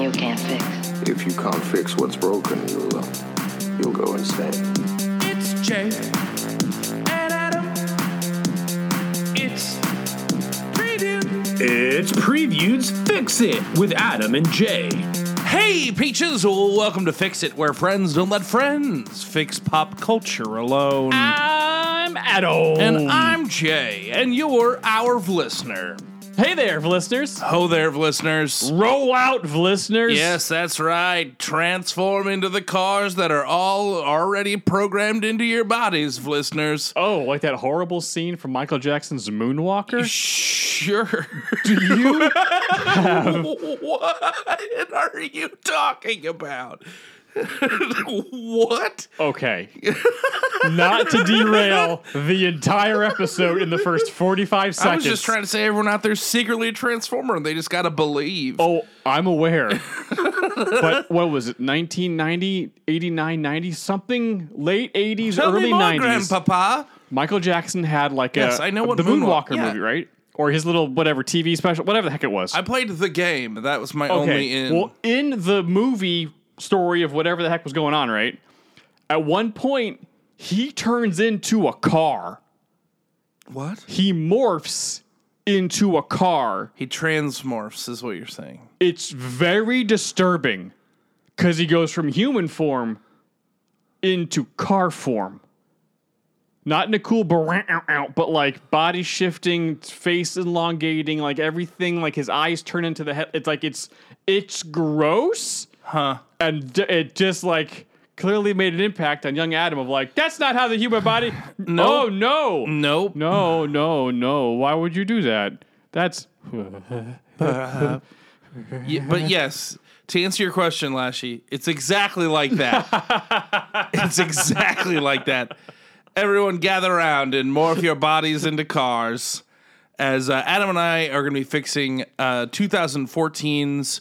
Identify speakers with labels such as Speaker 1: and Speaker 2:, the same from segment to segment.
Speaker 1: you can't fix.
Speaker 2: If you can't fix what's broken, you'll uh, you'll go insane.
Speaker 3: It's Jay and Adam. It's preview.
Speaker 4: It's Previews Fix It with Adam and Jay.
Speaker 3: Hey, peaches! Welcome to Fix It, where friends don't let friends fix pop culture alone.
Speaker 5: I'm Adam.
Speaker 3: and I'm Jay, and you're our listener.
Speaker 5: Hey there, listeners.
Speaker 3: Ho there, listeners.
Speaker 5: Roll out, listeners.
Speaker 3: Yes, that's right. Transform into the cars that are all already programmed into your bodies, listeners.
Speaker 5: Oh, like that horrible scene from Michael Jackson's Moonwalker?
Speaker 3: Sure. Do you? what are you talking about? what?
Speaker 5: Okay. Not to derail the entire episode in the first 45 seconds.
Speaker 3: I was just trying to say everyone out there's secretly a transformer and they just gotta believe.
Speaker 5: Oh, I'm aware. but what was it? 1990, 89, 90, something late 80s,
Speaker 3: Tell
Speaker 5: early
Speaker 3: me more,
Speaker 5: 90s.
Speaker 3: Grandpapa.
Speaker 5: Michael Jackson had like
Speaker 3: Yes,
Speaker 5: a
Speaker 3: I know what
Speaker 5: the
Speaker 3: Moonwalk-
Speaker 5: Moonwalker,
Speaker 3: yeah.
Speaker 5: movie, right? Or his little whatever TV special, whatever the heck it was.
Speaker 3: I played the game. That was my only in.
Speaker 5: Well, in the movie story of whatever the heck was going on, right? At one point, he turns into a car.
Speaker 3: what?
Speaker 5: He morphs into a car.
Speaker 3: He transmorphs, is what you're saying.
Speaker 5: It's very disturbing because he goes from human form into car form. Not in a cool, barang, ow, ow, but like body shifting, face elongating, like everything, like his eyes turn into the head. It's like it's it's gross.
Speaker 3: Huh.
Speaker 5: and d- it just like clearly made an impact on young Adam of like that's not how the human body.
Speaker 3: No.
Speaker 5: Oh no,
Speaker 3: Nope.
Speaker 5: no, no, no. Why would you do that? That's
Speaker 3: Ye- but yes, to answer your question, Lashy, it's exactly like that. it's exactly like that. Everyone gather around and morph your bodies into cars. As uh, Adam and I are going to be fixing uh, 2014's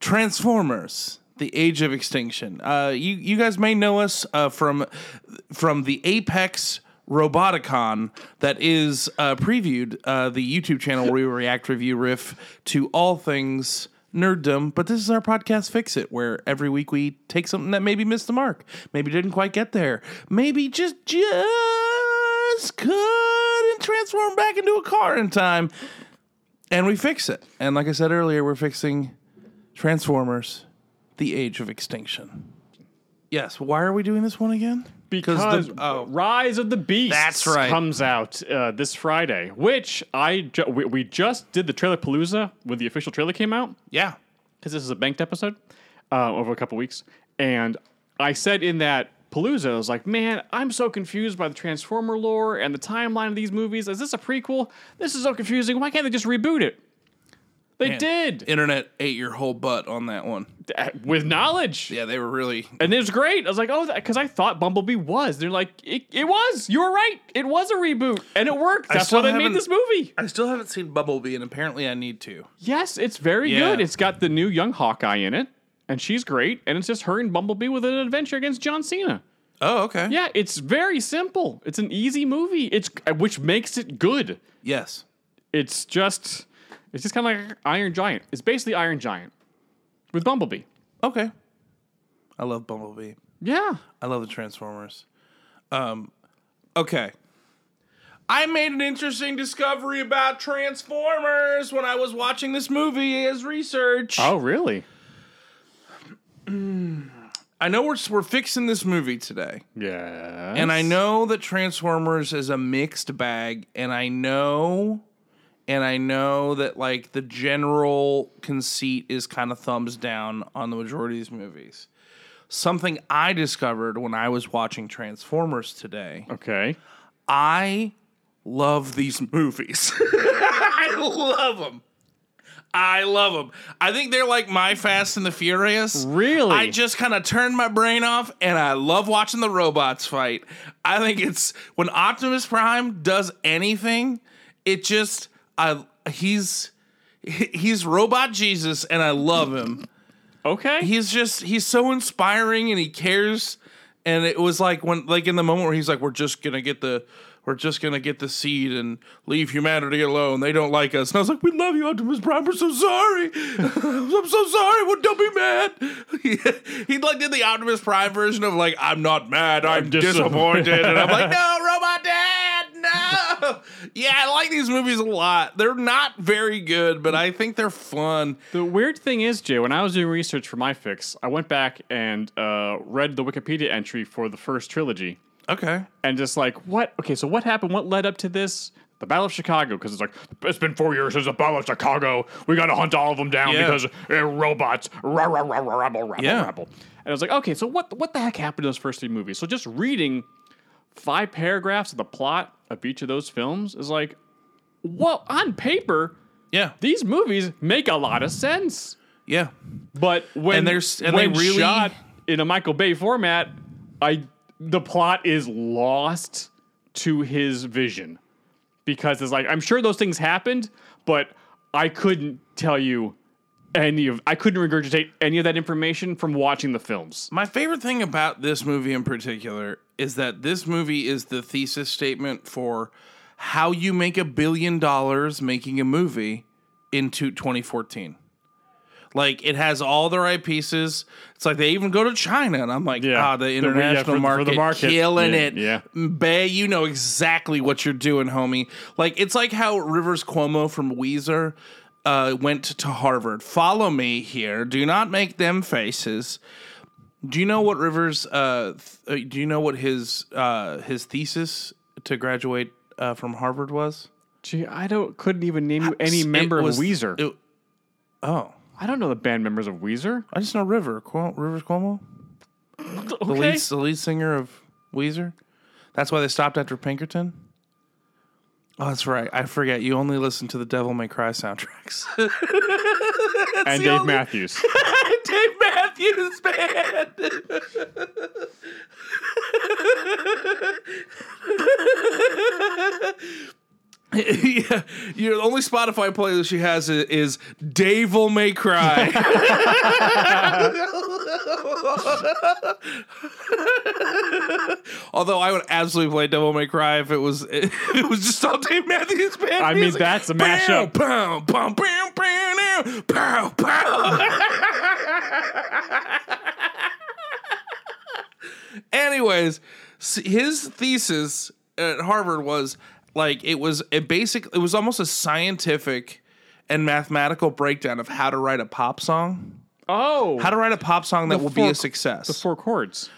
Speaker 3: Transformers: The Age of Extinction. Uh, you you guys may know us uh, from from the Apex Roboticon that is uh, previewed uh, the YouTube channel where we react, review, riff to all things nerddom. But this is our podcast, Fix It, where every week we take something that maybe missed the mark, maybe didn't quite get there, maybe just just couldn't transform back into a car in time. And we fix it. And like I said earlier, we're fixing Transformers, the Age of Extinction. Yes, why are we doing this one again?
Speaker 5: because
Speaker 3: the- oh.
Speaker 5: Rise of the Beast
Speaker 3: That's right.
Speaker 5: comes out uh, this Friday, which I ju- we, we just did the trailer palooza when the official trailer came out.
Speaker 3: Yeah.
Speaker 5: because this is a banked episode uh, over a couple weeks. And I said in that Palooza, I was like, man, I'm so confused by the Transformer lore and the timeline of these movies. Is this a prequel? This is so confusing. Why can't they just reboot it? They did
Speaker 3: Internet ate your whole butt on that one.
Speaker 5: Uh, with knowledge.
Speaker 3: Yeah, they were really.
Speaker 5: And it was great. I was like, oh, because I thought Bumblebee was. They're like, it, it was. You were right. It was a reboot. And it worked. That's
Speaker 3: still
Speaker 5: why they
Speaker 3: haven't-
Speaker 5: made this movie.
Speaker 3: I still haven't seen Bumblebee, and apparently I need to.
Speaker 5: Yes, it's very
Speaker 3: Yeah.
Speaker 5: good. It's got the new young Hawkeye in it. And she's great. And it's just her and Bumblebee with an adventure against John Cena.
Speaker 3: Oh, okay.
Speaker 5: Yeah, it's very simple. It's an easy movie. It's which makes it good.
Speaker 3: Yes.
Speaker 5: It's just it's just kind of like Iron Giant. It's basically Iron Giant with Bumblebee.
Speaker 3: Okay. I love Bumblebee.
Speaker 5: Yeah.
Speaker 3: I love the Transformers. Um, okay. I made an interesting discovery about Transformers when I was watching this movie as research.
Speaker 5: Oh, really?
Speaker 3: I know we're we're fixing this movie today.
Speaker 5: Yeah.
Speaker 3: And I know that Transformers is a mixed bag, and I know, and I know that like the general conceit is kind of thumbs down on the majority of these movies. Something I discovered when I was watching Transformers today,
Speaker 5: Okay.
Speaker 3: I love these movies. I love them. I love them. I think they're like my Fast and the Furious.
Speaker 5: Really?
Speaker 3: I just kind of turn my brain off and I love watching the robots fight. I think it's when Optimus Prime does anything, it just I he's he's robot Jesus and I love him.
Speaker 5: Okay.
Speaker 3: He's just he's so inspiring and he cares and it was like when like in the moment where he's like we're just going to get the we're just gonna get the seed and leave humanity alone. They don't like us. And I was like, we love you, Optimus Prime. We're so sorry. I'm so sorry. Well, don't be mad. he, he like did the Optimus Prime version of like, I'm not mad. I'm,
Speaker 5: disappointed."
Speaker 3: disappointed. and I'm like, no, robot dad. No. Yeah, I like these movies a lot. They're not very good, but I think they're fun.
Speaker 5: The weird thing is, Jay, when I was doing research for my fix, I went back and uh, read the Wikipedia entry for the first trilogy.
Speaker 3: Okay.
Speaker 5: and just like what okay so what happened what led up to this the battle of chicago because it's like it's been four years since the battle of chicago we gotta hunt all of them down
Speaker 3: Yeah.
Speaker 5: because they're robots rah, rah, rah, rah, rabble, rabble,
Speaker 3: Yeah.
Speaker 5: rabble. and i was like okay so what what the heck happened in those first three movies so just reading five paragraphs of the plot of each of those films is like well on paper
Speaker 3: Yeah.
Speaker 5: these movies make a lot of sense
Speaker 3: Yeah.
Speaker 5: but when
Speaker 3: And there's- and
Speaker 5: when
Speaker 3: they really-
Speaker 5: shot in a Michael Bay format, I the plot is lost to his vision because it's like I'm sure those things happened, but I couldn't tell you any of I couldn't regurgitate any of that information from watching the films.
Speaker 3: My favorite thing about this movie in particular is that this movie is the thesis statement for how you make a billion dollars making a movie into 2014. Like it has all the right pieces. It's like they even go to China, and I'm like,
Speaker 5: Yeah.
Speaker 3: ah, the
Speaker 5: The- yeah,
Speaker 3: international
Speaker 5: for the- for
Speaker 3: market,
Speaker 5: the market.
Speaker 3: killing
Speaker 5: Yeah,
Speaker 3: it.
Speaker 5: yeah.
Speaker 3: Bay, you know exactly what you're doing, homie. Like it's like how Rivers Cuomo from Weezer uh, went to Harvard. Follow me here. Do not make them faces. Do you know what Rivers? Uh, th- uh, do you know what his uh, his thesis to graduate uh, from Harvard was?
Speaker 5: Gee, I don't couldn't even name you any member
Speaker 3: It was-
Speaker 5: of Weezer.
Speaker 3: it- oh,
Speaker 5: I don't know the band members of Weezer.
Speaker 3: I just know River Cuomo, Rivers Cuomo, the
Speaker 5: Okay.
Speaker 3: lead the lead singer of Weezer. That's why they stopped after Pinkerton. Oh, that's right. I forget. You only listen to the Devil May Cry soundtracks.
Speaker 5: and Dave Matthews.
Speaker 3: Dave Matthews Band. yeah, your the only Spotify playlist she has i- is Dave will May Cry. Although I would absolutely play Devil May Cry if it was if it was just all Dave Matthews Band.
Speaker 5: I mean,
Speaker 3: music.
Speaker 5: that's a
Speaker 3: Pow,
Speaker 5: mashup.
Speaker 3: Pow, pow, pow, pow, pow, pow, pow. Anyways, s- his thesis at Harvard was like it was a basic. It was almost a scientific and mathematical breakdown of how to write a pop song.
Speaker 5: Oh,
Speaker 3: How to write a pop song that will be
Speaker 5: four-
Speaker 3: a success.
Speaker 5: the four chords.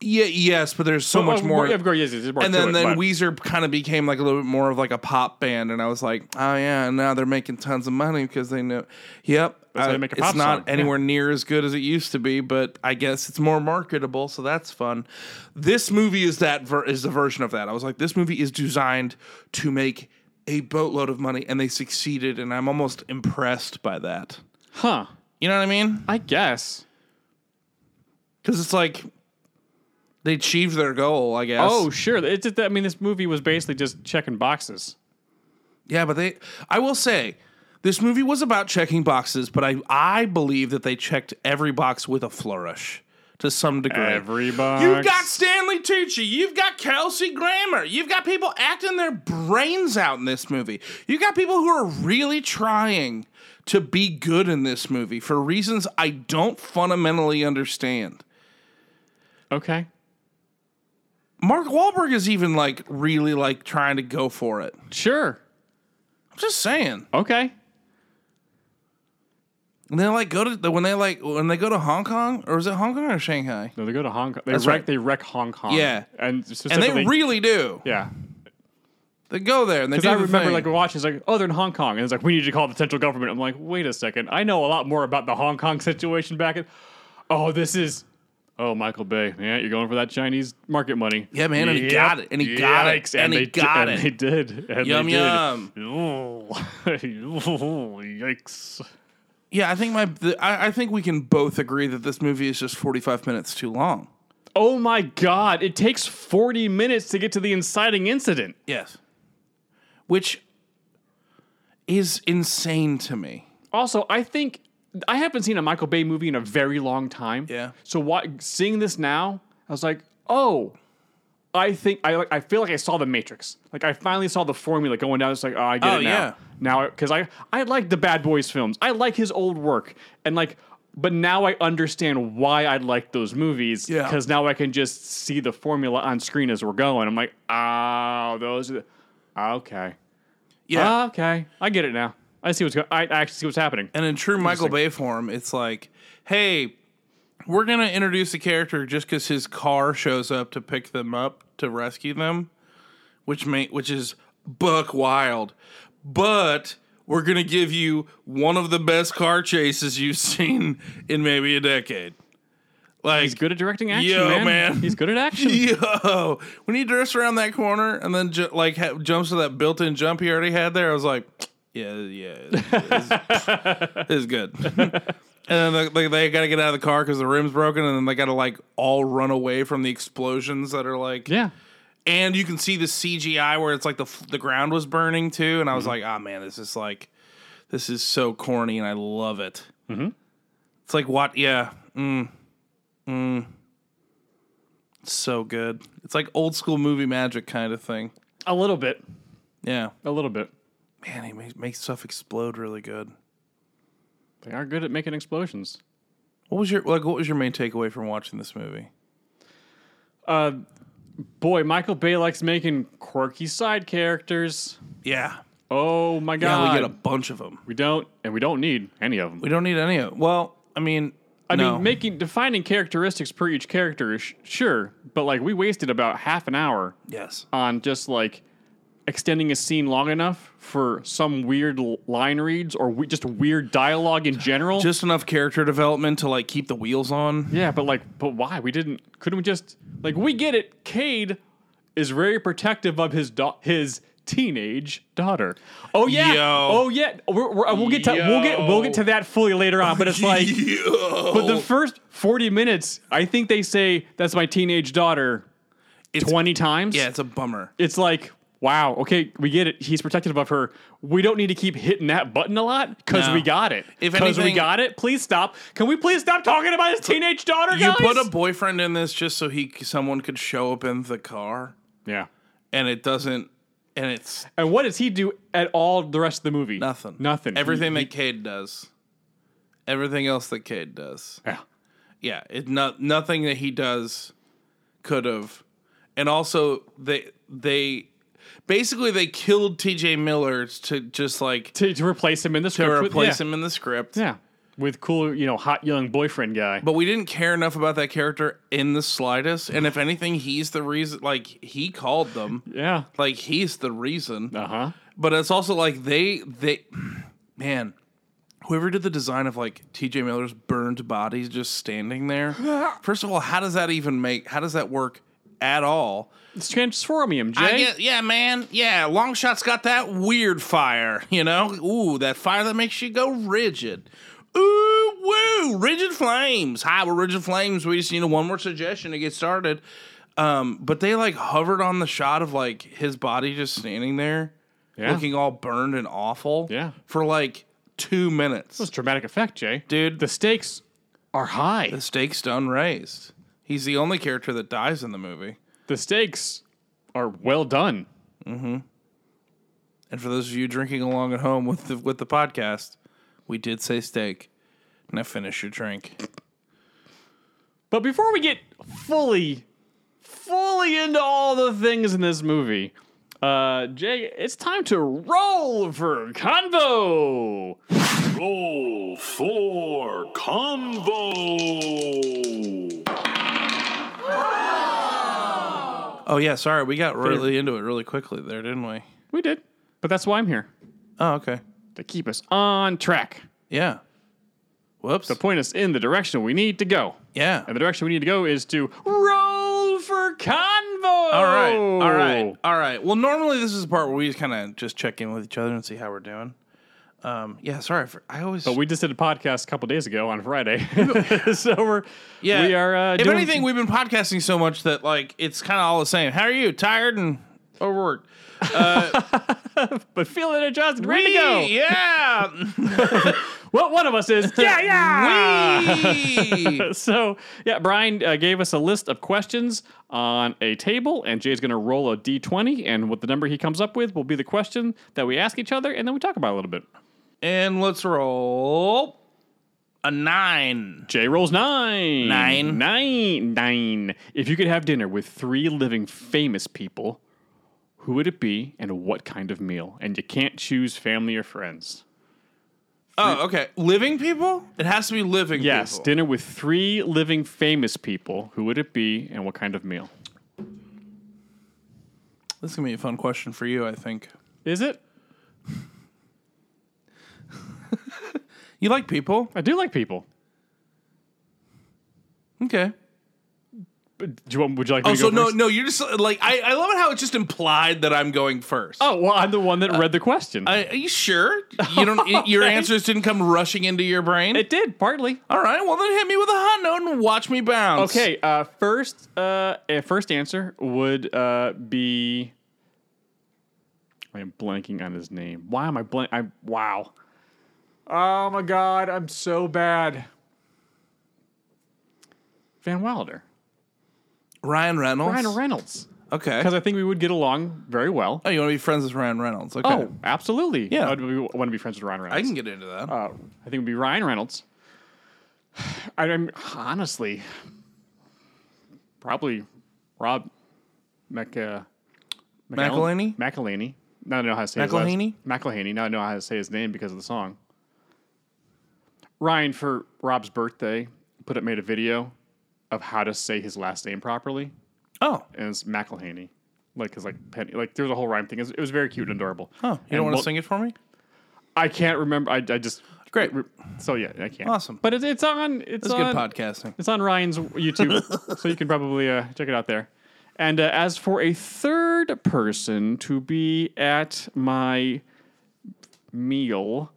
Speaker 3: yeah, yes, but there's so much
Speaker 5: Oh,
Speaker 3: more.
Speaker 5: Of course, yes, yes, there's more
Speaker 3: and
Speaker 5: to
Speaker 3: then,
Speaker 5: it,
Speaker 3: then
Speaker 5: but-
Speaker 3: Weezer kind of became like a little bit more of like a pop band, and I was like, oh yeah, now they're making tons of money because they know. Yep,
Speaker 5: how they
Speaker 3: uh,
Speaker 5: make a
Speaker 3: it's
Speaker 5: pop
Speaker 3: not
Speaker 5: song, yeah.
Speaker 3: anywhere near as good as it used to be, but I guess it's more marketable, so that's fun. This movie is that ver- is the version of that. I was like, this movie is designed to make a boatload of money, and they succeeded, and I'm almost impressed by that.
Speaker 5: huh?
Speaker 3: You know what I mean?
Speaker 5: I guess.
Speaker 3: Because it's like they achieved their goal, I guess.
Speaker 5: Oh, sure. It did that. I mean, this movie was basically just checking boxes.
Speaker 3: Yeah, but they I will say this movie was about checking boxes, but I I believe that they checked every box with a flourish to some degree.
Speaker 5: Everybody.
Speaker 3: You've got Stanley Tucci. You've got Kelsey Grammer. You've got people acting their brains out in this movie. You've got people who are really trying to be good in this movie for reasons I don't fundamentally understand.
Speaker 5: Okay.
Speaker 3: Mark Wahlberg is even like really like trying to go for it.
Speaker 5: Sure.
Speaker 3: I'm just saying.
Speaker 5: Okay.
Speaker 3: And they like go to when they like when they go to Hong Kong or is it Hong Kong or Shanghai?
Speaker 5: No, they go to Hong Kong. They
Speaker 3: That's
Speaker 5: wreck.
Speaker 3: right.
Speaker 5: They wreck Hong Kong.
Speaker 3: Yeah.
Speaker 5: And
Speaker 3: And
Speaker 5: specifically,
Speaker 3: they really do.
Speaker 5: yeah.
Speaker 3: They go there and they do
Speaker 5: Because I
Speaker 3: the
Speaker 5: remember
Speaker 3: thing.
Speaker 5: like watching, it's like, oh, they're in Hong Kong, and it's like we need to call the central government. I'm like, wait a second, I know a lot more about the Hong Kong situation back in. Oh, this is. Oh, Michael Bay, yeah, you're going for that Chinese market money.
Speaker 3: Yeah, man, and he got it, and he got it,
Speaker 5: Yikes, and,
Speaker 3: and he
Speaker 5: they di-
Speaker 3: got
Speaker 5: and
Speaker 3: it.
Speaker 5: They did. And
Speaker 3: Yum,
Speaker 5: they
Speaker 3: yum.
Speaker 5: Did. Ooh. Yikes.
Speaker 3: yeah, I think my the, I, I think we can both agree that this movie is just 45 minutes too long.
Speaker 5: Oh my God! It takes 40 minutes to get to the inciting incident.
Speaker 3: Yes. Which is insane to me.
Speaker 5: Also, I think I haven't seen a Michael Bay movie in a very long time.
Speaker 3: Yeah.
Speaker 5: So why seeing this now, I was like, oh, I think I like. I feel like I saw the Matrix. Like I finally saw the formula going down. It's like, oh, I get
Speaker 3: Oh,
Speaker 5: it now.
Speaker 3: yeah.
Speaker 5: Now, because I I like the Bad Boys films. I like his old work, and like, but now I understand why I like those movies.
Speaker 3: Yeah.
Speaker 5: Because now I can just see the formula on screen as we're going. I'm like, oh, those. Are the, okay.
Speaker 3: Yeah.
Speaker 5: Okay. I get it now. I see what's going. I I actually see what's happening.
Speaker 3: And in true Michael Bay form, it's like, hey, we're going to introduce a character just because his car shows up to pick them up to rescue them, which may, which is buck wild. But we're going to give you one of the best car chases you've seen in maybe a decade. Like,
Speaker 5: He's good at directing action,
Speaker 3: Yo,
Speaker 5: man.
Speaker 3: man.
Speaker 5: He's good at action.
Speaker 3: yo, when he drifts around that corner and then ju- like ha- jumps to that built-in jump he already had there, I was like, yeah, yeah, it's, it's good. and then they, they, they got to get out of the car because the rim's broken, and then they got to like all run away from the explosions that are like.
Speaker 5: Yeah.
Speaker 3: And you can see the CGI where it's like the f- the ground was burning too, and I
Speaker 5: Mm-hmm.
Speaker 3: was like, ah, man, this is like, this is so corny, and I love it. Mm-hmm. It's like what? Yeah. Mm. Mm. It's so good. It's like old school movie magic kind of thing.
Speaker 5: A little bit.
Speaker 3: Yeah.
Speaker 5: A little bit.
Speaker 3: Man, he makes, makes stuff explode really good.
Speaker 5: They are good at making explosions.
Speaker 3: What was your like? What was your main takeaway from watching this movie?
Speaker 5: Boy, Michael Bay likes making quirky side characters.
Speaker 3: Yeah.
Speaker 5: Oh my
Speaker 3: Yeah,
Speaker 5: god.
Speaker 3: we get a bunch of them.
Speaker 5: We don't and we don't need any of them.
Speaker 3: We don't need any of. Well, I mean,
Speaker 5: I mean, making defining characteristics per each character is sh- sure, but like we wasted about half an hour
Speaker 3: yes,
Speaker 5: on just like extending a scene long enough for some weird l- line reads or we- just weird dialogue in general.
Speaker 3: just enough character development to like keep the wheels on.
Speaker 5: Yeah, but like, but why? We didn't. Couldn't we just like? We get it. Cade is very protective of his da- his teenage daughter. Oh yeah.
Speaker 3: Yo.
Speaker 5: Oh yeah. We're, we're, we'll get to we'll get we'll get to that fully later on. But it's like, but the first forty minutes, I think they say that's my teenage daughter
Speaker 3: It's-
Speaker 5: twenty times.
Speaker 3: Yeah, it's a bummer.
Speaker 5: It's like. Wow. Okay, we get it. He's protective of her. We don't need to keep hitting that button a lot because
Speaker 3: No.
Speaker 5: we got it.
Speaker 3: If
Speaker 5: Because we
Speaker 3: anything-
Speaker 5: got it. Please stop. Can we please stop talking about his teenage daughter?
Speaker 3: You
Speaker 5: guys?
Speaker 3: put a boyfriend in this just so he someone could show up in the car,
Speaker 5: Yeah.
Speaker 3: and it doesn't, and it's
Speaker 5: And what does he do at all the rest of the movie?
Speaker 3: nothing.
Speaker 5: Nothing.
Speaker 3: Everything that Cade does, everything else that Cade does.
Speaker 5: Yeah.
Speaker 3: Yeah, it not nothing that he does could have, and also they they basically they killed T.J. Miller to just like
Speaker 5: To, to replace him in the
Speaker 3: to
Speaker 5: script. with-
Speaker 3: replace
Speaker 5: yeah.
Speaker 3: him in the script.
Speaker 5: Yeah. With cool, you know, hot young boyfriend guy.
Speaker 3: But we didn't care enough about that character in the slightest. And if anything, he's the reason. Like he called them.
Speaker 5: yeah.
Speaker 3: Like he's the reason.
Speaker 5: Uh huh.
Speaker 3: But it's also like they they man, whoever did the design of like TJ Miller's burned bodies just standing there. First of all, how does that even make how does that work at all?
Speaker 5: It's transformium, Jay.
Speaker 3: I guess, yeah, man. Yeah, long shot's got that weird fire, you know? Ooh, that fire that makes you go rigid. Ooh, woo, rigid flames. Hi, we're rigid flames. We just need one more suggestion to get started. Um, but they like hovered on the shot of like his body just standing there,
Speaker 5: Yeah.
Speaker 3: looking all burned and awful.
Speaker 5: Yeah.
Speaker 3: For like two minutes.
Speaker 5: It's dramatic effect, Jay.
Speaker 3: Dude,
Speaker 5: The
Speaker 3: the
Speaker 5: stakes are high.
Speaker 3: stakes done raised. He's the only character that dies in the movie.
Speaker 5: The stakes are well done.
Speaker 3: And for those of you drinking along at home with the with the podcast, we did say steak. Now finish your drink.
Speaker 5: But before we get fully, fully into all the things in this movie, uh, Jay, it's time to roll for convo.
Speaker 4: Roll for combo.
Speaker 3: Oh yeah, sorry, we got really into it really quickly there, didn't we?
Speaker 5: We did, but that's why I'm here
Speaker 3: Oh okay,
Speaker 5: to keep us on track,
Speaker 3: yeah. Whoops.
Speaker 5: to point us in the direction we need to go.
Speaker 3: Yeah.
Speaker 5: And the direction we need to go is to roll for convo.
Speaker 3: All right.
Speaker 5: Oh.
Speaker 3: All right. All right. Well, normally this is the part where we just kind of just check in with each other and see how we're doing. Um, yeah. Sorry. For, I always.
Speaker 5: But we just did a podcast a couple days ago on Friday, so we're
Speaker 3: yeah.
Speaker 5: we are. Uh,
Speaker 3: if
Speaker 5: doing,
Speaker 3: anything, we've been podcasting so much that like it's kind of all the same. How are you? Tired and O'Rourke.
Speaker 5: But feeling it, Johnson, ready to go.
Speaker 3: Yeah.
Speaker 5: What one of us is? Yeah, yeah.
Speaker 3: Ah. Wee!
Speaker 5: So yeah, Brian uh, gave us a list of questions on a table, and Jay's going to roll a d20, and what the number he comes up with will be the question that we ask each other, and then we talk about it a little bit.
Speaker 3: and let's roll a nine.
Speaker 5: Jay rolls nine.
Speaker 3: Nine.
Speaker 5: Nine. Nine. If you could have dinner with three living famous people, who would it be and what kind of meal? And you can't choose family or friends.
Speaker 3: Oh, okay. Living people? It has to be living
Speaker 5: Yes,
Speaker 3: people.
Speaker 5: dinner with three living famous people, who would it be and what kind of meal?
Speaker 3: This is going to be a fun question for you, I think.
Speaker 5: Is it?
Speaker 3: You like people?
Speaker 5: I do like people.
Speaker 3: Okay.
Speaker 5: But do you want, would you like me
Speaker 3: Oh,
Speaker 5: to
Speaker 3: so
Speaker 5: go
Speaker 3: no,
Speaker 5: first?
Speaker 3: no, you're just uh, like, I, I love it how it's just implied that I'm going first.
Speaker 5: Oh, well, I'm the one that read the question.
Speaker 3: I- are you sure? You don't, i- your
Speaker 5: Okay.
Speaker 3: answers didn't come rushing into your brain?
Speaker 5: it did, partly.
Speaker 3: All right, well, then hit me with a hot note and watch me bounce.
Speaker 5: Okay, uh, first, uh, eh, first answer would uh, be. I am blanking on his name. Why am I blank? I wow. Oh my god, I'm so bad. Van Wilder,
Speaker 3: Ryan Reynolds.
Speaker 5: Ryan Reynolds,
Speaker 3: Okay.
Speaker 5: because I think we would get along very well.
Speaker 3: Oh, you want to be friends with Ryan Reynolds? Okay.
Speaker 5: Oh, absolutely.
Speaker 3: Yeah.
Speaker 5: I'd be, want to be friends with Ryan
Speaker 3: I
Speaker 5: Reynolds.
Speaker 3: can get into that.
Speaker 5: Uh, I think it'd be Ryan Reynolds. I, am honestly probably Rob Mc, uh,
Speaker 3: McElhaney?
Speaker 5: McElhenney? McElhaney. Now I know how to say
Speaker 3: McElhaney?
Speaker 5: his last, McElhaney. Now I know how to say his name because of the song. Ryan for Rob's birthday put up made a video of how to say his last name properly,
Speaker 3: oh,
Speaker 5: and it's McElhaney. Like his like penny, like there's a whole rhyme thing. It was, it was very cute and adorable.
Speaker 3: oh, you don't want to sing it for me?
Speaker 5: I can't remember. I, I just
Speaker 3: Great.
Speaker 5: Re- So yeah, I can't.
Speaker 3: Awesome.
Speaker 5: But it's it's on it's
Speaker 3: That's
Speaker 5: on
Speaker 3: good podcasting.
Speaker 5: it's on Ryan's YouTube, so you can probably uh, check it out there. And uh, as for a third person to be at my meal,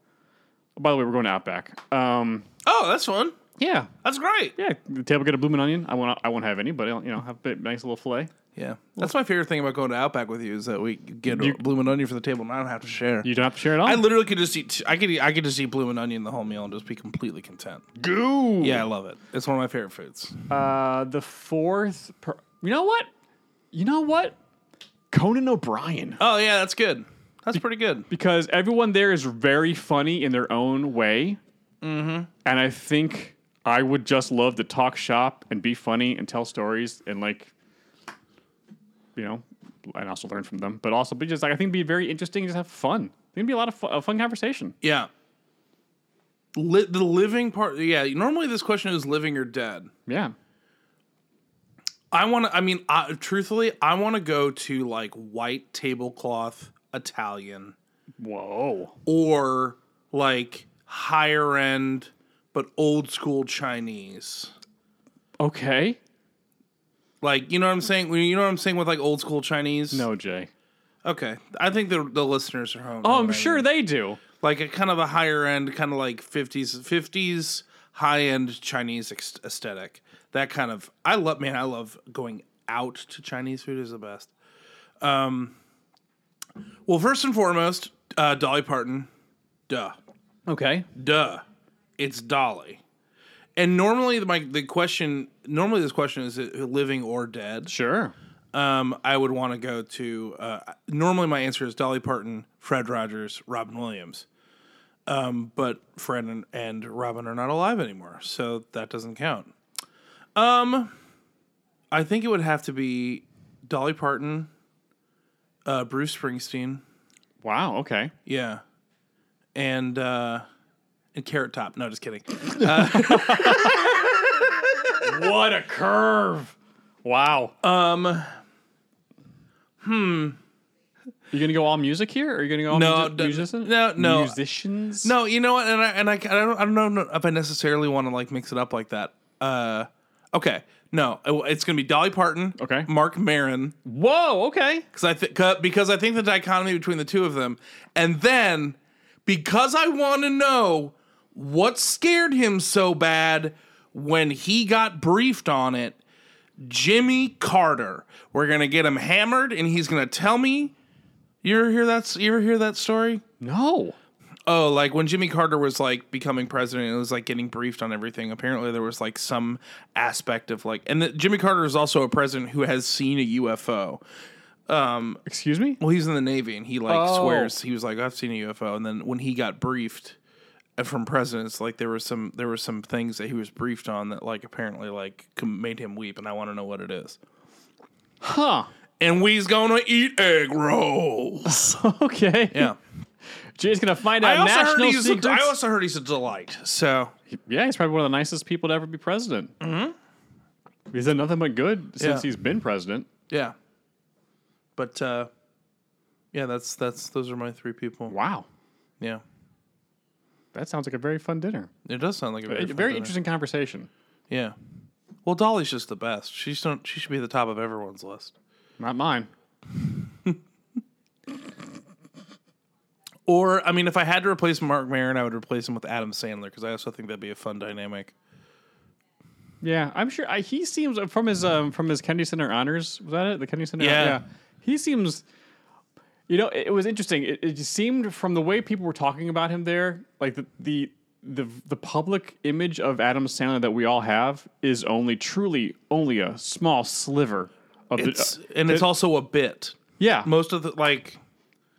Speaker 5: by the way, we're going to Outback. Um,
Speaker 3: Oh, that's fun.
Speaker 5: yeah,
Speaker 3: That's great.
Speaker 5: yeah. The table get a blooming onion. I won't. I won't have any, but I'll, you know, have a nice little fillet.
Speaker 3: Yeah, that's my favorite thing about going to Outback with you is that we get
Speaker 5: You-
Speaker 3: a blooming onion for the table and I don't have to share.
Speaker 5: You don't have to share it all.
Speaker 3: I literally could just eat. I could. Eat, I could just eat blooming onion the whole meal and just be completely content.
Speaker 5: goo.
Speaker 3: Yeah, I love it. It's one of my favorite foods.
Speaker 5: Uh, the fourth. Per- you know what? You know what? Conan O'Brien.
Speaker 3: Oh yeah, that's good. That's pretty good.
Speaker 5: because everyone there is very funny in their own way. Mm-hmm. And I think I would just love to talk shop and be funny and tell stories and like, you know, and also learn from them. But also, be just like I think be very interesting and just have fun. It's gonna be a lot of fu- a fun conversation.
Speaker 3: Yeah. Li- the living part. Yeah. Normally this question is living or dead.
Speaker 5: Yeah,
Speaker 3: I want to. I mean, I, truthfully, I want to go to like white tablecloth Italian
Speaker 5: whoa,
Speaker 3: or like higher end but old school Chinese.
Speaker 5: okay,
Speaker 3: Like you know what I'm saying? You know what I'm saying with like old school Chinese?
Speaker 5: no, Jay.
Speaker 3: Okay. I think the the listeners are home.
Speaker 5: Oh, I'm sure they do.
Speaker 3: Like a kind of a higher end, kind of like 50s 50s high end Chinese ex- aesthetic. That kind of I love. Man, I love going out to Chinese food is the best. Um. Well, first and foremost, uh, Dolly Parton. Duh.
Speaker 5: Okay,
Speaker 3: duh, it's Dolly. And normally, my the question normally this question is uh, living or dead.
Speaker 5: sure.
Speaker 3: Um, I would want to go to. Uh, normally, my answer is Dolly Parton, Fred Rogers, Robin Williams. Um, but Fred and, and Robin are not alive anymore, so that doesn't count. Um, I think it would have to be Dolly Parton, uh, Bruce Springsteen,
Speaker 5: Wow. Okay.
Speaker 3: yeah, and uh, and Carrot Top. No, just kidding.
Speaker 5: what a curve! Wow. Um. Hmm. You gonna go all music here? Or are you gonna go all
Speaker 3: No,
Speaker 5: music-
Speaker 3: d-
Speaker 5: musicians?
Speaker 3: no, no.
Speaker 5: musicians.
Speaker 3: No, you know what? And I and I, I don't I don't know if I necessarily want to like mix it up like that. Uh, okay, no, it- it's gonna be Dolly Parton,
Speaker 5: Okay.
Speaker 3: Mark Maron,
Speaker 5: Whoa. Okay.
Speaker 3: because I think because I think the dichotomy between the two of them, and then because I want to know what scared him so bad when he got briefed on it. Jimmy Carter. We're gonna get him hammered, and he's gonna tell me. You ever hear that? You ever hear that story?
Speaker 5: No.
Speaker 3: Oh, like when Jimmy Carter was like becoming president, it was like getting briefed on everything. Apparently, there was like some aspect of like, and that Jimmy Carter is also a president who has seen a UFO.
Speaker 5: Excuse me?
Speaker 3: Well, he's in the Navy, and he like
Speaker 5: Oh.
Speaker 3: swears he was like, "I've seen a UFO." And then when he got briefed uh, from presidents, like there was some there were some things that he was briefed on that like apparently like com- made him weep, and I want to know what it is.
Speaker 5: Huh.
Speaker 3: And we's gonna eat egg rolls.
Speaker 5: Okay.
Speaker 3: Yeah.
Speaker 5: Jay's gonna find
Speaker 3: I
Speaker 5: out
Speaker 3: also, heard
Speaker 5: national
Speaker 3: he's a,
Speaker 5: secrets.
Speaker 3: I also heard he's a delight. So
Speaker 5: yeah, he's probably one of the nicest people to ever be president. Mm-hmm. He's done nothing but good since
Speaker 3: Yeah.
Speaker 5: he's been president.
Speaker 3: yeah. But uh yeah, that's that's those are my three people.
Speaker 5: Wow.
Speaker 3: Yeah.
Speaker 5: That sounds like a very fun dinner.
Speaker 3: It does sound like a very,
Speaker 5: A
Speaker 3: fun
Speaker 5: very
Speaker 3: dinner.
Speaker 5: interesting conversation.
Speaker 3: Yeah. Well, Dolly's just the best. She's don't she should be at the top of everyone's list.
Speaker 5: Not mine.
Speaker 3: Or I mean, if I had to replace Mark Maron, I would replace him with Adam Sandler because I also think that'd be a fun dynamic.
Speaker 5: Yeah, I'm sure. I, he seems from his um, from his Kennedy Center honors. Was that it? The Kennedy Center.
Speaker 3: Yeah.
Speaker 5: He seems. You know, it, it was interesting. It, it just seemed from the way people were talking about him there, like the, the the the public image of Adam Sandler that we all have is only truly only a small sliver of
Speaker 3: It's
Speaker 5: the. uh,
Speaker 3: and it's also a bit.
Speaker 5: yeah,
Speaker 3: Most of the like,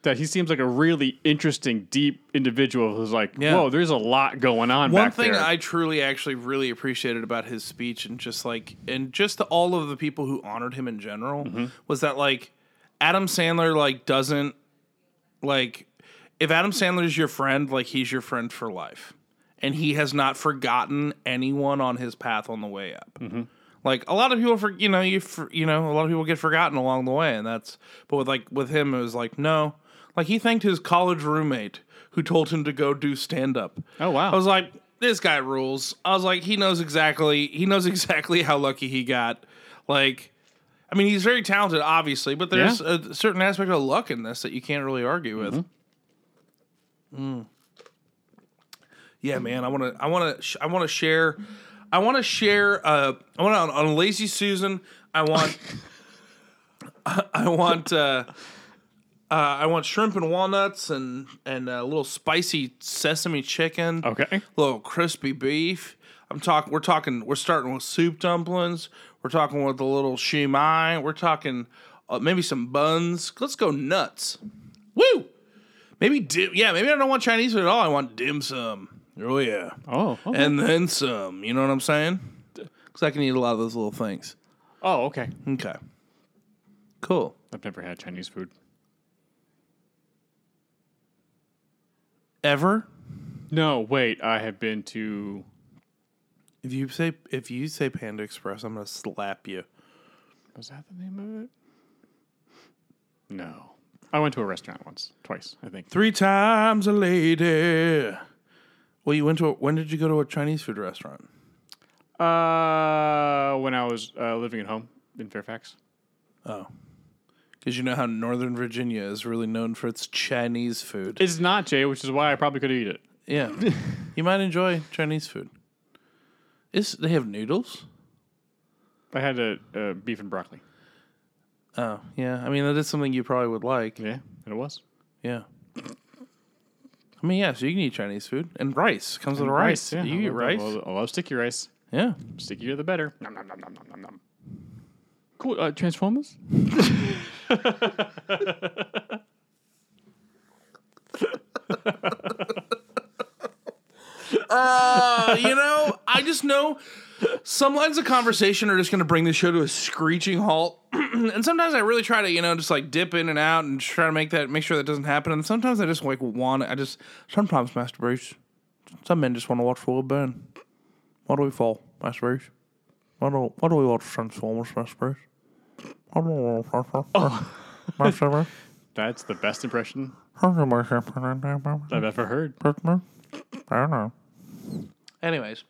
Speaker 5: that he seems like a really interesting, deep individual who's like,
Speaker 3: Yeah.
Speaker 5: whoa, there's a lot going on.
Speaker 3: One
Speaker 5: back
Speaker 3: thing
Speaker 5: there.
Speaker 3: I truly, actually, really appreciated about his speech, and just like, and just the, all of the people who honored him in general,
Speaker 5: Mm-hmm.
Speaker 3: was that like, Adam Sandler like doesn't like, if Adam Sandler's your friend, like he's your friend for life, and he has not forgotten anyone on his path on the way up. Like a lot of people, for you know, you for, you know, a lot of people get forgotten along the way, and that's. But with like with him, it was like no, like he thanked his college roommate who told him to go do stand up.
Speaker 5: Oh, wow.
Speaker 3: I was like, this guy rules. I was like, he knows exactly. He knows exactly how lucky he got. Like, I mean, he's very talented, obviously, but there's
Speaker 5: Yeah.
Speaker 3: a certain aspect of luck in this that you can't really argue with. Mm. Yeah, man. I want to. I want to. I want to share. I want to share. Uh, I want on, on Lazy Susan. I want. I, I want. Uh, uh, I want shrimp and walnuts and and a little spicy sesame chicken
Speaker 5: okay.
Speaker 3: little crispy beef. I'm talking. We're talking. We're starting with soup dumplings. We're talking with a little shumai. We're talking uh, maybe some buns. Let's go nuts. Woo! Maybe dim. Yeah, maybe I don't want Chinese food at all. I want dim sum. Oh yeah,
Speaker 5: Oh. Okay.
Speaker 3: and then some. You know what I'm saying? Because I can eat a lot of those little things.
Speaker 5: oh. Okay.
Speaker 3: Okay. Cool.
Speaker 5: I've never had Chinese food.
Speaker 3: Ever
Speaker 5: No, wait. I have been to.
Speaker 3: if you say if you say Panda Express, I'm gonna slap you.
Speaker 5: Was that the name of it? No, I went to a restaurant once, twice, I think.
Speaker 3: Three times a lady. Well, you went to a, when did you go to a Chinese food restaurant?
Speaker 5: Uh, when I was uh, living at home in Fairfax.
Speaker 3: Because you know how Northern Virginia is really known for its Chinese food.
Speaker 5: It's not Jay, which is why I probably could eat it.
Speaker 3: Yeah, you might enjoy Chinese food. Is they have noodles?
Speaker 5: I had a, a beef and broccoli.
Speaker 3: Oh yeah, I mean that is something you probably would like.
Speaker 5: Yeah, and it was
Speaker 3: Yeah. I mean, yeah, so you can eat Chinese food and rice comes with rice.
Speaker 5: Yeah,
Speaker 3: you eat
Speaker 5: I love-
Speaker 3: rice.
Speaker 5: I love, I love sticky rice.
Speaker 3: Yeah.
Speaker 5: Stickier the better. Nom, nom, nom, nom, nom, nom, nom. Cool. Uh, Transformers.
Speaker 3: Uh, you know, I just know some lines of conversation are just going to bring the show to a screeching halt. and sometimes I really try to, you know, just like dip in and out and try to make that make sure that doesn't happen. And sometimes I just like want I just sometimes Master Bruce. Some men just want to watch the world burn. Why do we fall, Master Bruce? Why do why do we watch Transformers, Master Bruce? I don't want to watch Transformers, Master Bruce.
Speaker 5: That's the best impression
Speaker 2: I don't know.
Speaker 5: I've ever heard.
Speaker 3: Anyways,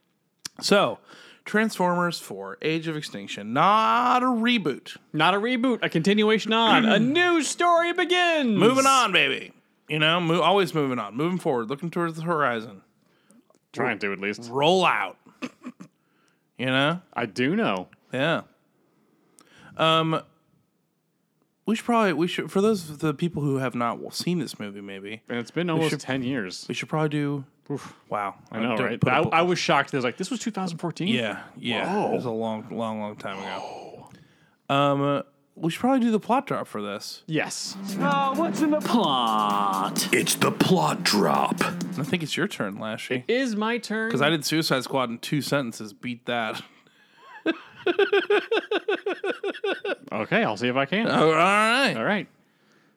Speaker 3: so Transformers 4 Age of Extinction, not a reboot.
Speaker 5: Not a reboot, a continuation on. a new story begins.
Speaker 3: Moving on, baby. You know, mo- always moving on, moving forward, looking towards the horizon.
Speaker 5: Trying to at least.
Speaker 3: Roll out. You know?
Speaker 5: I do know.
Speaker 3: Yeah. Um, we should probably we should for those of the people who have not seen this movie, maybe
Speaker 5: And it's been almost
Speaker 3: should-
Speaker 5: 10 years.
Speaker 3: we should probably do. Wow,
Speaker 5: I know, right? I, I was shocked. I was like, this was 2014?
Speaker 3: yeah, yeah. It was a long, long, long time ago. Um, we should probably do the plot drop for this.
Speaker 5: Yes.
Speaker 4: Oh, what's in the plot?
Speaker 1: It's the plot drop.
Speaker 3: And I think it's your turn, Lashy.
Speaker 5: Is my turn.
Speaker 3: Because I did Suicide Squad in two sentences. Beat that.
Speaker 5: Okay, I'll see if I can.
Speaker 3: All right.
Speaker 5: All right.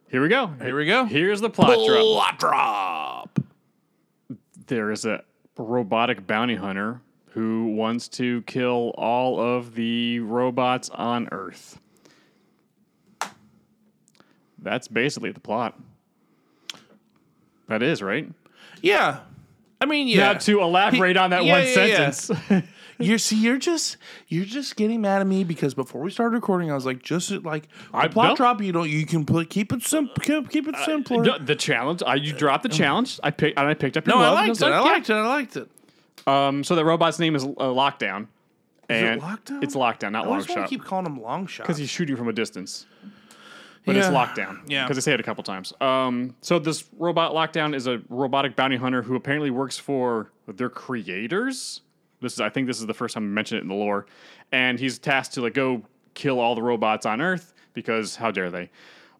Speaker 5: Here we go.
Speaker 3: Uh, Here we go.
Speaker 5: Here's the plot drop.
Speaker 1: Plot drop.
Speaker 5: There is a robotic bounty hunter who wants to kill all of the robots on Earth. That's basically the plot. That is, right?
Speaker 3: Yeah. I mean, yeah.
Speaker 5: Now to elaborate on that
Speaker 3: Yeah,
Speaker 5: one
Speaker 3: yeah, yeah.
Speaker 5: sentence.
Speaker 3: You're see, you're just you're just getting mad at me because before we started recording, I was like, just like I plot
Speaker 5: no.
Speaker 3: drop. You don't. You can pl- keep it simple. Keep, keep it simpler.
Speaker 5: No, the challenge. I, you dropped the challenge. I picked and I picked up your
Speaker 3: Oh. no, I
Speaker 5: glove, and
Speaker 3: liked it. I liked it.
Speaker 5: was like,
Speaker 3: I liked it.
Speaker 5: yeah. Um, so the robot's name is uh, Lockdown.
Speaker 3: it
Speaker 5: And
Speaker 3: Lockdown?
Speaker 5: It's Lockdown, not
Speaker 3: I always want
Speaker 5: Longshot.
Speaker 3: to keep calling him long shot.
Speaker 5: because he's shooting from a distance. But it's
Speaker 3: Yeah.
Speaker 5: lockdown.
Speaker 3: Yeah.
Speaker 5: Because they say it a couple times. Um, so this robot lockdown is a robotic bounty hunter who apparently works for their creators. This is I think this is the first time I mentioned it in the lore. And he's tasked to like go kill all the robots on Earth because how dare they?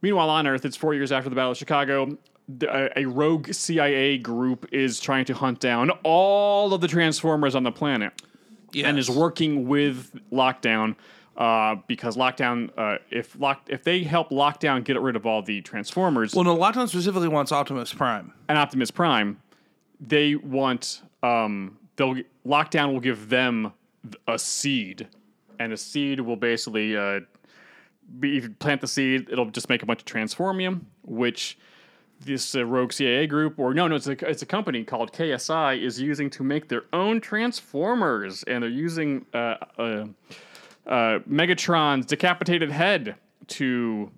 Speaker 5: Meanwhile, on Earth, it's four years after the Battle of Chicago. The- A a rogue CIA group is trying to hunt down all of the Transformers on the planet
Speaker 3: Yes.
Speaker 5: and is working with Lockdown uh, because Lockdown, uh, if lock, if they help Lockdown get rid of all the Transformers
Speaker 3: Well, no, Lockdown specifically wants Optimus Prime.
Speaker 5: and Optimus Prime, they want um, they'll Lockdown will give them a seed, and a seed will basically uh, be, if you plant the seed, it'll just make a bunch of Transformium, which this uh, rogue CIA group, or no, no, it's a, it's a company called KSI, is using to make their own Transformers, and they're using uh, uh, uh, Megatron's decapitated head to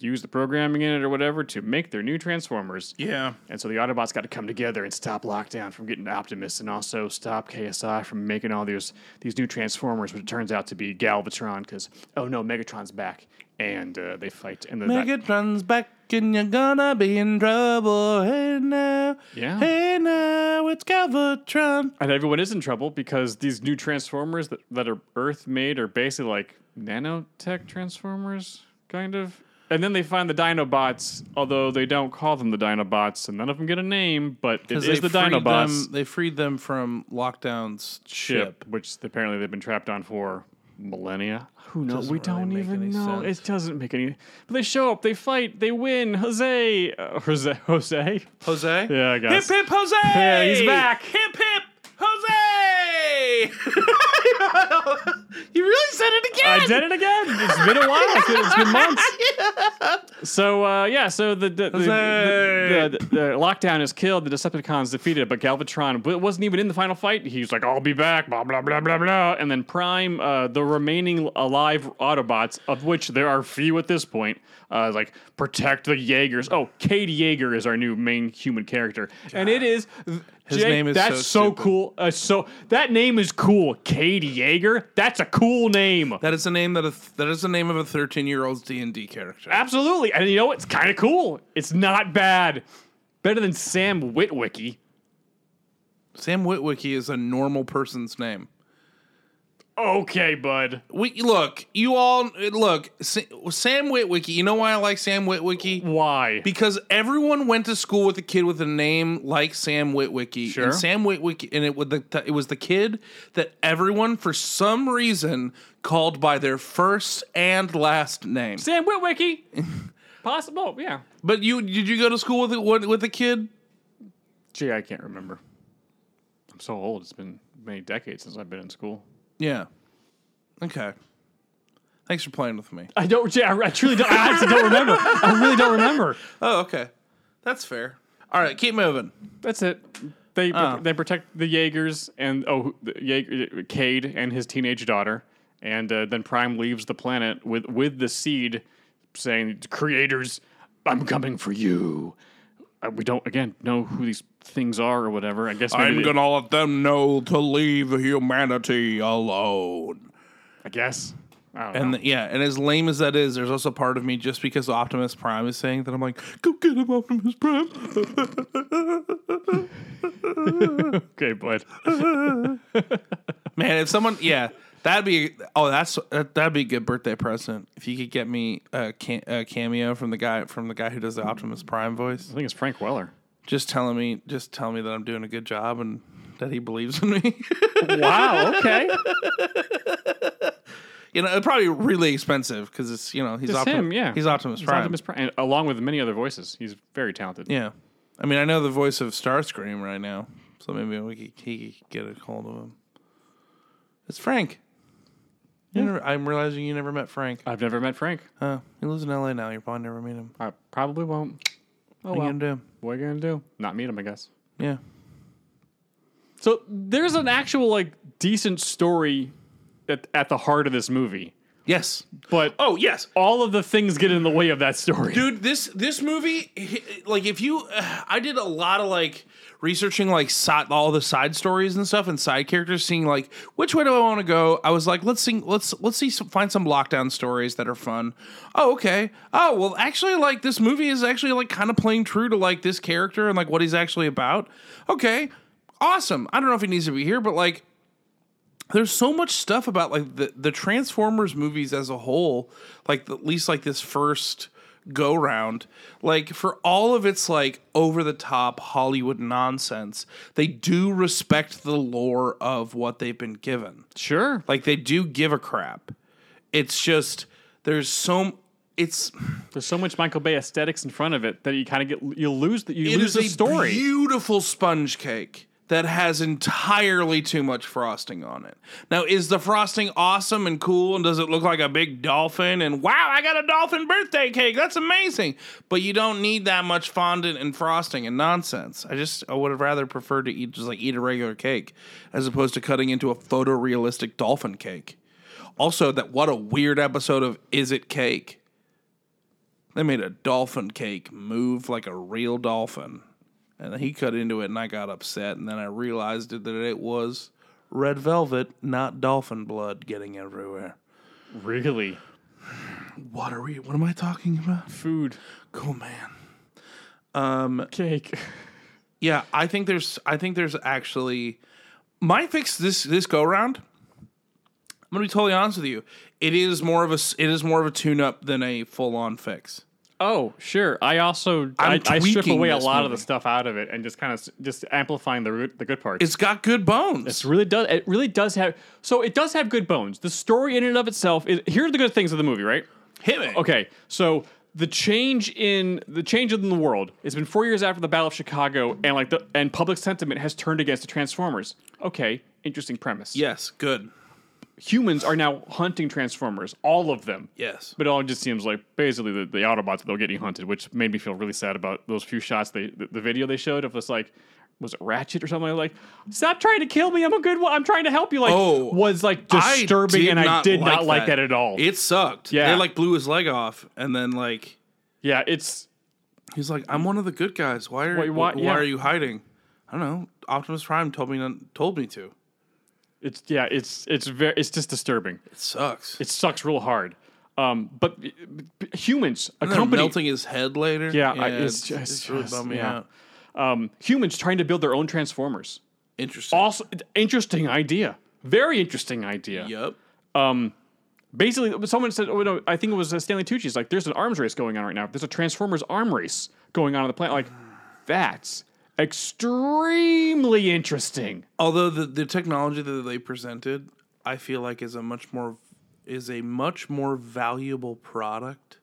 Speaker 5: use the programming in it or whatever to make their new Transformers.
Speaker 3: Yeah.
Speaker 5: And so the Autobots got to come together and stop Lockdown from getting to Optimus, and also stop KSI from making all these these new Transformers, which it turns out to be Galvatron. Because oh no, Megatron's back, and uh, they fight. And the
Speaker 3: Megatron's back and you're gonna be in trouble. Hey now.
Speaker 5: Yeah.
Speaker 3: Hey now, it's Galvatron.
Speaker 5: and everyone is in trouble because these new Transformers that, that are Earth made are basically like nanotech Transformers, kind of. And then they find the Dinobots, although they don't call them the Dinobots, and none of them get a name, but it
Speaker 3: 'Cause
Speaker 5: is
Speaker 3: they
Speaker 5: the
Speaker 3: freed
Speaker 5: Dinobots.
Speaker 3: Them, they freed them from Lockdown's ship.
Speaker 5: ship, which apparently they've been trapped on for millennia. Who knows?
Speaker 3: Doesn't
Speaker 5: We
Speaker 3: really
Speaker 5: don't
Speaker 3: make
Speaker 5: even
Speaker 3: any
Speaker 5: know.
Speaker 3: sense.
Speaker 5: It doesn't make any. But they show up, they fight, they win. Jose, uh, Jose, Jose.
Speaker 3: Jose?
Speaker 5: Yeah, I guess.
Speaker 3: Hip hip Jose!
Speaker 5: Yeah, he's back.
Speaker 3: Hip hip Jose! you really said it again!
Speaker 5: I did it again. It's been a while. It's been, it's been months. So uh, yeah, so the the, the,
Speaker 3: Jose.
Speaker 5: the, the, the lockdown is killed. The Decepticons defeated, but Galvatron w- wasn't even in the final fight. He's like, "I'll be back." Blah blah blah blah blah. And then Prime, uh, the remaining alive Autobots, of which there are few at this point, uh, is like protect the Jaegers. Oh, Kate Jaeger is our new main human character, and it is. His
Speaker 3: name is
Speaker 5: that's
Speaker 3: so
Speaker 5: so,
Speaker 3: stupid.
Speaker 5: cool. Uh, so that name is cool. Katie Jaeger. That's a cool name.
Speaker 3: That is the name that a th- that is the name of a thirteen year old's D and D character.
Speaker 5: Absolutely. And you know, what? it's kind of cool. It's not bad. Better than Sam Witwicky.
Speaker 3: Sam Witwicky is a normal person's name.
Speaker 5: Okay, bud.
Speaker 3: We look, you all look. Sa- Sam Witwicky. You know why I like Sam Witwicky?
Speaker 5: Why?
Speaker 3: Because everyone went to school with a kid with a name like Sam Witwicky.
Speaker 5: Sure.
Speaker 3: And Sam Witwicky, and it was the it was the kid that everyone for some reason called by their first and last name.
Speaker 5: Sam Witwicky. Possible, yeah.
Speaker 3: But you did you go to school with a, with, with a kid?
Speaker 5: Gee, I can't remember. I'm so old. It's been many decades since I've been in school.
Speaker 3: Yeah. Okay. Thanks for playing with me.
Speaker 5: I don't. Gee, I, I truly don't. I honestly don't remember. I really don't remember.
Speaker 3: Oh, okay. That's fair. All right, keep moving.
Speaker 5: That's it. They
Speaker 3: Oh.
Speaker 5: they protect the Jaegers and oh, the Jaeger, Cade and his teenage daughter, and uh, then Prime leaves the planet with with the seed, saying, "Creators, I'm coming for you." Uh, we don't again know who these things are or whatever. I guess maybe
Speaker 3: I'm
Speaker 5: they-
Speaker 3: gonna let them know to leave humanity alone.
Speaker 5: I guess I don't
Speaker 3: And
Speaker 5: know.
Speaker 3: th- yeah, and as lame as that is, there's also part of me just because Optimus Prime is saying that I'm like, go get him, Optimus Prime.
Speaker 5: okay, bud.
Speaker 3: Man, if someone, yeah, that'd be oh, that's that, that'd be a good birthday present if you could get me a, ca- a cameo from the guy from the guy who does the Optimus Prime voice,
Speaker 5: I think it's Frank Weller.
Speaker 3: just telling me, just telling me that I'm doing a good job and that he believes in me. Ah,
Speaker 5: Wow. Okay.
Speaker 3: you know, it'd probably be really expensive because it's you know he's
Speaker 5: It's
Speaker 3: Optimus,
Speaker 5: him, yeah.
Speaker 3: he's Optimus
Speaker 5: He's
Speaker 3: Prime,
Speaker 5: Optimus Prime, and along with many other voices, he's very talented.
Speaker 3: yeah. I mean, I know the voice of Starscream right now, so maybe we could, he could get a hold of him. It's Frank. You never- I'm realizing you never met Frank.
Speaker 5: I've never met Frank.
Speaker 3: Uh, he lives in L.A. now. You'll probably never meet him.
Speaker 5: I probably won't.
Speaker 3: What
Speaker 5: Oh, well.
Speaker 3: you gonna do?
Speaker 5: What are you gonna do? Not meet him, I guess.
Speaker 3: Yeah.
Speaker 5: So there's an actual like decent story at, at the heart of this movie,
Speaker 3: Yes.
Speaker 5: but
Speaker 3: Oh yes,
Speaker 5: all of the things get in the way of that story.
Speaker 3: dude. This this movie, h- like, if you, I did a lot of like researching like side, all the side stories and stuff and side characters, seeing like which way do I want to go. I was like, let's sing, let's let's see, some, find some lockdown stories that are fun. Oh okay. Oh well, actually, like this movie is actually like kind of playing true to like this character and like what he's actually about. Okay, awesome. I don't know if he needs to be here, but like there's so much stuff about like the, the transformers movies as a whole like at least like this first go round like for all of its like over the top hollywood nonsense they do respect the lore of what they've been given
Speaker 5: Sure.
Speaker 3: like they do give a crap it's just there's so it's
Speaker 5: There's so much Michael Bay aesthetics in front of it that you kind of get you lose the, you
Speaker 3: It is
Speaker 5: lose the story.
Speaker 3: a beautiful sponge cake that has entirely too much frosting on it. Now, is the frosting awesome and cool? And does it look like a big dolphin? And wow, I got a dolphin birthday cake. That's amazing. But you don't need that much fondant and frosting and nonsense. I just I would have rather preferred to eat just like eat a regular cake as opposed to cutting into a photorealistic dolphin cake. Also, that what a weird episode of Is It Cake? They made a dolphin cake move like a real dolphin. And he cut into it and I got upset. And then I realized that it was red velvet, not dolphin blood getting everywhere.
Speaker 5: really,
Speaker 3: What are we, what am I talking about?
Speaker 5: food, Um,
Speaker 3: Cool, man.
Speaker 5: cake.
Speaker 3: Yeah, I think there's I think there's actually my fix this this go round. I'm gonna be totally honest with you. It is more of a s- it is more of a tune up than a full on fix.
Speaker 5: Oh, sure. I also I, I strip
Speaker 3: tweaking
Speaker 5: away a
Speaker 3: this
Speaker 5: lot of the
Speaker 3: movie.
Speaker 5: stuff out of it and just kind of just amplifying the root- the good parts.
Speaker 3: It's got good bones.
Speaker 5: It really does. It really does have. So it does have good bones. The story in and of itself is. Here are the good things of the movie, right?
Speaker 3: Hit me.
Speaker 5: Okay, so the change in the change in the world. It's been four years after the Battle of Chicago, and like the and public sentiment has turned against the Transformers. Okay, interesting premise.
Speaker 3: Yes, good.
Speaker 5: humans are now hunting Transformers, all of them.
Speaker 3: Yes.
Speaker 5: But it all just seems like basically the, the Autobots are getting hunted, which made me feel really sad about those few shots they the, the video they showed of this like was it Ratchet or something like stop trying to kill me I'm a good one I'm trying to help you like
Speaker 3: Oh,
Speaker 5: was like
Speaker 3: I
Speaker 5: disturbing
Speaker 3: did
Speaker 5: and I
Speaker 3: not
Speaker 5: did
Speaker 3: like
Speaker 5: not like
Speaker 3: that.
Speaker 5: that at all.
Speaker 3: It sucked.
Speaker 5: Yeah.
Speaker 3: They like blew his leg off and then like
Speaker 5: yeah, it's
Speaker 3: he's like, I'm one of the good guys. Why are
Speaker 5: Why-
Speaker 3: you
Speaker 5: why-
Speaker 3: why,
Speaker 5: yeah.
Speaker 3: are you hiding? I don't know. Optimus Prime told me not, told me to.
Speaker 5: it's yeah, it's it's very it's just disturbing.
Speaker 3: It sucks.
Speaker 5: It sucks real hard. Um, but b- b- humans, a
Speaker 3: And they're
Speaker 5: company,
Speaker 3: melting his head later.
Speaker 5: Yeah, I-
Speaker 3: it's
Speaker 5: it's just-
Speaker 3: really
Speaker 5: just-
Speaker 3: bummed me
Speaker 5: yeah.
Speaker 3: out.
Speaker 5: um, humans trying to build their own Transformers.
Speaker 3: Interesting.
Speaker 5: also interesting idea. Very interesting idea.
Speaker 3: Yep.
Speaker 5: Basically, someone said, oh, no, I think it was uh, Stanley Tucci's, like, there's an arms race going on right now. There's a Transformers arm race going on on the planet. Like, that's extremely interesting.
Speaker 3: Although the the technology that they presented, I feel like is a much more is a much more valuable product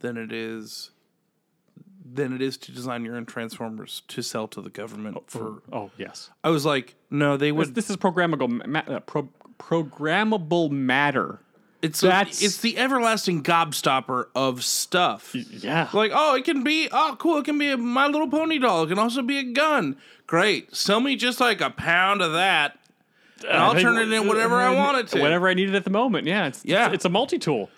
Speaker 3: than it is than it is to design your own transformers to sell to the government for
Speaker 5: Oh, yes.
Speaker 3: I was like, no, they would
Speaker 5: This is programmable, ma- uh, pro- programmable matter.
Speaker 3: It's
Speaker 5: That's-
Speaker 3: the, it's the everlasting gobstopper of stuff.
Speaker 5: yeah.
Speaker 3: Like, oh, it can be oh cool, it can be a my little pony doll, it can also be a gun. Great. Sell me just like a pound of that. And I'll turn it in whatever I want it to.
Speaker 5: Whatever I needed at the moment. Yeah. It's,
Speaker 3: Yeah.
Speaker 5: It's, it's a multi tool.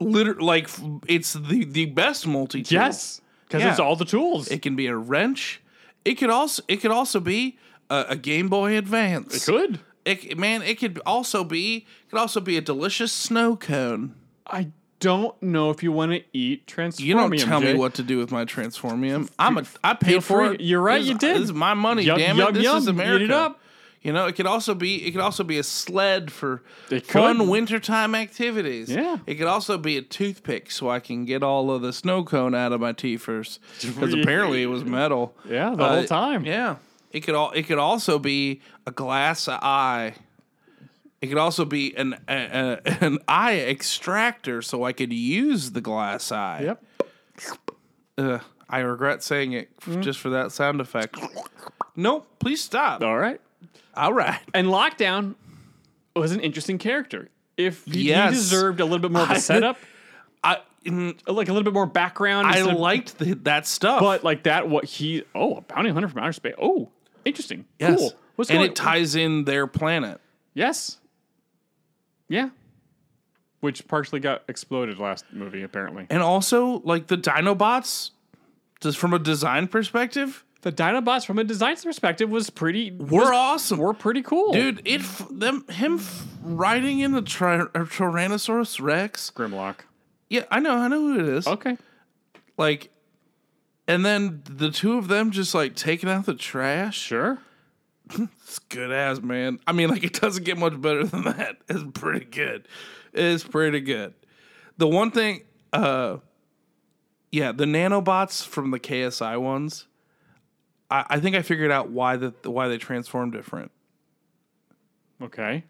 Speaker 3: Liter- like f- it's the the best multi tool.
Speaker 5: Yes. Because it's
Speaker 3: Yeah.
Speaker 5: all the tools.
Speaker 3: It can be a wrench. It could also it could also be a, a Game Boy Advance.
Speaker 5: could.
Speaker 3: It man, it could also be could also be a delicious snow cone.
Speaker 5: I don't know if you want to eat transformium.
Speaker 3: You don't tell
Speaker 5: Jay.
Speaker 3: me what to do with my transformium. I'm a I paid for
Speaker 5: free-
Speaker 3: it.
Speaker 5: you're right,
Speaker 3: This-
Speaker 5: you did.
Speaker 3: This is my money.
Speaker 5: Yum,
Speaker 3: damn
Speaker 5: yum,
Speaker 3: it, this
Speaker 5: yum.
Speaker 3: is
Speaker 5: Eat it
Speaker 3: America.
Speaker 5: up.
Speaker 3: You know, it could also be it could also be a sled for
Speaker 5: It could.
Speaker 3: fun wintertime activities.
Speaker 5: Yeah.
Speaker 3: It could also be a toothpick so I can get all of the snow cone out of my teeth first because apparently it was metal.
Speaker 5: Yeah, the
Speaker 3: Uh,
Speaker 5: whole time.
Speaker 3: Yeah. It could all it could also be a glass eye. It could also be an a, a, an eye extractor so I could use the glass eye.
Speaker 5: Yep.
Speaker 3: Ugh, I regret saying it f- just for that sound effect. No, please stop.
Speaker 5: All right.
Speaker 3: All right.
Speaker 5: And lockdown was an interesting character. If he, he
Speaker 3: Yes.
Speaker 5: deserved a little bit more of
Speaker 3: I-
Speaker 5: a setup,
Speaker 3: I mm,
Speaker 5: like a little bit more background.
Speaker 3: I
Speaker 5: instead of-
Speaker 3: liked the, that stuff.
Speaker 5: but like that. What he? Oh, a bounty hunter from outer space. Oh, interesting.
Speaker 3: yes.
Speaker 5: Cool. What's
Speaker 3: and
Speaker 5: going?
Speaker 3: it ties in their planet.
Speaker 5: yes. Yeah. Which partially got exploded last movie, apparently.
Speaker 3: And also like the Dinobots just from a design perspective,
Speaker 5: The Dinobots, from a design perspective, was pretty.
Speaker 3: were
Speaker 5: was-
Speaker 3: awesome.
Speaker 5: were pretty cool,
Speaker 3: Dude, it f- them him f- riding in the tri- uh, Tyrannosaurus Rex.
Speaker 5: Grimlock.
Speaker 3: Yeah, I know, I know who it is.
Speaker 5: Okay.
Speaker 3: Like, and then the two of them just like taking out the trash.
Speaker 5: Sure.
Speaker 3: It's good ass, man. I mean, like it doesn't get much better than that. It's pretty good. It's pretty good. The one thing, uh, yeah, the nanobots from the KSI ones. I, I think I figured out why that why they transform different.
Speaker 5: Okay.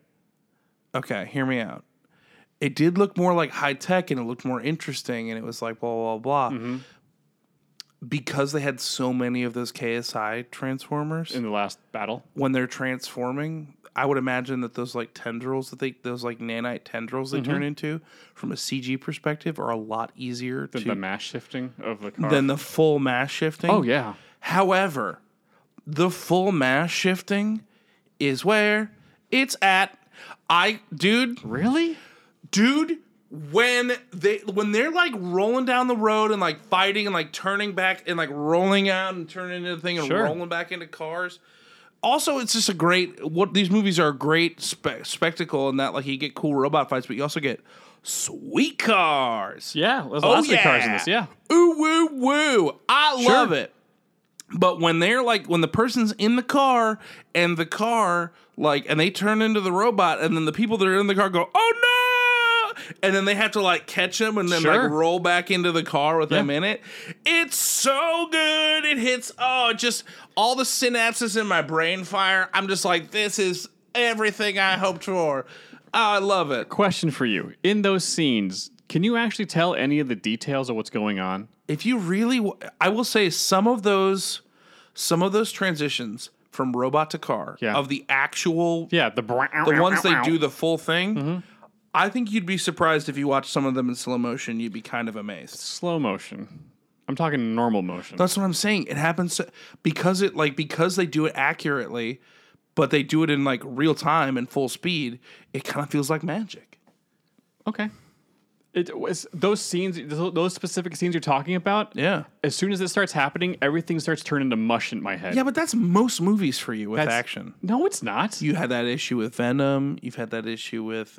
Speaker 3: okay, hear me out. It did look more like high tech and it looked more interesting and it was like blah blah blah. Because they had so many of those KSI transformers
Speaker 5: In the last battle.
Speaker 3: when they're transforming, I would imagine that those like tendrils that they those like nanite tendrils they
Speaker 5: Mm-hmm.
Speaker 3: turn into from a CG perspective are a lot easier
Speaker 5: The,
Speaker 3: to,
Speaker 5: the mass shifting of the car.
Speaker 3: than the full mass shifting.
Speaker 5: oh yeah.
Speaker 3: However, the full mass shifting is where it's at. I dude
Speaker 5: Really?
Speaker 3: dude when they when they're like rolling down the road and like fighting and like turning back and like rolling out and turning into the thing and
Speaker 5: Sure.
Speaker 3: rolling back into cars also it's just a great what these movies are a great spe- spectacle in that like you get cool robot fights but you also get sweet cars
Speaker 5: Yeah. There's
Speaker 3: Oh,
Speaker 5: lots of cars in
Speaker 3: yeah.
Speaker 5: this. Yeah.
Speaker 3: ooh woo woo i
Speaker 5: Sure.
Speaker 3: love it but when they're like when the person's in the car and the car like and they turn into the robot and then the people that are in the car go oh no and then they have to like catch them and then
Speaker 5: Sure.
Speaker 3: like roll back into the car with them in it it's so good it hits oh it just all the synapses in my brain fire i'm just like this is everything i hoped for i love it
Speaker 5: Question for you: In those scenes, can you actually tell any of the details of what's going on?
Speaker 3: if you really w- i will say some of those some of those transitions from robot to car
Speaker 5: Yeah.
Speaker 3: of the actual
Speaker 5: Yeah. The bra-
Speaker 3: the ones they do the full thing i think you'd be surprised if you watched some of them in slow motion you'd be kind of amazed
Speaker 5: slow motion. I'm talking normal motion.
Speaker 3: that's what i'm saying it happens to, because it like because they do it accurately but they do it in like real time and full speed it kind of feels like magic
Speaker 5: okay. It was those scenes, those those specific scenes you're talking about.
Speaker 3: yeah
Speaker 5: As soon as it starts happening, everything starts turning to mush in my head.
Speaker 3: yeah but that's most movies for you with
Speaker 5: That's-
Speaker 3: action
Speaker 5: no, it's not.
Speaker 3: you had that issue with venom you've had that issue with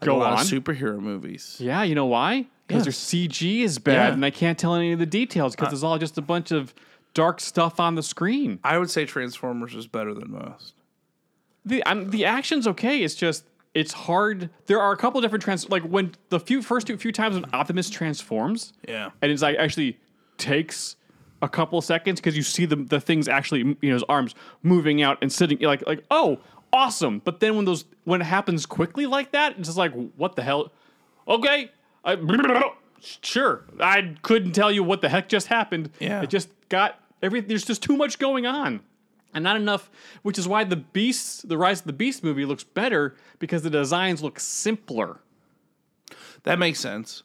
Speaker 3: like,
Speaker 5: Go
Speaker 3: a lot
Speaker 5: on.
Speaker 3: of superhero movies
Speaker 5: Yeah, you know why? Because their CG is bad,
Speaker 3: Yeah.
Speaker 5: and I can't tell any of the details because it's all just a bunch of dark stuff on the screen.
Speaker 3: I would say Transformers is better than most.
Speaker 5: The I'm, the action's okay. It's just it's hard. There are a couple different trans like when the few first two few times when Optimus transforms,
Speaker 3: Yeah.
Speaker 5: and it's like actually takes a couple seconds because you see the the things actually you know his arms moving out and sitting you're like like oh awesome. But then when those when it happens quickly like that, it's just like what the hell? Okay, I, sure. I couldn't tell you what the heck just happened.
Speaker 3: Yeah.
Speaker 5: it just got everything. There's just too much going on. And not enough, which is why the Beast, the Rise of the Beast movie looks better because the designs look simpler.
Speaker 3: That makes sense.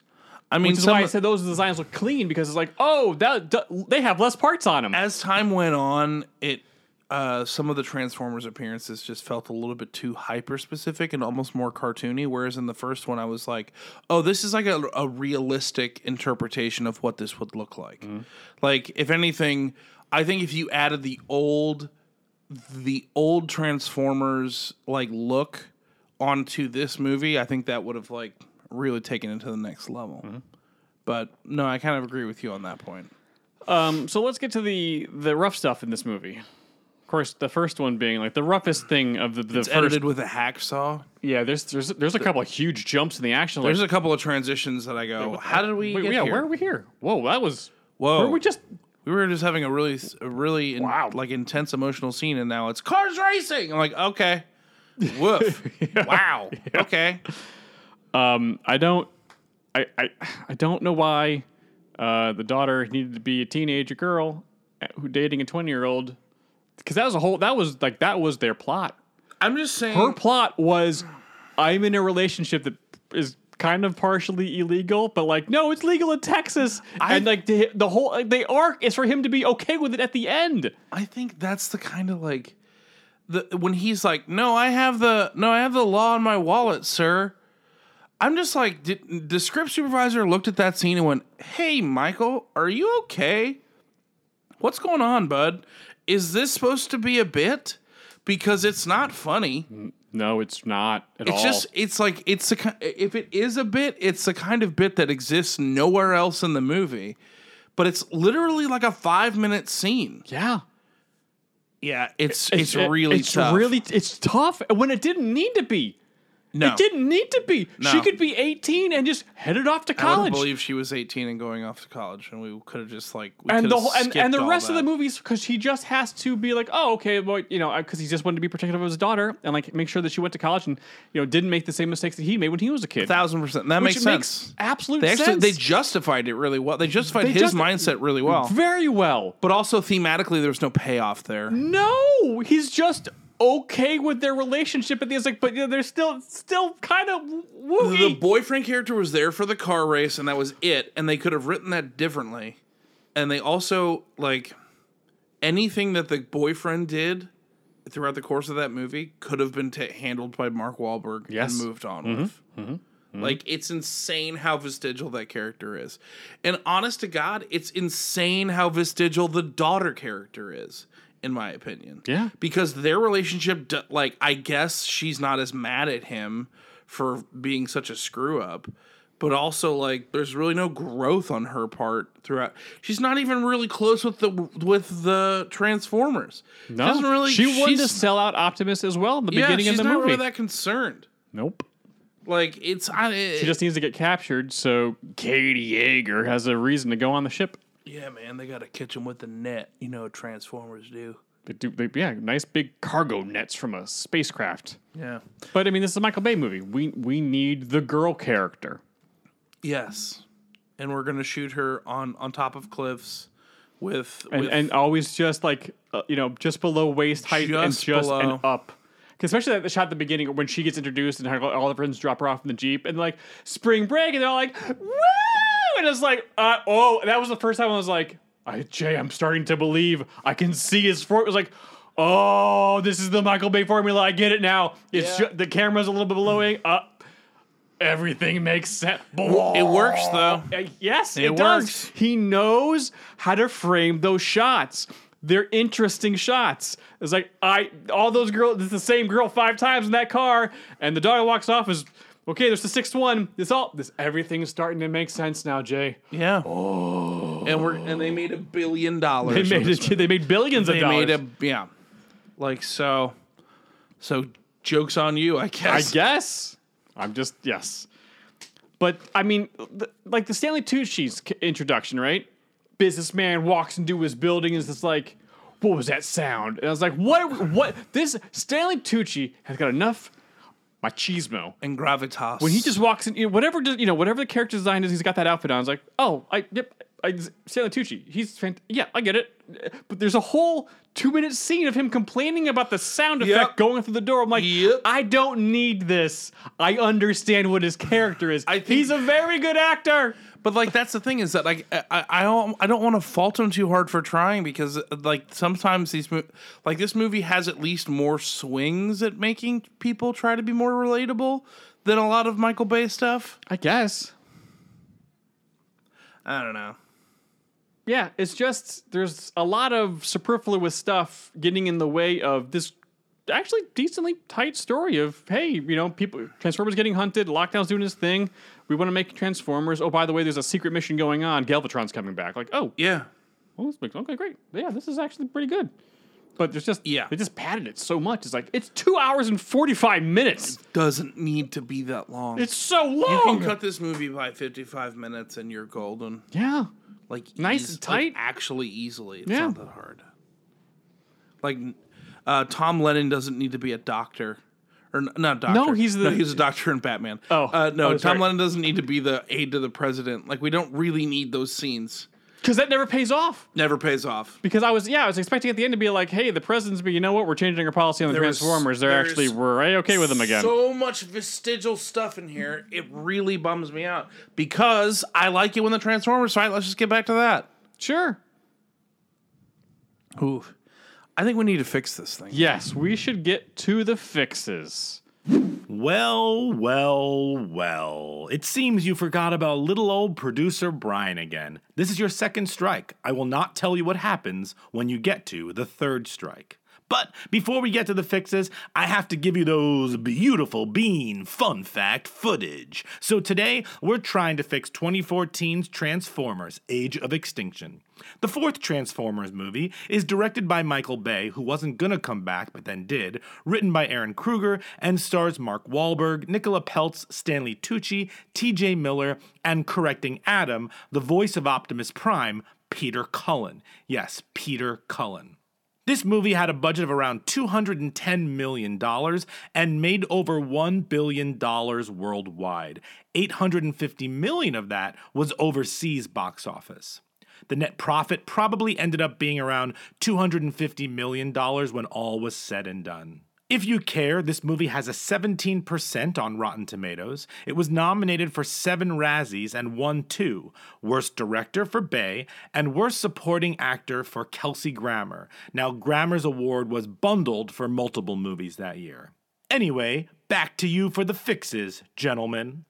Speaker 3: I mean,
Speaker 5: Which is
Speaker 3: some
Speaker 5: why I
Speaker 3: of-
Speaker 5: said those designs look clean because it's like, oh, that d- they have less parts on them.
Speaker 3: as time went on, it uh, some of the Transformers appearances just felt a little bit too hyper specific and almost more cartoony. Whereas in the first one, I was like, "Oh, this is like a, a realistic interpretation of what this would look like." Like, if anything, I think if you added the old the old Transformers like look onto this movie, I think that would have like really taken it to the next level. But no, I kind of agree with you on that point.
Speaker 5: Um, so let's get to the the rough stuff in this movie. Of course, the first one being like the roughest thing of the, the first.
Speaker 3: Edited with a hacksaw.
Speaker 5: Yeah, there's there's there's a couple of huge jumps in the action.
Speaker 3: There's a
Speaker 5: like,
Speaker 3: couple of transitions that I go, how did we
Speaker 5: wait,
Speaker 3: get
Speaker 5: yeah,
Speaker 3: here?
Speaker 5: where are we here? Oh. Whoa, that was.
Speaker 3: Whoa.
Speaker 5: Were we just?
Speaker 3: we were just having a really, a really in-
Speaker 5: Wow.
Speaker 3: like intense emotional scene, and now it's cars racing. I'm like, okay, woof, wow, okay.
Speaker 5: Um, I don't. I, I I don't know why uh, the daughter needed to be a teenager girl uh, who dating a twenty year old because that was a whole that was like that was their plot.
Speaker 3: I'm just saying.
Speaker 5: Her plot was I'm in a relationship that is kind of partially illegal, but like no, it's legal in Texas, and like the, the whole like, the arc is for him to be okay with it at the end.
Speaker 3: I think that's the kind of like the when he's like, "No, I have the no, I have the law in my wallet, sir." I'm just like, did, the script supervisor looked at that scene and went, "Hey, Michael, are you okay? What's going on, bud? Is this supposed to be a bit? Because it's not funny.
Speaker 5: No, it's not at
Speaker 3: It's
Speaker 5: all.
Speaker 3: just, it's like, it's a ki- if it is a bit, it's the kind of bit that exists nowhere else in the movie." But it's literally like a five minute scene.
Speaker 5: yeah.
Speaker 3: Yeah, it's it's, really
Speaker 5: it's
Speaker 3: tough.
Speaker 5: really it's tough when it didn't need to be.
Speaker 3: No.
Speaker 5: It didn't need to be. She
Speaker 3: No.
Speaker 5: could be 18 and just headed off
Speaker 3: I
Speaker 5: to
Speaker 3: would
Speaker 5: college.
Speaker 3: believe she was 18 and going off to college, and we could have just like we
Speaker 5: and
Speaker 3: could've
Speaker 5: the whole, and,
Speaker 3: skipped
Speaker 5: and the
Speaker 3: all
Speaker 5: rest of the
Speaker 3: that.
Speaker 5: movies because he just has to be like oh okay well you know because he just wanted to be protective of his daughter and like make sure that she went to college and you know didn't make the same mistakes that he made when he was a kid
Speaker 3: thousand percent that
Speaker 5: which
Speaker 3: makes
Speaker 5: makes
Speaker 3: sense.
Speaker 5: absolute
Speaker 3: They actually
Speaker 5: sense
Speaker 3: they oh. justified it really well. They justified
Speaker 5: They
Speaker 3: his
Speaker 5: justi-
Speaker 3: mindset really well,
Speaker 5: very well
Speaker 3: but also thematically there was no payoff there.
Speaker 5: no he's just okay with their relationship and he's like but you know, they're still still kind of
Speaker 3: The
Speaker 5: wooey
Speaker 3: boyfriend character was there for the car race, and that was it. And they could have written that differently. And they also like anything that the boyfriend did throughout the course of that movie could have been ta handled by Mark Wahlberg
Speaker 5: Yes. Mm-hmm.
Speaker 3: and moved on with. Like it's insane how vestigial that character is, and honest to God, it's insane how vestigial the daughter character is, in my opinion.
Speaker 5: Yeah.
Speaker 3: because their relationship, d- like I guess she's not as mad at him for being such a screw up, but also like there's really no growth on her part throughout. She's not even really close with the with the Transformers.
Speaker 5: no
Speaker 3: she, doesn't really,
Speaker 5: she wanted to
Speaker 3: she's-
Speaker 5: sell out optimus as well in the
Speaker 3: yeah,
Speaker 5: beginning
Speaker 3: she's
Speaker 5: of the
Speaker 3: not
Speaker 5: movie
Speaker 3: really that concerned.
Speaker 5: nope
Speaker 3: Like it's I,
Speaker 5: She just needs to get captured, so Katie Yeager has a reason to go on the ship.
Speaker 3: Yeah, man, they got to catch them with the net. You know what Transformers do.
Speaker 5: They do, they, yeah, nice big cargo nets from a spacecraft.
Speaker 3: Yeah.
Speaker 5: But I mean, this is a Michael Bay movie. We we need the girl character.
Speaker 3: Yes. And we're gonna shoot her on on top of cliffs, with
Speaker 5: and,
Speaker 3: with
Speaker 5: and always just like uh, you know just below waist height and
Speaker 3: Just
Speaker 5: just and
Speaker 3: below.
Speaker 5: up 'Cause especially at the shot at the beginning when she gets introduced and her, all of her friends drop her off in the jeep and like spring break and they're all like woo and it's like uh, oh that was the first time I was like I, Jay I'm starting to believe I can see his form it was like oh this is the Michael Bay formula I get it now it's
Speaker 3: Yeah.
Speaker 5: ju- the camera's a little bit below it up everything makes sense
Speaker 3: it works though.
Speaker 5: uh, yes, it,
Speaker 3: It
Speaker 5: does.
Speaker 3: works.
Speaker 5: He knows how to frame those shots. They're interesting shots. It's like I all those girls. It's the same girl five times in that car, and the daughter walks off. Is okay. There's the sixth one. This all this everything's starting to make sense now, Jay.
Speaker 3: Yeah. Oh. And we're and they made a billion dollars.
Speaker 5: They
Speaker 3: on
Speaker 5: made
Speaker 3: this
Speaker 5: it, they made billions of
Speaker 3: they
Speaker 5: dollars.
Speaker 3: made a yeah like so so jokes on you i
Speaker 5: I
Speaker 3: guess
Speaker 5: guess. I'm just yes. But I mean, th- like the Stanley Tucci's c- introduction, right? Businessman walks into his building and is just like, "What was that sound?" And I was like, "What? What? This Stanley Tucci has got enough machismo."
Speaker 3: and gravitas
Speaker 5: When he just walks in, you know, whatever does- you know, whatever the character design is, he's got that outfit on. I was like, "Oh, I yep." I, Stanley Tucci, he's fant- yeah, I get it. But there's a whole two minute scene of him complaining about the sound effect
Speaker 3: Yep.
Speaker 5: going through the door. I'm like,
Speaker 3: Yep.
Speaker 5: I don't need this. I understand what his character is.
Speaker 3: I think-
Speaker 5: He's a very good actor.
Speaker 3: but like that's the thing is that like i i, I don't, I don't want to fault him too hard for trying because like sometimes these mo- like this movie has at least more swings at making people try to be more relatable than a lot of michael bay stuff
Speaker 5: I guess.
Speaker 3: i don't know
Speaker 5: yeah, it's just there's a lot of superfluous stuff getting in the way of this actually decently tight story of hey, you know, people Transformers getting hunted, Lockdown's doing his thing. We want to make Transformers. Oh, by the way, there's a secret mission going on. Galvatron's coming back. Like, oh,
Speaker 3: Yeah.
Speaker 5: well, this makes, okay, great. Yeah, this is actually pretty good. But there's just
Speaker 3: Yeah.
Speaker 5: they just padded it so much. It's like it's two hours and forty five minutes.
Speaker 3: Doesn't need to be that long.
Speaker 5: It's so
Speaker 3: you
Speaker 5: long.
Speaker 3: can cut this movie by 55 minutes and you're golden.
Speaker 5: yeah,
Speaker 3: Like
Speaker 5: Nice and
Speaker 3: like,
Speaker 5: tight.
Speaker 3: actually easily. It's
Speaker 5: Yeah.
Speaker 3: not that hard. Like uh, Tom Lennon doesn't need to be a doctor. Or n- not doctor.
Speaker 5: No, he's the-
Speaker 3: he's a doctor in Batman.
Speaker 5: Oh.
Speaker 3: uh,
Speaker 5: Oh,
Speaker 3: no,
Speaker 5: that's
Speaker 3: Tom
Speaker 5: right.
Speaker 3: Lennon doesn't need to be the aide to the president. Like we don't really need those scenes.
Speaker 5: because that never pays off.
Speaker 3: Never pays off.
Speaker 5: Because I was, yeah, I was expecting at the end to be like, hey, the president's, but you know what? We're changing our policy on the
Speaker 3: There is-
Speaker 5: Transformers. They're
Speaker 3: there
Speaker 5: actually,
Speaker 3: is
Speaker 5: we're a- okay with them again.
Speaker 3: So much vestigial stuff in here. It really bums me out because I like it when the Transformers fight. Let's just get back to that.
Speaker 5: sure.
Speaker 3: Ooh, I think we need to fix this thing.
Speaker 5: Yes, we should get to the fixes.
Speaker 6: Well, well, well. It seems you forgot about little old producer Brian again. This is your second strike. I will not tell you what happens when you get to the third strike. But before we get to the fixes, I have to give you those beautiful bean fun fact footage. So today, we're trying to fix 2014's Transformers Age of Extinction. The fourth Transformers movie is directed by Michael Bay, who wasn't gonna come back but then did, written by Aaron Kruger, and stars Mark Wahlberg, Nicola Peltz, Stanley Tucci, TJ Miller, and correcting Adam, the voice of Optimus Prime, Peter Cullen. Yes, Peter Cullen. This movie had a budget of around $210 million and made over $1 billion worldwide. $850 million of that was overseas box office. The net profit probably ended up being around $250 million when all was said and done. If you care, this movie has a 17% on Rotten Tomatoes. It was nominated for seven Razzies and won two Worst Director for Bay and Worst Supporting Actor for Kelsey Grammer. Now, Grammer's award was bundled for multiple movies that year. Anyway, back to you for the fixes, gentlemen.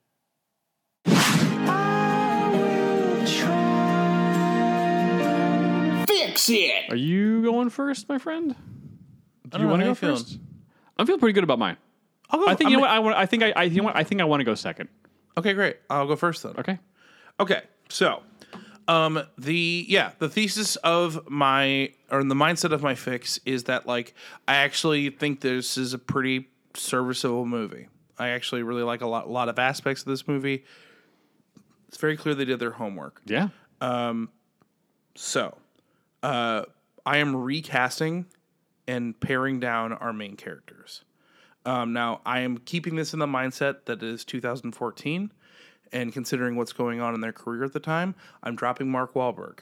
Speaker 5: Are you going first, my friend? Do you
Speaker 3: know,
Speaker 5: want to
Speaker 3: how
Speaker 5: go
Speaker 3: you feeling?
Speaker 5: first? I feel pretty good about mine.
Speaker 3: I'll go,
Speaker 5: I think
Speaker 3: I'm-
Speaker 5: you know what I want. I think I, I you know what I think I want to go second.
Speaker 3: Okay, great. I'll go first then.
Speaker 5: Okay.
Speaker 3: Okay, so um the yeah, the thesis of my or the mindset of my fix is that like I actually think this is a pretty serviceable movie. I actually really like a lot, lot of aspects of this movie. It's very clear they did their homework.
Speaker 5: Yeah.
Speaker 3: So, uh, I am recasting and paring down our main characters. Um, now, I am keeping this in the mindset that it is 2014, and considering what's going on in their career at the time, I'm dropping Mark Wahlberg.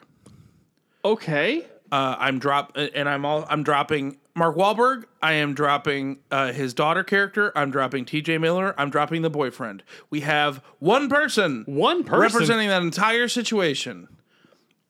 Speaker 5: Okay.
Speaker 3: Uh, I'm drop and I'm all I'm dropping Mark Wahlberg. I am dropping uh, his daughter character. I'm dropping T.J. Miller. I'm dropping the boyfriend. We have one person
Speaker 5: One person.
Speaker 3: representing that entire situation.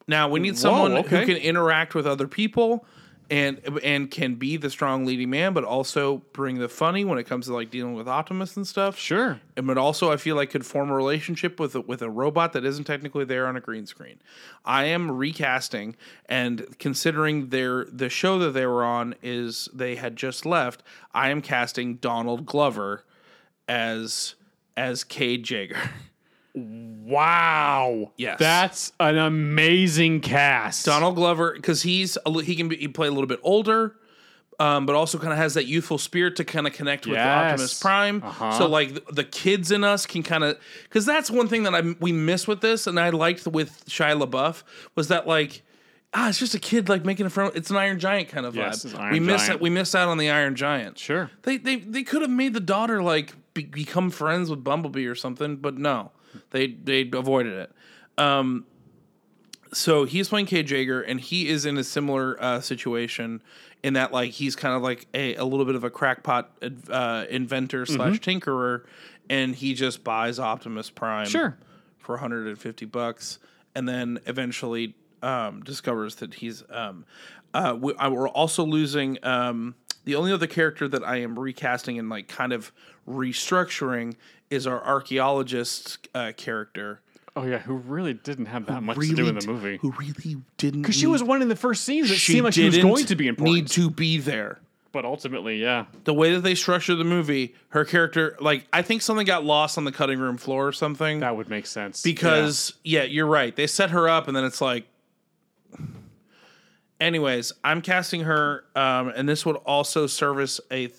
Speaker 3: Now we need someone
Speaker 5: okay.
Speaker 3: who can interact with other people and and can be the strong leading man, but also bring the funny when it comes to like dealing with Optimus and stuff.
Speaker 5: Sure.
Speaker 3: And but also I feel like could form a relationship with a, with a robot that isn't technically there on a green screen. I am recasting and considering their the show that they were on is they had just left. I am casting Donald Glover as as Cade Jaeger.
Speaker 5: Wow.
Speaker 3: Yes.
Speaker 5: That's an amazing cast.
Speaker 3: Donald Glover because he's a, li- he can be, he play a little bit older, um, but also kind of has that youthful spirit to kind of connect with
Speaker 5: Yes. Uh-huh.
Speaker 3: Optimus Prime. So like the, the kids in us can kind of because that's one thing that I we miss with this, and I liked with Shia LaBeouf was that like. Ah, it's just a kid like making a friend. It's an Iron Giant kind of
Speaker 5: Yes,
Speaker 3: vibe.
Speaker 5: it's an Iron
Speaker 3: we miss
Speaker 5: Giant.
Speaker 3: it. We miss out on the Iron Giant.
Speaker 5: Sure.
Speaker 3: They they they could have made the daughter like be, become friends with Bumblebee or something, but no, they they avoided it. Um, so he's playing K. Jager, and he is in a similar uh, situation in that like he's kind of like a, a little bit of a crackpot uh, inventor slash tinkerer, and he just buys Optimus Prime
Speaker 5: Sure.
Speaker 3: for 150 bucks, and then eventually um, discovers that he's. Um, uh, we, I, we're also losing um, the only other character that I am recasting and like kind of restructuring is our archaeologist uh, character.
Speaker 5: Oh yeah, who really didn't have that much to
Speaker 3: really
Speaker 5: do in the
Speaker 3: d-
Speaker 5: movie?
Speaker 3: Who really didn't?
Speaker 5: Because she was one in the first scenes that
Speaker 3: she
Speaker 5: seemed like she was
Speaker 3: didn't
Speaker 5: going to be important.
Speaker 3: Need to be there.
Speaker 5: But ultimately, yeah.
Speaker 3: the way that they structure the movie, her character, like I think something got lost on the cutting room floor or something.
Speaker 5: That would make sense.
Speaker 3: because yeah. you're right. They set her up, and then it's like. Anyways, I'm casting her, um, and this would also service a, th-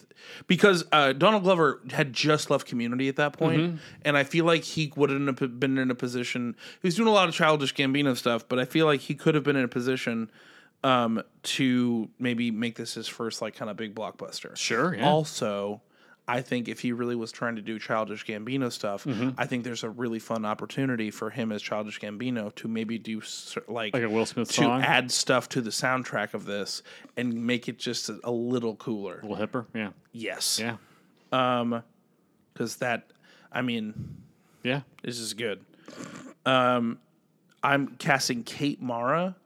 Speaker 3: because uh, Donald Glover had just left Community at that point, and I feel like he wouldn't have been in a position. He was doing a lot of childish Gambino stuff, but I feel like he could have been in a position um, to maybe make this his first like kind of big blockbuster.
Speaker 5: Sure, yeah.
Speaker 3: Also, I think if he really was trying to do childish Gambino stuff,
Speaker 5: Mm-hmm.
Speaker 3: I think there's a really fun opportunity for him as childish Gambino to maybe do cer- like
Speaker 5: Like a Will Smith
Speaker 3: to
Speaker 5: song?
Speaker 3: add stuff to the soundtrack of this and make it just a, a little cooler.
Speaker 5: yeah. little hipper. Yeah.
Speaker 3: Yes,
Speaker 5: Yeah.
Speaker 3: because that, I mean,
Speaker 5: Yeah.
Speaker 3: this is good. Um, I'm casting Kate Mara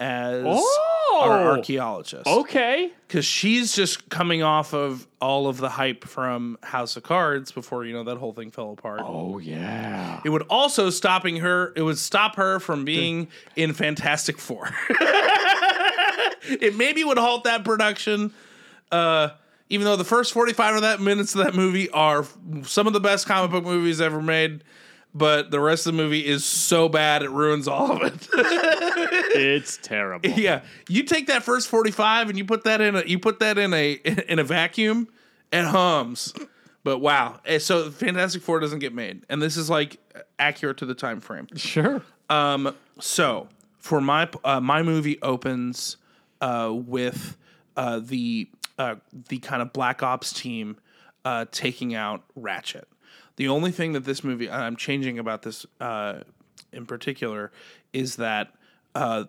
Speaker 3: as our
Speaker 5: Oh.
Speaker 3: archaeologist.
Speaker 5: Okay.
Speaker 3: because she's just coming off of all of the hype from House of Cards before you know that whole thing fell apart.
Speaker 5: Oh yeah.
Speaker 3: It would also stopping her. It would stop her from being in Fantastic Four. it maybe would halt that production. Uh, even though the first forty-five of that minutes of that movie are some of the best comic book movies ever made, but the rest of the movie is so bad it ruins all of it.
Speaker 5: It's terrible.
Speaker 3: Yeah, you take that first forty-five and you put that in a you put that in a in a vacuum, it hums. But wow, Eh, so Fantastic Four doesn't get made, and this is like accurate to the time frame.
Speaker 5: Sure.
Speaker 3: Um, so for my uh, my movie opens uh, with uh, the uh, the kind of black ops team uh, taking out Ratchet. The only thing that this movie I'm changing about this uh, in particular is that uh,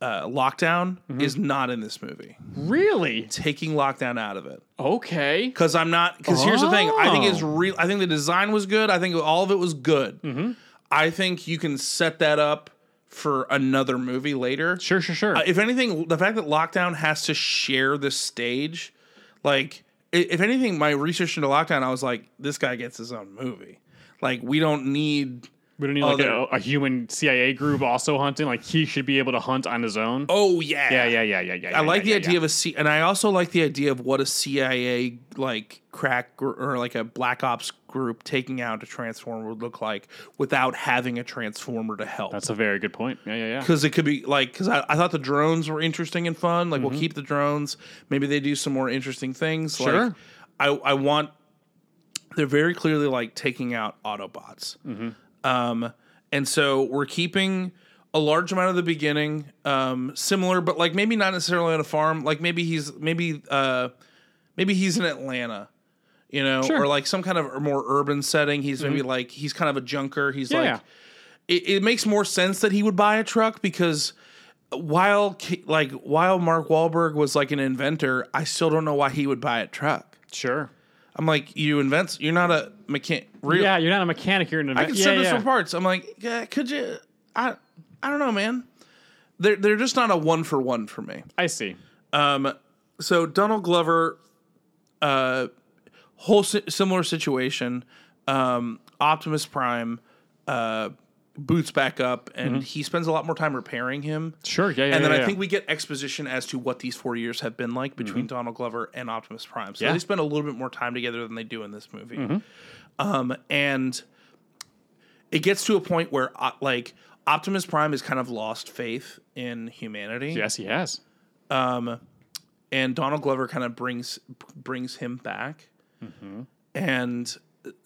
Speaker 3: uh, Lockdown
Speaker 5: Mm-hmm.
Speaker 3: is not in this movie.
Speaker 5: Really?
Speaker 3: Taking Lockdown out of it
Speaker 5: Okay.
Speaker 3: because I'm not. Because here's the thing. I think
Speaker 5: Oh.
Speaker 3: it's real. I think the design was good. I think all of it was good.
Speaker 5: Mm-hmm.
Speaker 3: I think you can set that up for another movie later.
Speaker 5: Sure. Sure. Sure.
Speaker 3: Uh, if anything, the fact that Lockdown has to share the stage, like, i- if anything, my research into Lockdown, I was like, this guy gets his own movie. Like, we don't need.
Speaker 5: we don't need like a,
Speaker 3: other-
Speaker 5: a human CIA group also hunting. Like he should be able to hunt on his own.
Speaker 3: Oh yeah,
Speaker 5: Yeah. Yeah. Yeah. Yeah. Yeah.
Speaker 3: I like the idea of a C, and I also like the idea of what a CIA like crack gr- or like a black ops group taking out a transformer would look like without having a transformer to help.
Speaker 5: That's a very good point. Yeah. Yeah. Yeah.
Speaker 3: because it could be like because I, I thought the drones were interesting and fun. Like
Speaker 5: Mm-hmm.
Speaker 3: we'll keep the drones. Maybe they do some more interesting things. Like
Speaker 5: Sure.
Speaker 3: I I want. They're very clearly like taking out Autobots.
Speaker 5: Mm-hmm.
Speaker 3: Um, and so we're keeping a large amount of the beginning, um, similar, but like maybe not necessarily on a farm. Like maybe he's maybe uh, maybe he's in Atlanta, you know, or like some kind of more urban setting. He's maybe like he's kind of a junker. He's
Speaker 5: Mm-hmm. Yeah.
Speaker 3: like it, it makes more sense that he would buy a truck because while K- like while Mark Wahlberg was like an inventor, I still don't know why he would buy a truck.
Speaker 5: Sure.
Speaker 3: I'm like, you invent, you're not a mechanic. Real,
Speaker 5: Yeah. You're not a mechanic. You're an.
Speaker 3: I can
Speaker 5: yeah,
Speaker 3: send this
Speaker 5: yeah.
Speaker 3: for parts. I'm like, yeah, could you? I I don't know, man. They're they're just not a one for one for me.
Speaker 5: I see.
Speaker 3: Um, so Donald Glover, uh, whole si- similar situation. Um, Optimus Prime, uh, boots back up, and
Speaker 5: Mm-hmm.
Speaker 3: he spends a lot more time repairing him.
Speaker 5: Sure. Yeah. Yeah.
Speaker 3: and
Speaker 5: yeah,
Speaker 3: then
Speaker 5: yeah.
Speaker 3: I think we get exposition as to what these four years have been like between Donald Glover and Optimus Prime. So
Speaker 5: Mhm. Yeah. Mm-hmm.
Speaker 3: they spend a little bit more time together than they do in this movie. Um, and it gets to a point where, uh, like, Optimus Prime has kind of lost faith in humanity
Speaker 5: Yes, he has.
Speaker 3: and Donald Glover kind of brings brings him back, and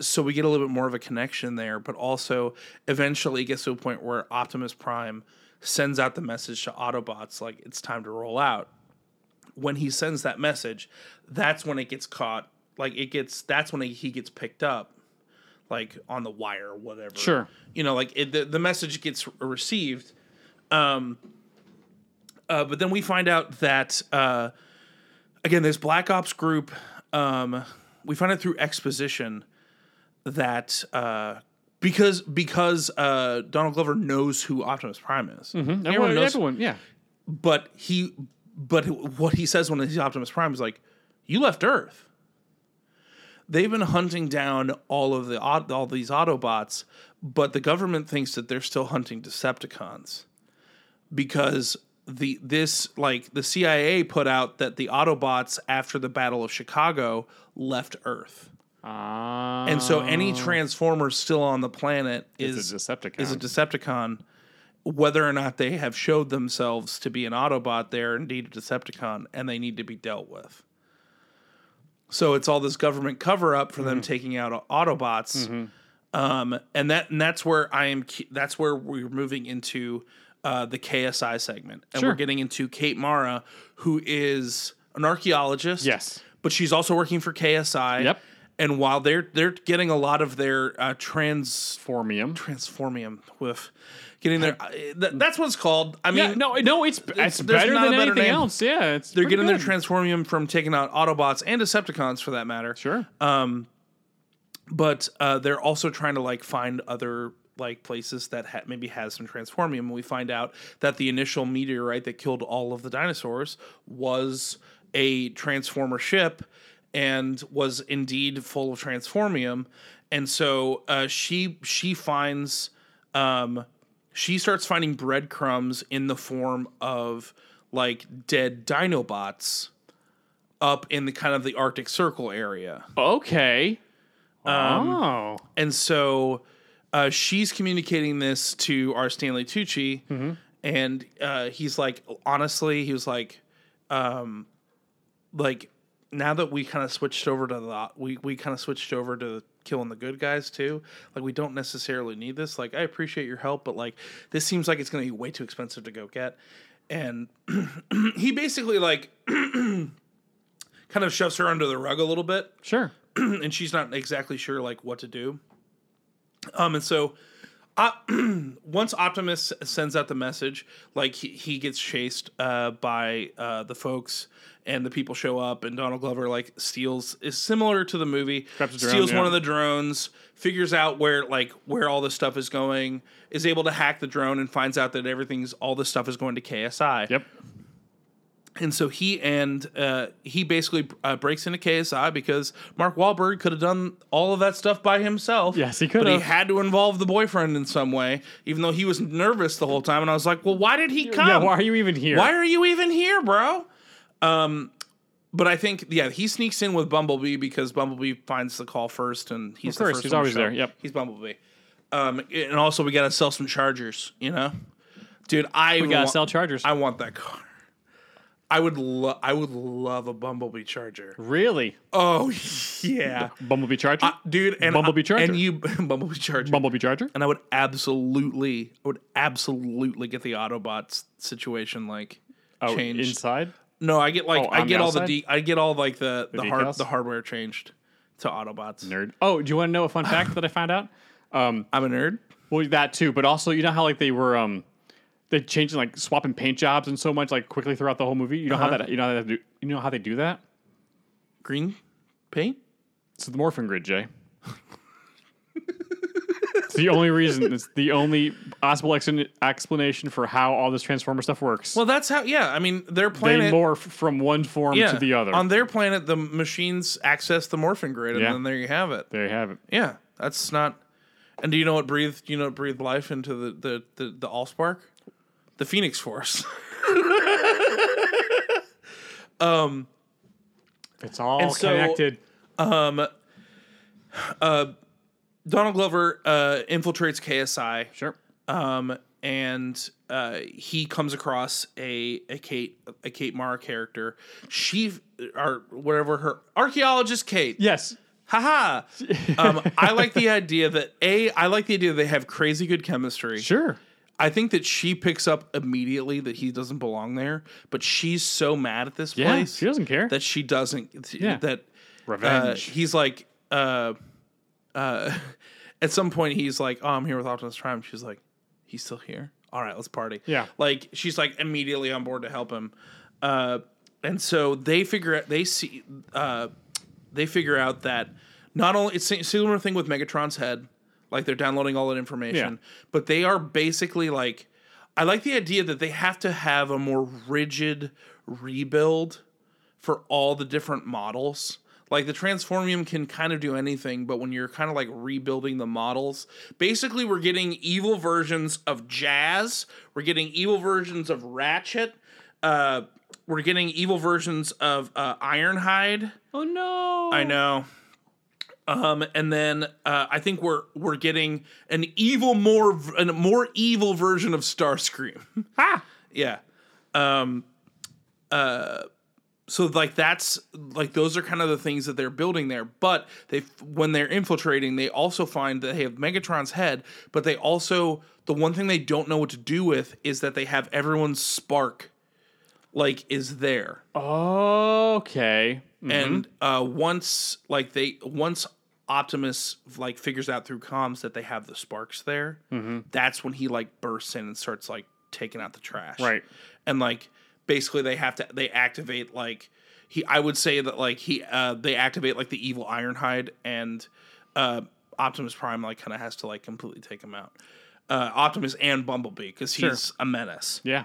Speaker 3: so we get a little bit more of a connection there. But also, eventually, it gets to a point where Optimus Prime sends out the message to Autobots like it's time to roll out. When he sends that message, that's when it gets caught. Like it gets that's when he gets picked up, like on the wire, or whatever.
Speaker 5: Sure.
Speaker 3: you know, like it, the the message gets received. Um, uh, but then we find out that uh, again, this Black Ops group, um, we find out through exposition that uh, because because uh, Donald Glover knows who Optimus Prime is,
Speaker 5: Hmm, Everyone,
Speaker 3: everyone knows.
Speaker 5: everyone, yeah.
Speaker 3: But he, but what he says when he's Optimus Prime is like, "You left Earth." they've been hunting down all of the au- all these Autobots, but the government thinks that they're still hunting Decepticons because the this like the CIA put out that the Autobots after the Battle of Chicago left Earth.
Speaker 5: Uh,
Speaker 3: And so any Transformer still on the planet is
Speaker 5: Oh. It's a Decepticon.
Speaker 3: is a Decepticon, whether or not they have showed themselves to be an Autobot, they're indeed a Decepticon and they need to be dealt with. So it's all this government cover up for them
Speaker 5: Mm-hmm.
Speaker 3: taking out Autobots, um, and that and that's where I am. ke- That's where we're moving into uh, the KSI segment, and
Speaker 5: Sure.
Speaker 3: we're getting into Kate Mara, who is an archaeologist.
Speaker 5: Yes.
Speaker 3: but she's also working for KSI.
Speaker 5: Yep.
Speaker 3: And while they're they're getting a lot of their uh, trans
Speaker 5: Formium.
Speaker 3: transformium with getting their uh, th- that's what it's called. I mean,
Speaker 5: Yeah, no, no, it's it's,
Speaker 3: there's
Speaker 5: better
Speaker 3: not a
Speaker 5: than
Speaker 3: better
Speaker 5: anything
Speaker 3: name.
Speaker 5: else. Yeah, it's
Speaker 3: they're
Speaker 5: pretty
Speaker 3: getting
Speaker 5: good.
Speaker 3: their transformium from taking out Autobots and Decepticons for that matter.
Speaker 5: sure.
Speaker 3: but uh, they're also trying to like find other like places that ha- maybe has some transformium and we find out that the initial meteorite that killed all of the dinosaurs was a transformer ship and was indeed full of transformium and so uh, she she finds um, she starts finding breadcrumbs in the form of like dead dinobots up in the kind of the arctic circle area
Speaker 5: okay.
Speaker 3: Um,
Speaker 5: oh,
Speaker 3: and so uh, she's communicating this to our Stanley Tucci, and uh, he's like, honestly, he was like, um, like now that we kind of switched over to the we we kind of switched over to killing the good guys too. Like we don't necessarily need this. Like I appreciate your help, but like this seems like it's going to be way too expensive to go get. And he basically like kind of shoves her under the rug a little bit
Speaker 5: sure.
Speaker 3: and she's not exactly sure like what to do. Um, and so, uh, once Optimus sends out the message, like he, he gets chased uh, by uh, the folks, and the people show up, and Donald Glover like steals is similar to the movie,
Speaker 5: Grabs a drone,
Speaker 3: steals
Speaker 5: yeah.
Speaker 3: one of the drones, figures out where like where all this stuff is going, is able to hack the drone, and finds out that everything's all this stuff is going to KSI.
Speaker 5: Yep.
Speaker 3: And so he and uh, he basically uh, breaks into KSI because Mark Wahlberg could have done all of that stuff by himself.
Speaker 5: Yes, he could
Speaker 3: But he
Speaker 5: have.
Speaker 3: had to involve the boyfriend in some way, even though he was nervous the whole time. And I was like, "Well, why did he come?
Speaker 5: Yeah, why are you even here?
Speaker 3: Why are you even here, bro?" Um, but I think yeah, he sneaks in with Bumblebee because Bumblebee finds the call first, and he's
Speaker 5: Of
Speaker 3: the
Speaker 5: course,
Speaker 3: first
Speaker 5: he's
Speaker 3: one to
Speaker 5: always
Speaker 3: show
Speaker 5: there,
Speaker 3: up.
Speaker 5: yep.
Speaker 3: he's Bumblebee. Um, and also we gotta sell some chargers, you know, dude. I
Speaker 5: we gotta sell chargers?
Speaker 3: I want that car. I would love. I would love a Bumblebee Charger.
Speaker 5: really?
Speaker 3: Oh yeah,
Speaker 5: Bumblebee charger?
Speaker 3: dude. And
Speaker 5: Bumblebee
Speaker 3: I-
Speaker 5: Charger.
Speaker 3: And you Bumblebee Charger.
Speaker 5: Bumblebee charger?
Speaker 3: and I would absolutely, I would absolutely get the Autobots situation like
Speaker 5: Oh,
Speaker 3: changed.
Speaker 5: inside.
Speaker 3: No, I get like
Speaker 5: Oh,
Speaker 3: I
Speaker 5: on the
Speaker 3: get all the
Speaker 5: outside?
Speaker 3: de- I get all like the the, hard
Speaker 5: decals?
Speaker 3: the hardware changed to Autobots.
Speaker 5: Nerd. Oh, do you want to know a fun fact that I found out?
Speaker 3: I'm a nerd.
Speaker 5: Well, that too, but also you know how like they were um they changing like swapping paint jobs and so much like quickly throughout the whole movie. You know
Speaker 3: Uh-huh.
Speaker 5: how that you know how that do, you know how they do that?
Speaker 3: Green paint.
Speaker 5: It's the Morphin Grid, Jay. it's the only reason. It's the only possible ex- explanation for how all this Transformer stuff works.
Speaker 3: Well, that's how. Yeah, I mean their
Speaker 5: they
Speaker 3: planet.
Speaker 5: morph from one form
Speaker 3: yeah,
Speaker 5: to the other.
Speaker 3: On their planet, the machines access the morphin grid, and
Speaker 5: Yeah.
Speaker 3: then there you have it.
Speaker 5: there you have it.
Speaker 3: Yeah, that's not. And do you know what breathed? You know what breathed life into the the the, the Allspark, the Phoenix Force.
Speaker 5: It's all
Speaker 3: Um, so-
Speaker 5: connected.
Speaker 3: Donald Glover uh, infiltrates KSI,
Speaker 5: Sure.
Speaker 3: um, and uh, he comes across a a Kate a Kate Mara character. She or whatever her archaeologist Kate.
Speaker 5: Yes.
Speaker 3: haha. Um, I like the idea that a I like the idea they have crazy good chemistry.
Speaker 5: Sure.
Speaker 3: I think that she picks up immediately that he doesn't belong there, but she's so mad at this
Speaker 5: Yeah.
Speaker 3: place
Speaker 5: She doesn't care.
Speaker 3: that she doesn't
Speaker 5: Yeah.
Speaker 3: that uh,
Speaker 5: Revenge.
Speaker 3: he's like uh uh at some point he's like, "Oh, I'm here with Optimus Prime." She's like, "He's still here. All right, let's party."
Speaker 5: Yeah.
Speaker 3: Like she's like immediately on board to help him. Uh and so they figure out they see uh they figure out that not only it's a similar thing with Megatron's head, like they're downloading all that information, but they are basically like I like the idea that they have to have a more rigid rebuild for all the different models. Like the Transformium can kind of do anything, but when you're kind of like rebuilding the models, basically we're getting evil versions of Jazz, we're getting evil versions of Ratchet, uh, we're getting evil versions of uh, Ironhide.
Speaker 5: Oh no!
Speaker 3: I know. Um, and then uh, I think we're we're getting an evil more a more evil version of Starscream. yeah. Um. Uh. So like that's like those are kind of the things that they're building there. But they when they're infiltrating, they also find that they have Megatron's head, but they also the one thing they don't know what to do with is that they have everyone's spark, like is there
Speaker 5: Okay. Mm,
Speaker 3: and uh, once like they once Optimus like figures out through comms that they have the sparks there, that's when he like bursts in and starts like taking out the trash.
Speaker 5: Right.
Speaker 3: And like basically they have to they activate like he I would say that like he uh they activate like the evil Ironhide and uh Optimus Prime like kind of has to like completely take him out. Uh, Optimus and Bumblebee because he's a menace.
Speaker 5: Yeah.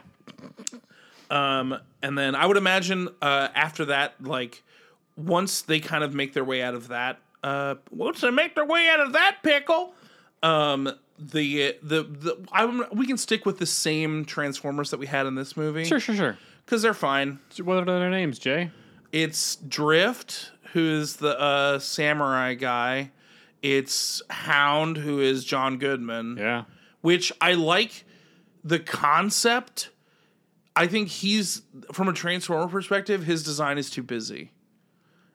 Speaker 3: And then I would imagine uh, after that, like once they kind of make their way out of that, uh, once they make their way out of that pickle, um, the the the I, we can stick with the same Transformers that we had in this movie
Speaker 5: Sure, sure, sure.
Speaker 3: because they're fine.
Speaker 5: So what are their names, Jay?
Speaker 3: It's Drift, who is the uh, samurai guy. It's Hound, who is John Goodman
Speaker 5: Yeah.
Speaker 3: which I like the concept. I think he's from a transformer perspective, his design is too busy.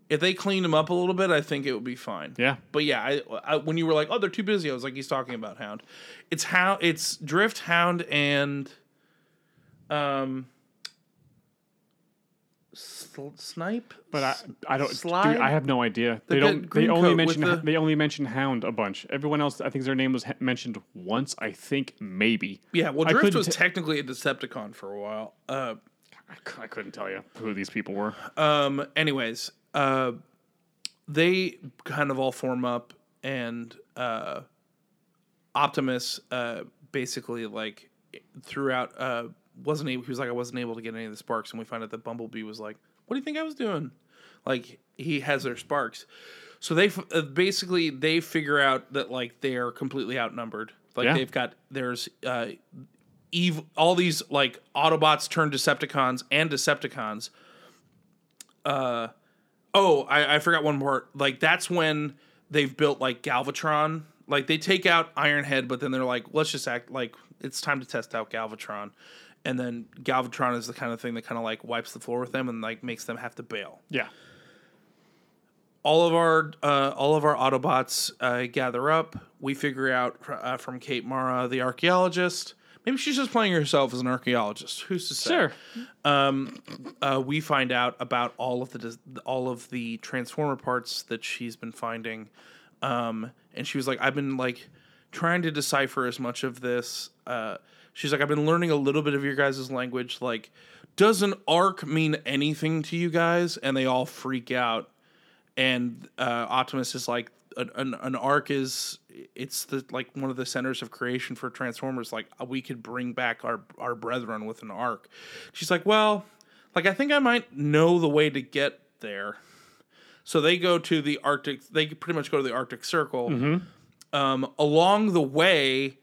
Speaker 3: If they cleaned him up a little bit, I think it would be fine.
Speaker 5: Yeah.
Speaker 3: But yeah, I, I when you were like, "Oh, they're too busy," I was like, "He's talking about Hound." It's how it's Drift, Hound, and um, Sl- Snipe.
Speaker 5: But I, I don't.
Speaker 3: Slide?
Speaker 5: Dude, I have no idea. they
Speaker 3: bit
Speaker 5: don't. They
Speaker 3: green coat
Speaker 5: only
Speaker 3: with
Speaker 5: mention.
Speaker 3: the-
Speaker 5: They only mention Hound a bunch. Everyone else, I think their name was he- mentioned once. I think maybe.
Speaker 3: yeah, well,
Speaker 5: I
Speaker 3: Drift
Speaker 5: couldn't
Speaker 3: was
Speaker 5: t-
Speaker 3: technically a Decepticon for a while. Uh,
Speaker 5: I cou- I couldn't tell you who these people were.
Speaker 3: Um, anyways, uh, they kind of all form up, and uh, Optimus uh, basically like throughout uh, wasn't able. He was like, I wasn't able to get any of the sparks, and we find out that Bumblebee was like, "What do you think I was doing?" Like he has their sparks, so they f- uh, basically they figure out that like they are completely outnumbered. Like
Speaker 5: Yeah.
Speaker 3: they've got there's uh, evil all these like Autobots turned Decepticons and Decepticons Oh, I, I forgot one part. Like that's when they've built like Galvatron. Like they take out Ironhead, but then they're like, let's just act like it's time to test out Galvatron. And then Galvatron is the kind of thing that kind of like wipes the floor with them and like makes them have to bail.
Speaker 5: Yeah.
Speaker 3: All of our uh, all of our Autobots uh, gather up. We figure out fr- uh, from Kate Mara, the archaeologist. Maybe she's just playing herself as an archaeologist. Who's to say?
Speaker 5: Sure.
Speaker 3: uh, we find out about all of the dis- all of the transformer parts that she's been finding um, and she was like i've been like trying to decipher as much of this uh, she's like i've been learning a little bit of your guys' language like does an arc mean anything to you guys and they all freak out and uh, Optimus is like an, an, an arc is it's the like one of the centers of creation for Transformers. Like we could bring back our our brethren with an arc. She's like, well, like I think I might know the way to get there. So they go to the Arctic. They pretty much go to the Arctic Circle. Um, along the way,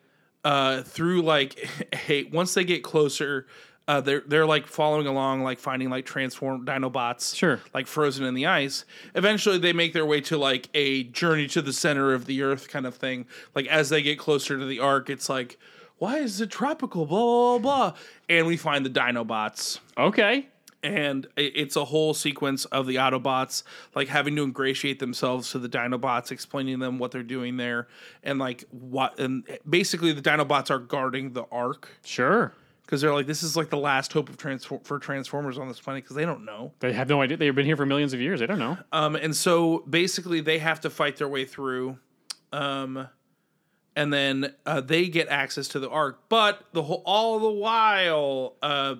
Speaker 3: uh, through like hey, once they get closer. Uh, they're they're like following along, like finding like transform Dinobots,
Speaker 5: Sure.
Speaker 3: like frozen in the ice. Eventually, they make their way to like a journey to the center of the earth kind of thing. Like as they get closer to the arc, it's like, why is it tropical? Blah blah blah. blah. And we find the Dinobots,
Speaker 5: Okay.
Speaker 3: and i- it's a whole sequence of the Autobots like having to ingratiate themselves to the Dinobots, explaining them what they're doing there, and like what. And basically, the Dinobots are guarding the arc
Speaker 5: Sure.
Speaker 3: because they're like, this is like the last hope of transfor- for Transformers on this planet because they don't know.
Speaker 5: They have no idea. They've been here for millions of years. They don't know.
Speaker 3: Um, and so basically, they have to fight their way through, um, and then uh, they get access to the Ark. But the whole, all the while, uh,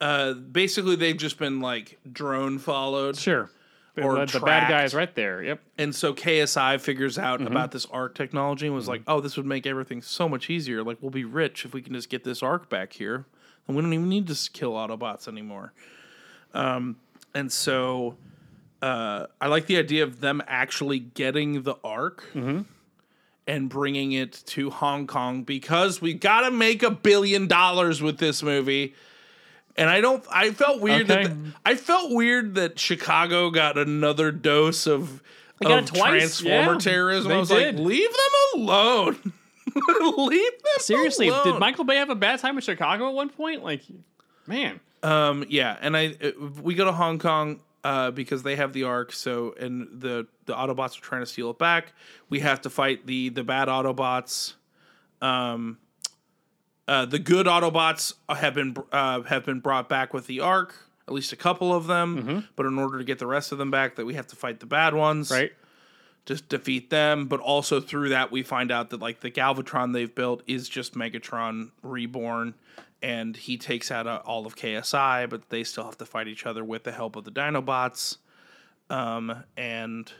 Speaker 3: uh, basically, they've just been like drone followed,
Speaker 5: Sure. They
Speaker 3: Or
Speaker 5: led the bad
Speaker 3: tracked.
Speaker 5: guys right there. Yep.
Speaker 3: and so KSI figures out about this Ark technology and was like, "Oh, this would make everything so much easier. Like, we'll be rich if we can just get this Ark back here, and we don't even need to s- kill Autobots anymore." Um, and so I like the idea of them actually getting the arc and bringing it to Hong Kong because we got to make a billion dollars with this movie. And I don't. I felt weird. That
Speaker 5: Okay.
Speaker 3: th- I felt weird that Chicago got another dose of,
Speaker 5: They got
Speaker 3: of
Speaker 5: it twice,
Speaker 3: transformer
Speaker 5: yeah.
Speaker 3: terrorism.
Speaker 5: They
Speaker 3: I was
Speaker 5: did.
Speaker 3: like, leave them alone. leave them
Speaker 5: Seriously,
Speaker 3: alone.
Speaker 5: did Michael Bay have a bad time in Chicago at one point? Like, man,
Speaker 3: Um, yeah, and I uh, we go to Hong Kong uh, because they have the Ark. So and the the Autobots are trying to steal it back. We have to fight the the bad Autobots. Um, uh, the good Autobots have been uh, have been brought back with the Ark. At least a couple of them, but in order to get the rest of them back, that we have to fight the bad ones,
Speaker 5: Mm-hmm. right?
Speaker 3: Just defeat them, but also through that we find out that like the Galvatron they've built is just Megatron reborn, and he takes out uh, all of KSI, but they still have to fight each other with the help of the Dinobots. Um, and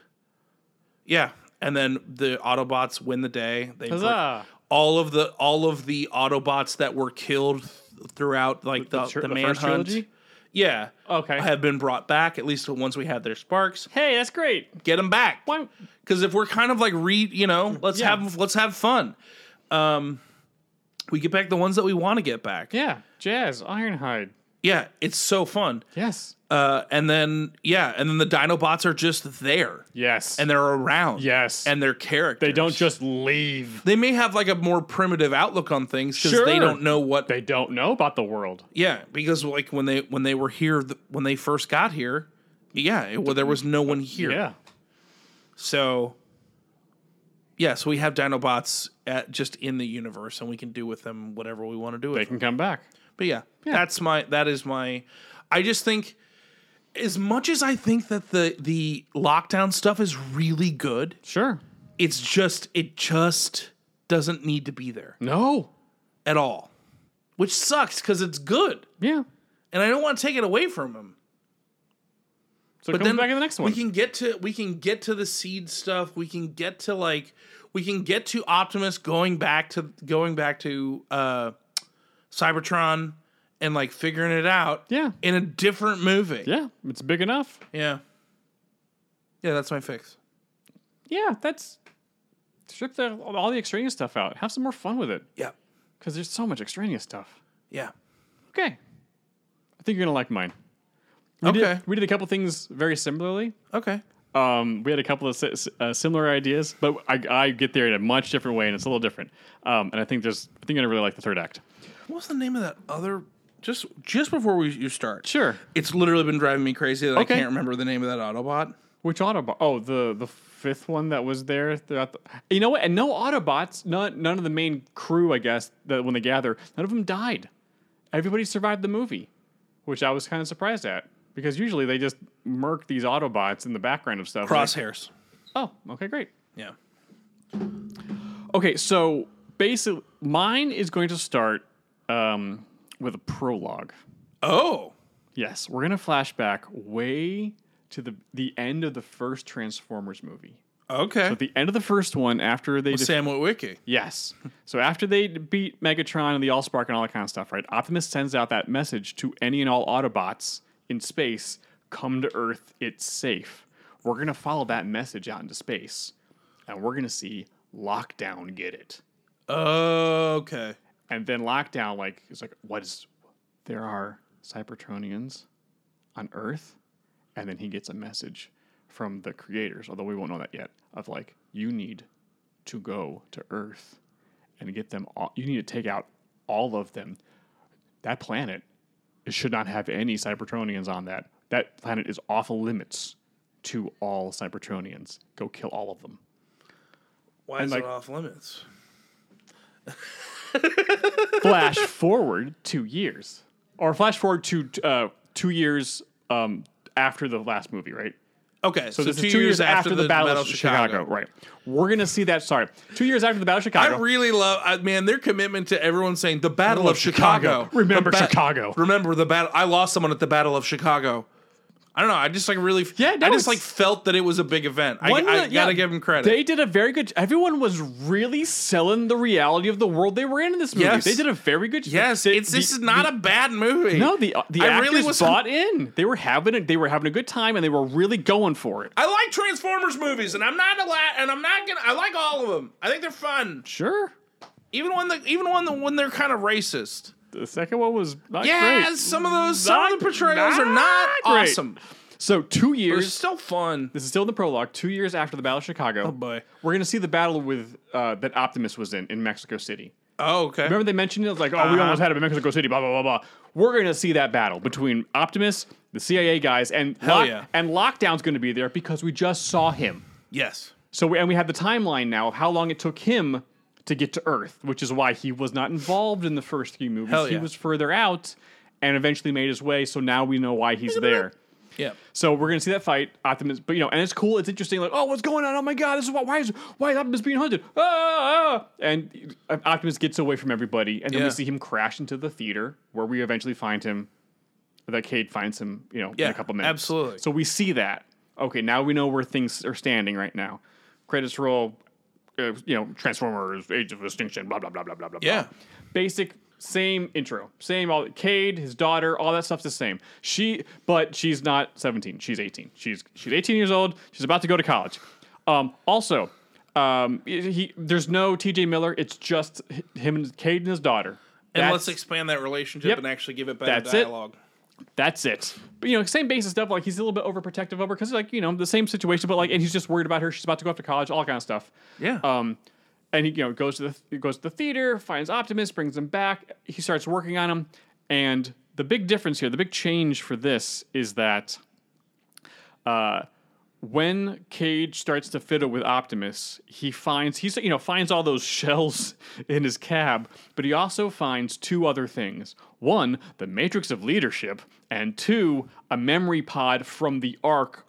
Speaker 3: yeah, and then the Autobots win the day. They br-
Speaker 5: Huzzah.
Speaker 3: all of the all of the Autobots that were killed th- throughout like the
Speaker 5: The
Speaker 3: the,
Speaker 5: tr- Uh, the first
Speaker 3: manhunt.
Speaker 5: trilogy?
Speaker 3: yeah.
Speaker 5: Okay.
Speaker 3: Have been brought back, at least the ones we had their sparks.
Speaker 5: Hey, that's great.
Speaker 3: Get them back
Speaker 5: Why?
Speaker 3: because if we're kind of like re you know let's
Speaker 5: Mm, Yeah.
Speaker 3: have let's have fun um we get back the ones that we want to get back
Speaker 5: Yeah, Jazz, Ironhide.
Speaker 3: Yeah, it's so fun
Speaker 5: Yes.
Speaker 3: uh and then yeah and then the dinobots are just there
Speaker 5: Yes.
Speaker 3: and they're around
Speaker 5: Yes.
Speaker 3: and they're characters
Speaker 5: they don't just leave.
Speaker 3: they may have like a more primitive outlook on things because
Speaker 5: Sure.
Speaker 3: they don't know what
Speaker 5: They don't know about the world.
Speaker 3: yeah because like when they when they were here th- when they first got here yeah it, well, there was no one here
Speaker 5: Yeah.
Speaker 3: So, yeah, so we have Dinobots at, just in the universe, and we can do with them whatever we want to do
Speaker 5: They
Speaker 3: with them.
Speaker 5: can come back.
Speaker 3: But yeah, that's my that is my. I just think, as much as I think that the the lockdown stuff is really good,
Speaker 5: Sure.
Speaker 3: it's just it just doesn't need to be there
Speaker 5: No.
Speaker 3: at all, which sucks because it's good,
Speaker 5: Yeah.
Speaker 3: and I don't want to take it away from him.
Speaker 5: So it comes back in the next one.
Speaker 3: We can get to we can get to the seed stuff. We can get to like we can get to Optimus going back to going back to uh Cybertron and like figuring it out
Speaker 5: yeah.
Speaker 3: in a different movie.
Speaker 5: Yeah. It's big enough.
Speaker 3: Yeah. Yeah, that's my fix.
Speaker 5: Yeah. That's strip the, all the extraneous stuff out. Have some more fun with it
Speaker 3: Yeah.
Speaker 5: because there's so much extraneous stuff.
Speaker 3: Yeah.
Speaker 5: Okay. I think you're gonna like mine. We did-
Speaker 3: Okay.
Speaker 5: we did a couple things very similarly.
Speaker 3: Okay.
Speaker 5: um, we had a couple of si- s- uh, similar ideas, but I, I get there in a much different way, and it's a little different. Um, and I think there's, I think I really like the third act.
Speaker 3: What's the name of that other just just before we you start.
Speaker 5: Sure.
Speaker 3: It's literally been driving me crazy that
Speaker 5: Okay.
Speaker 3: I can't remember the name of that Autobot.
Speaker 5: Which Autobot? Oh, the the fifth one that was there throughout. The, you know what? And no Autobots. None none of the main crew, I guess, that when they gather, none of them died. Everybody survived the movie, which I was kind of surprised at because usually they just murk these Autobots in the background of stuff. Like,
Speaker 3: Crosshairs.
Speaker 5: oh, okay, great.
Speaker 3: Yeah.
Speaker 5: Okay, so basically, mine is going to start um, with a prologue.
Speaker 3: Oh.
Speaker 5: Yes, we're going to flashback way to the the end of the first Transformers movie.
Speaker 3: Okay.
Speaker 5: At the end of the first one, after they def-
Speaker 3: Sam Witwicky.
Speaker 5: yes, so after they beat Megatron and the AllSpark and all that kind of stuff, right? Optimus sends out that message to any and all Autobots in space: "Come to Earth, it's safe." We're going to follow that message out into space, and we're going to see Lockdown get it.
Speaker 3: Okay.
Speaker 5: And then lockdown, like, it's like, what is? There are Cybertronians on Earth, and then he gets a message from the creators, although we won't know that yet, of like, you need to go to Earth and get them all. You need to take out all of them. That planet it should not have any Cybertronians on that. That planet is off limits to all Cybertronians. Go kill all of them.
Speaker 3: Why is
Speaker 5: like-
Speaker 3: it off limits?
Speaker 5: flash forward two years, or flash forward to uh, two years um, after the last movie, right?
Speaker 3: Okay, so,
Speaker 5: So,
Speaker 3: this
Speaker 5: this is two years, after, the, Battle, of Chicago.
Speaker 3: Chicago.
Speaker 5: right? We're gonna see that. Sorry, two years after the Battle of Chicago.
Speaker 3: I really love, I, man, their commitment to everyone saying the Battle
Speaker 5: Battle
Speaker 3: of
Speaker 5: of Chicago.
Speaker 3: Chicago.
Speaker 5: Remember
Speaker 3: The
Speaker 5: Chicago.
Speaker 3: Remember the battle. I lost someone at the Battle of Chicago. I don't know. I just like really.
Speaker 5: Yeah, no,
Speaker 3: I just
Speaker 5: it's-
Speaker 3: like felt that it was a big event. I, I
Speaker 5: One of the-
Speaker 3: gotta
Speaker 5: yeah,
Speaker 3: give him credit.
Speaker 5: They did a very good. Everyone was really selling the reality of the world they were in in this movie.
Speaker 3: Yes.
Speaker 5: They did a very good.
Speaker 3: yes,
Speaker 5: they-
Speaker 3: it's this
Speaker 5: the-
Speaker 3: is not
Speaker 5: the-
Speaker 3: a bad movie.
Speaker 5: No, the uh, the
Speaker 3: I
Speaker 5: actors
Speaker 3: really was-
Speaker 5: bought in. They were having a, they were having a good time and they were really going for it.
Speaker 3: I like Transformers movies, and I'm not a lot, and I'm not gonna. I like all of them. I think they're fun,
Speaker 5: Sure.
Speaker 3: even when the even when the, when they're kind of racist.
Speaker 5: The second one was not
Speaker 3: Yeah,
Speaker 5: great.
Speaker 3: some of those some of
Speaker 5: Not-
Speaker 3: the portrayals are not
Speaker 5: not great.
Speaker 3: awesome.
Speaker 5: So two
Speaker 3: They're
Speaker 5: years.
Speaker 3: still fun.
Speaker 5: This is still in the prologue. Two years after the Battle of Chicago,
Speaker 3: Oh, boy.
Speaker 5: we're gonna see the battle with uh, that Optimus was in in Mexico City.
Speaker 3: Oh, okay.
Speaker 5: Remember they mentioned it It's like, oh,
Speaker 3: Uh-huh.
Speaker 5: we almost had it in Mexico City, blah blah blah blah. We're gonna see that battle between Optimus, the CIA guys, and Lock-
Speaker 3: yeah.
Speaker 5: and Lockdown's gonna be there because we just saw him.
Speaker 3: yes.
Speaker 5: So we, and we have the timeline now of how long it took him to get to Earth, which is why he was not involved in the first three movies.
Speaker 3: Hell
Speaker 5: He
Speaker 3: yeah.
Speaker 5: was further out and eventually made his way. So now we know why he's there.
Speaker 3: Yeah.
Speaker 5: So we're gonna see that fight, Optimus. But you know, and it's cool. It's interesting. Like, oh, what's going on? Oh my God, this is why. Why is why is Optimus being hunted? Ah! And uh, Optimus gets away from everybody, and then
Speaker 3: Yeah.
Speaker 5: we see him crash into the theater where we eventually find him. That Cade finds him, you know, in
Speaker 3: Yeah,
Speaker 5: a couple minutes.
Speaker 3: absolutely.
Speaker 5: So we see that. Okay, now we know where things are standing right now. Credits roll. Uh, you know, Transformers, Age of Extinction, blah blah blah blah blah blah.
Speaker 3: Yeah.
Speaker 5: Basic, same intro, same all. Cade, his daughter, all that stuff's the same. She, but she's not seventeen. She's eighteen. She's she's eighteen years old. She's about to go to college. Um, also, um, he there's no T.J. Miller. It's just h- him and Cade and his daughter.
Speaker 3: And
Speaker 5: That's-
Speaker 3: let's expand that relationship
Speaker 5: Yep.
Speaker 3: and actually give it better
Speaker 5: That's it.
Speaker 3: dialogue.
Speaker 5: that's it. But you know, same basic stuff. Like he's a little bit overprotective over because like you know the same situation, but like and he's just worried about her. She's about to go off to college, all that kind of stuff.
Speaker 3: Yeah.
Speaker 5: Um, and he you know goes to the he goes to the theater, finds Optimus, brings him back. He starts working on him, and the big difference here, the big change for this is that uh, when Cage starts to fiddle with Optimus, he finds he's you know finds all those shells in his cab, but he also finds two other things. One, the matrix of leadership, and two, a memory pod from the Ark,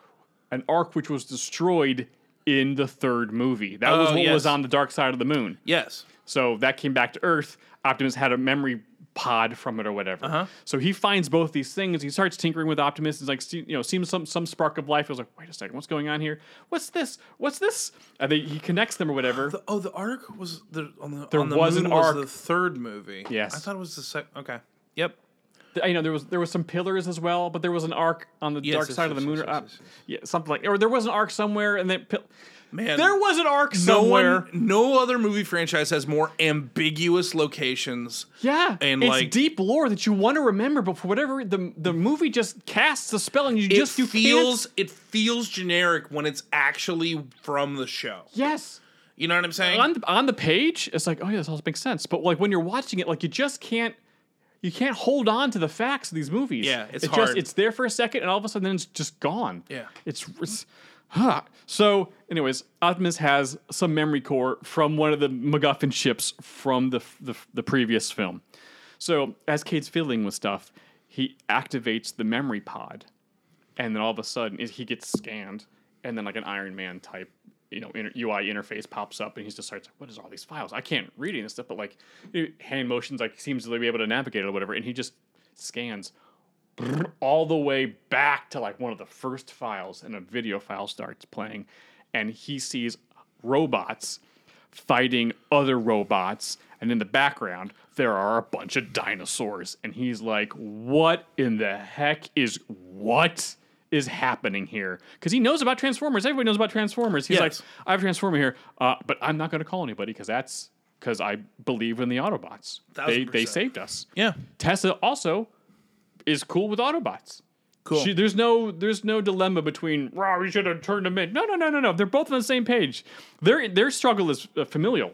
Speaker 5: an Ark which was destroyed in the third movie. That was
Speaker 3: Oh,
Speaker 5: what
Speaker 3: yes.
Speaker 5: was on the dark side of the moon.
Speaker 3: Yes.
Speaker 5: So that came back to Earth. Optimus had a memory pod from it or whatever.
Speaker 3: Uh-huh.
Speaker 5: So he finds both these things. He starts tinkering with Optimus. It's like see- you know, seems some some spark of life. I was like, wait a second, what's going on here? What's this? What's this? And they, he connects them or whatever.
Speaker 3: Oh, the arc was the on the
Speaker 5: There
Speaker 3: on the
Speaker 5: was
Speaker 3: moon
Speaker 5: an
Speaker 3: was
Speaker 5: arc.
Speaker 3: the third movie.
Speaker 5: Yes.
Speaker 3: I thought it was the second. Okay. Yep.
Speaker 5: I know there was there was some pillars as well, but there was an arc on the
Speaker 3: Yes,
Speaker 5: dark
Speaker 3: yes,
Speaker 5: side of the
Speaker 3: yes,
Speaker 5: moon,
Speaker 3: yes,
Speaker 5: or
Speaker 3: yes,
Speaker 5: up,
Speaker 3: yes, yes.
Speaker 5: yeah, something like, or there was an arc somewhere, and then pil-
Speaker 3: Man.
Speaker 5: there was an arc
Speaker 3: no
Speaker 5: somewhere.
Speaker 3: one, no other movie franchise has more ambiguous locations.
Speaker 5: yeah,
Speaker 3: and
Speaker 5: it's
Speaker 3: like-
Speaker 5: deep lore that you want to remember, but for whatever re- the the movie just casts a spell, and you
Speaker 3: It
Speaker 5: just you
Speaker 3: feels
Speaker 5: can't,
Speaker 3: it feels generic when it's actually from the show.
Speaker 5: yes.
Speaker 3: You know what I'm saying?
Speaker 5: on the, on the page, it's like, oh yeah, this all makes sense. But like when you're watching it, like you just can't you can't hold on to the facts of these movies.
Speaker 3: Yeah, it's
Speaker 5: just
Speaker 3: hard.
Speaker 5: it's there for a second, and all of a sudden it's just gone.
Speaker 3: Yeah.
Speaker 5: it's. it's huh. So, anyways, Optimus has some memory core from one of the MacGuffin ships from the the, the previous film. So, as Cade's fiddling with stuff, he activates the memory pod and then all of a sudden it, he gets scanned and then like an iron man type you know inter- ui interface pops up and he just starts like what is all these files i can't read any of this stuff but like eh, hand motions like seems to be able to navigate it or whatever and he just scans all the way back to like one of the first files and a video file starts playing and he sees robots fighting other robots and in the background there are a bunch of dinosaurs and he's like what in the heck is what is happening here because he knows about transformers everybody knows about transformers he's
Speaker 3: Yes.
Speaker 5: like i have a transformer here uh, but i'm not going to call anybody because that's because i believe in the autobots they,
Speaker 3: Thousand
Speaker 5: they
Speaker 3: percent.
Speaker 5: saved us
Speaker 3: yeah.
Speaker 5: Tessa also is cool with Autobots.
Speaker 3: Cool.
Speaker 5: She, there's no there's no dilemma between "Rah, we should have turned them in. No, no, no, no, no. They're both on the same page. Their their struggle is uh, familial.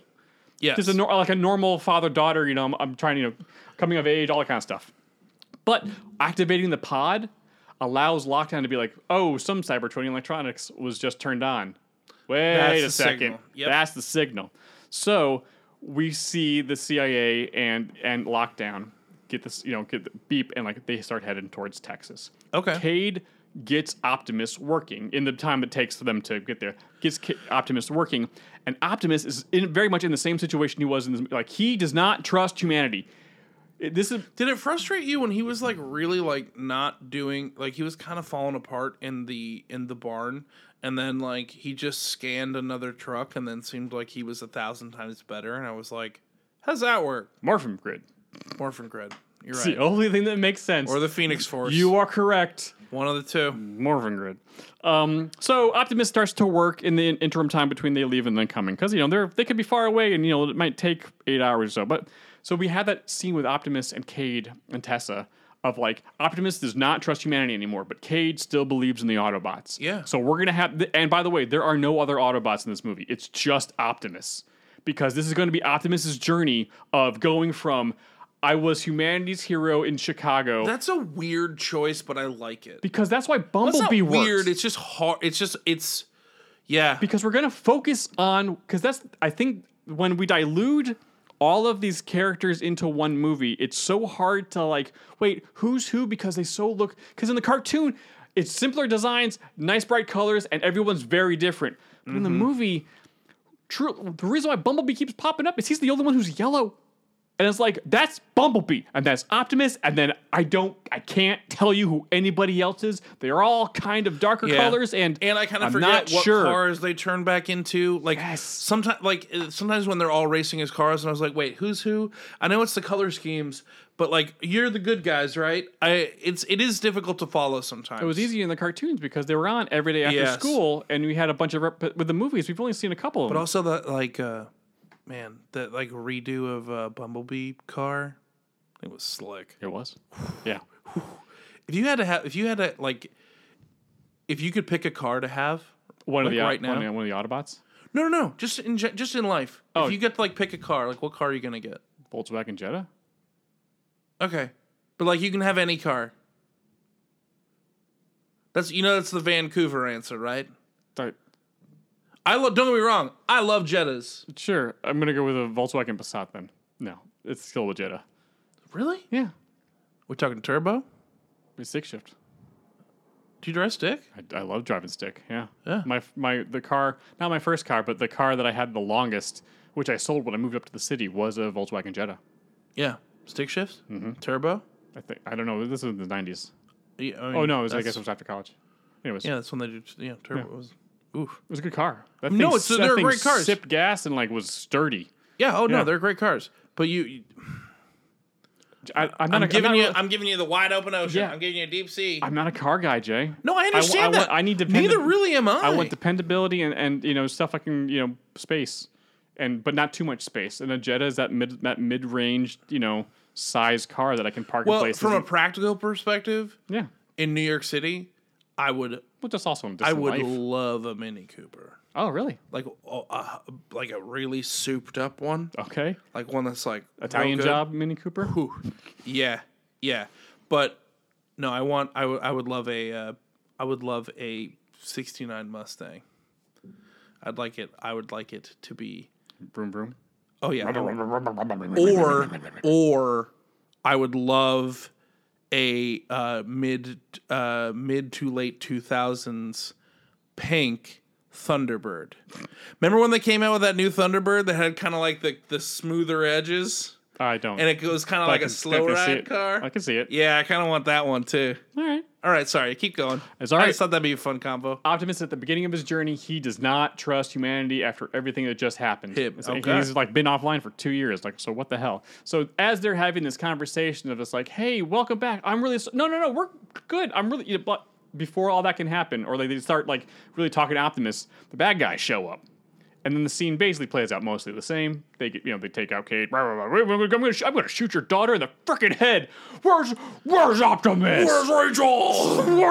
Speaker 3: yes.
Speaker 5: Just a nor- like a normal father daughter. You know, I'm, I'm trying you know coming of age, all that kind of stuff. But activating the pod allows Lockdown to be like, oh, some Cybertronian electronics was just turned on. Wait
Speaker 3: That's
Speaker 5: a
Speaker 3: the
Speaker 5: second.
Speaker 3: signal. Yep.
Speaker 5: That's the signal. So we see the CIA and and Lockdown get this, you know, get the beep, and like they start heading towards Texas.
Speaker 3: Okay.
Speaker 5: Cade gets Optimus working in the time it takes for them to get there. Gets Ca- Optimus working, and Optimus is in, very much in the same situation he was in this. Like he does not trust humanity It- This is
Speaker 3: Did it frustrate you when he was like really like not doing like he was kind of falling apart in the in the barn and then like he just scanned another truck and then seemed like he was a thousand times better and I was like, How's that work?
Speaker 5: Morphin Grid.
Speaker 3: Morphin Grid. You're
Speaker 5: It's
Speaker 3: right.
Speaker 5: the only thing that makes sense.
Speaker 3: Or the Phoenix Force.
Speaker 5: oh, you are correct.
Speaker 3: one of the two.
Speaker 5: Morphin Grid. Um, so Optimus starts to work in the in- interim time between they leave and then coming because you know they're they could be far away and you know it might take eight hours or so. But so we had that scene with Optimus and Cade and Tessa of like Optimus does not trust humanity anymore, but Cade still believes in the Autobots.
Speaker 3: Yeah.
Speaker 5: So we're gonna have and by the way, there are no other Autobots in this movie. It's just Optimus because this is going to be Optimus's journey of going from. I was humanity's hero in Chicago
Speaker 3: That's a weird choice, but I like it.
Speaker 5: because that's why
Speaker 3: It's not
Speaker 5: Bumblebee works.
Speaker 3: weird. It's just hard. It's just it's yeah.
Speaker 5: because we're gonna focus on because that's I think when we dilute all of these characters into one movie, it's so hard to like wait who's who because they so look because in the cartoon it's simpler designs, nice bright colors, and everyone's very different. But
Speaker 3: Mm-hmm.
Speaker 5: in the movie, true the reason why Bumblebee keeps popping up is he's the only one who's yellow. And it's like that's Bumblebee and that's Optimus and then I don't I can't tell you who anybody else is. They're all kind of darker
Speaker 3: Yeah.
Speaker 5: colors and
Speaker 3: and I kind
Speaker 5: I'm
Speaker 3: of forget
Speaker 5: not
Speaker 3: what
Speaker 5: sure.
Speaker 3: cars they turn back into. Like
Speaker 5: Yes.
Speaker 3: sometimes, like uh, sometimes when they're all racing as cars, and I was like, wait, who's who? I know it's the color schemes, but like you're the good guys, right? I it's it is difficult to follow sometimes.
Speaker 5: It was easy in the cartoons because they were on every day after
Speaker 3: Yes.
Speaker 5: school, and we had a bunch of. Rep- but with the movies, we've only seen a couple of
Speaker 3: but
Speaker 5: them.
Speaker 3: also that like uh, man, that like redo of uh, Bumblebee car, it was slick.
Speaker 5: it was, yeah.
Speaker 3: If you had to have, if you had to like, if you could pick a car to have.
Speaker 5: One of
Speaker 3: Like
Speaker 5: the
Speaker 3: right
Speaker 5: right one,
Speaker 3: now?
Speaker 5: of the- one of the Autobots,
Speaker 3: No, no, no. Just in ge- just in life,
Speaker 5: Oh.
Speaker 3: if you get to like pick a car, like what car are you gonna get?
Speaker 5: Volkswagen Jetta.
Speaker 3: Okay. But like you can have any car. That's you know that's the Vancouver answer, right?
Speaker 5: Sorry,
Speaker 3: I love don't get me wrong, I love Jettas.
Speaker 5: Sure, I'm gonna go with a Volkswagen Passat then. No, it's still a Jetta.
Speaker 3: Really?
Speaker 5: Yeah,
Speaker 3: We're talking turbo?
Speaker 5: it's stick shift.
Speaker 3: Do you drive stick?
Speaker 5: I, I love driving stick. Yeah.
Speaker 3: Yeah.
Speaker 5: My my the car, not my first car, but the car that I had the longest, which I sold when I moved up to the city, was a Volkswagen Jetta.
Speaker 3: Yeah. Stick shifts? Mm-hmm. Turbo?
Speaker 5: I think I don't know. This is in the '90s.
Speaker 3: Yeah, I mean,
Speaker 5: Oh no, it was, I
Speaker 3: that's-
Speaker 5: guess it was after college. Anyways,
Speaker 3: Yeah, that's when they do yeah, turbo was oof.
Speaker 5: It was a good car. That
Speaker 3: No,
Speaker 5: thing-
Speaker 3: it's-
Speaker 5: that
Speaker 3: they're
Speaker 5: thing
Speaker 3: great cars.
Speaker 5: Sipped gas and like was sturdy.
Speaker 3: Yeah, oh
Speaker 5: Yeah.
Speaker 3: no, they're great cars. But you, you
Speaker 5: I, I'm not.
Speaker 3: I'm
Speaker 5: a,
Speaker 3: giving
Speaker 5: I'm not
Speaker 3: you
Speaker 5: really-
Speaker 3: I'm giving you the wide open ocean.
Speaker 5: Yeah.
Speaker 3: I'm giving you a deep sea.
Speaker 5: I'm not a car guy, Jay.
Speaker 3: no, I
Speaker 5: w-
Speaker 3: understand
Speaker 5: I
Speaker 3: that.
Speaker 5: want- I need dependent-
Speaker 3: Neither really am I.
Speaker 5: I want dependability and, and you know stuff I can you know space, and but not too much space. And a Jetta is that mid that mid range you know size car that I can park in
Speaker 3: well,
Speaker 5: places.
Speaker 3: from a
Speaker 5: and-
Speaker 3: practical perspective,
Speaker 5: yeah,
Speaker 3: in New York City, I would
Speaker 5: but that's also in
Speaker 3: I
Speaker 5: distant
Speaker 3: would
Speaker 5: life.
Speaker 3: love a Mini Cooper,
Speaker 5: Oh really?
Speaker 3: like a- a, like a really souped up one,
Speaker 5: Okay.
Speaker 3: like one that's like real
Speaker 5: Italian
Speaker 3: good.
Speaker 5: job, Mini Cooper.
Speaker 3: Ooh, yeah, yeah. But no, I want I would I would love a uh, I would love a '69 Mustang. I'd like it. I would like it to be.
Speaker 5: Broom broom.
Speaker 3: Oh yeah. I would- or or I would love a uh, mid uh, mid to late two thousands pink Thunderbird. Remember when they came out with that new Thunderbird that had kind of like the the smoother edges
Speaker 5: I don't.
Speaker 3: and it was kind of
Speaker 5: I
Speaker 3: like
Speaker 5: can- I
Speaker 3: a slow
Speaker 5: can see
Speaker 3: ride
Speaker 5: it.
Speaker 3: car.
Speaker 5: I can see it.
Speaker 3: yeah, I kind of want that one too.
Speaker 5: All right.
Speaker 3: All right, sorry, keep going.
Speaker 5: It's all
Speaker 3: I
Speaker 5: right.
Speaker 3: just thought that'd be a fun combo.
Speaker 5: Optimus at the beginning of his journey, he does not trust humanity after everything that just happened.
Speaker 3: Him,
Speaker 5: It's like
Speaker 3: okay.
Speaker 5: He's like been offline for two years. Like, so what the hell? So as they're having this conversation of it's like, hey, welcome back. I'm really so- no, no, no. We're good. I'm really. But before all that can happen, or like they start like really talking to Optimus, the bad guys show up. And then the scene basically plays out mostly the same. They get, you know, they take out Kate. Blah, blah, blah. I'm gonna, sh- I'm gonna shoot your daughter in the freaking head. Where's, where's Optimus? Where's Rachel?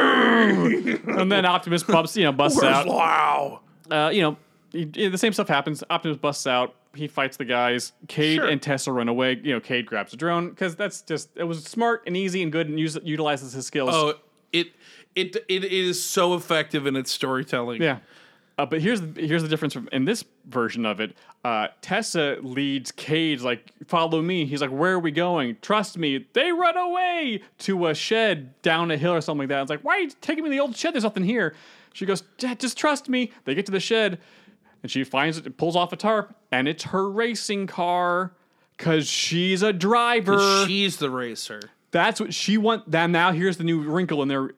Speaker 5: and then Optimus bumps, you know, busts out.
Speaker 1: Wow.
Speaker 5: Uh, you know, he- he- the same stuff happens. Optimus busts out. He fights the guys. Cade
Speaker 3: Sure.
Speaker 5: and Tessa run away. You know, Cade grabs a drone because that's just it was smart and easy and good and use, utilizes his skills.
Speaker 3: Oh, it it it is so effective in its storytelling.
Speaker 5: Yeah. Uh, but here's the, here's the difference from in this version of it. Uh, Tessa leads Cage like follow me. He's like, where are we going? Trust me. They run away to a shed down a hill or something like that. It's like, why are you taking me to the old shed? There's nothing here. She goes, "Dad, just trust me. They get to the shed, and she finds it, pulls off a tarp, and it's her racing car Cause she's a driver.
Speaker 3: She's the racer.
Speaker 5: That's what she want. That now here's the new wrinkle in their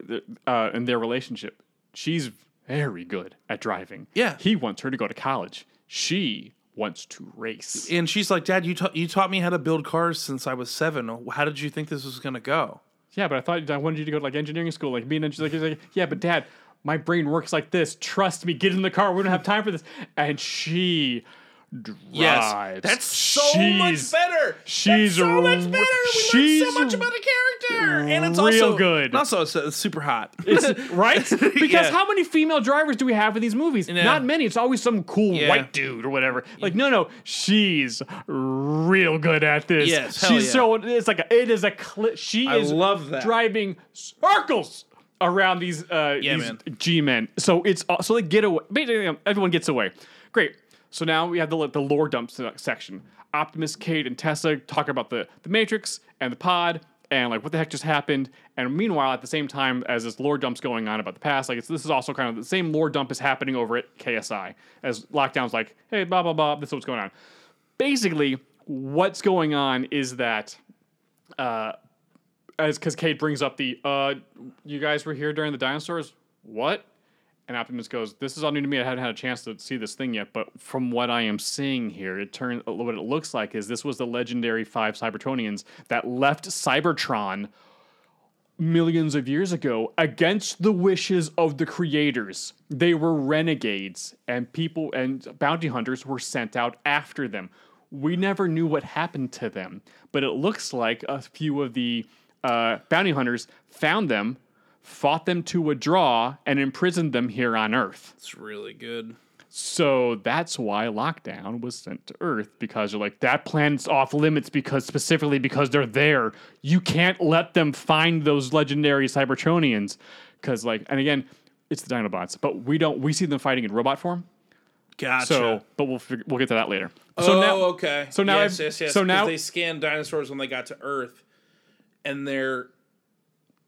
Speaker 5: uh, in their relationship. She's very good at driving.
Speaker 3: Yeah.
Speaker 5: he wants her to go to college. She wants to race.
Speaker 3: And she's like, Dad, you, ta- you taught me how to build cars since I was seven. How did you think this was going to go?
Speaker 5: Yeah, but I thought I wanted you to go to like engineering school, like be an engineer. She's Like, yeah, but dad, my brain works like this. Trust me. Get in the car. We don't have time for this. And she drives.
Speaker 3: That's so
Speaker 5: She's-
Speaker 3: much better.
Speaker 5: she's
Speaker 3: That's so much
Speaker 5: re-
Speaker 3: better. We
Speaker 5: she's
Speaker 3: learned so much about a character, and it's
Speaker 5: real
Speaker 3: also
Speaker 5: good.
Speaker 3: and Also, it's, uh, super hot.
Speaker 5: It's- right? Because
Speaker 3: Yeah.
Speaker 5: how many female drivers do we have in these movies? Not many. It's always some cool
Speaker 3: Yeah.
Speaker 5: white dude or whatever. Like, no, no, she's real good at this.
Speaker 3: Yes,
Speaker 5: she's
Speaker 3: hell yeah.
Speaker 5: so it's like a, it is a cli She
Speaker 3: I
Speaker 5: is
Speaker 3: love that.
Speaker 5: driving circles around these uh
Speaker 3: Yeah,
Speaker 5: these
Speaker 3: man.
Speaker 5: G-men. So it's uh, so they get away. Basically, um, everyone gets away. Great. So now we have the the lore dump se- section. Optimus, Kate, and Tessa talk about the the Matrix and the pod and like what the heck just happened. And meanwhile, at the same time as this lore dump's going on about the past, like it's, this is also kind of the same lore dump is happening over at KSI as lockdowns like, hey, blah blah blah. This is what's going on. Basically, what's going on is that as because Kate brings up the uh, you guys were here during the dinosaurs. What? And Optimus goes, "This is all new to me. I hadn't had a chance to see this thing yet, but from what I am seeing here, it turns what it looks like is this was the legendary five Cybertronians that left Cybertron millions of years ago against the wishes of the creators. They were renegades, and people and bounty hunters were sent out after them. We never knew what happened to them, but it looks like a few of the uh, bounty hunters found them, fought them to a draw, and imprisoned them here on Earth.
Speaker 3: It's really good.
Speaker 5: So that's why lockdown was sent to Earth because you're like that planet's off limits because specifically because they're there. You can't let them find those legendary Cybertronians because like and again, it's the Dinobots, but we don't we see them fighting in robot form.
Speaker 3: Gotcha.
Speaker 5: So, but we'll fig- we'll get to that later.
Speaker 3: oh,
Speaker 5: So now
Speaker 3: okay.
Speaker 5: so now
Speaker 3: yes,
Speaker 5: I've-
Speaker 3: yes, yes.
Speaker 5: so
Speaker 3: 'cause
Speaker 5: now-
Speaker 3: they scanned dinosaurs when they got to Earth, and they're.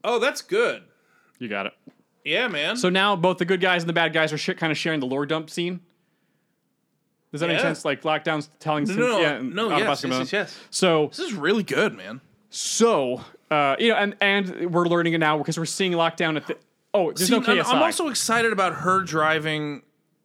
Speaker 3: Oh, that's good.
Speaker 5: you got it.
Speaker 3: Yeah, man.
Speaker 5: So now both the good guys and the bad guys are sh- kind of sharing the lore dump scene. Does that make
Speaker 3: Yeah.
Speaker 5: sense? Like lockdowns telling
Speaker 3: no, no,
Speaker 5: yeah,
Speaker 3: no,
Speaker 5: Autobots
Speaker 3: yes,
Speaker 5: come
Speaker 3: yes,
Speaker 5: out.
Speaker 3: yes, yes.
Speaker 5: So
Speaker 3: This is really good, man.
Speaker 5: So, uh, you know, and and we're learning it now because we're seeing lockdown at the. Oh, there's
Speaker 3: See,
Speaker 5: no
Speaker 3: I'm-
Speaker 5: KSI.
Speaker 3: I'm also excited about her driving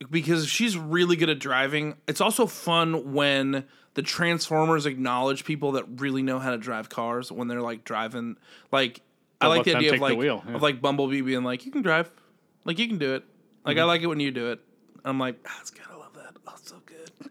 Speaker 3: because she's really good at driving. It's also fun when the Transformers acknowledge people that really know how to drive cars when they're like driving. Like I like
Speaker 5: let
Speaker 3: the
Speaker 5: them
Speaker 3: idea
Speaker 5: take
Speaker 3: of
Speaker 5: the
Speaker 3: like
Speaker 5: wheel, yeah.
Speaker 3: of like Bumblebee being like, "You can drive, like you can do it." Like I like it when you do it. I'm like, ah, it's gotta love that. Oh, it's so good.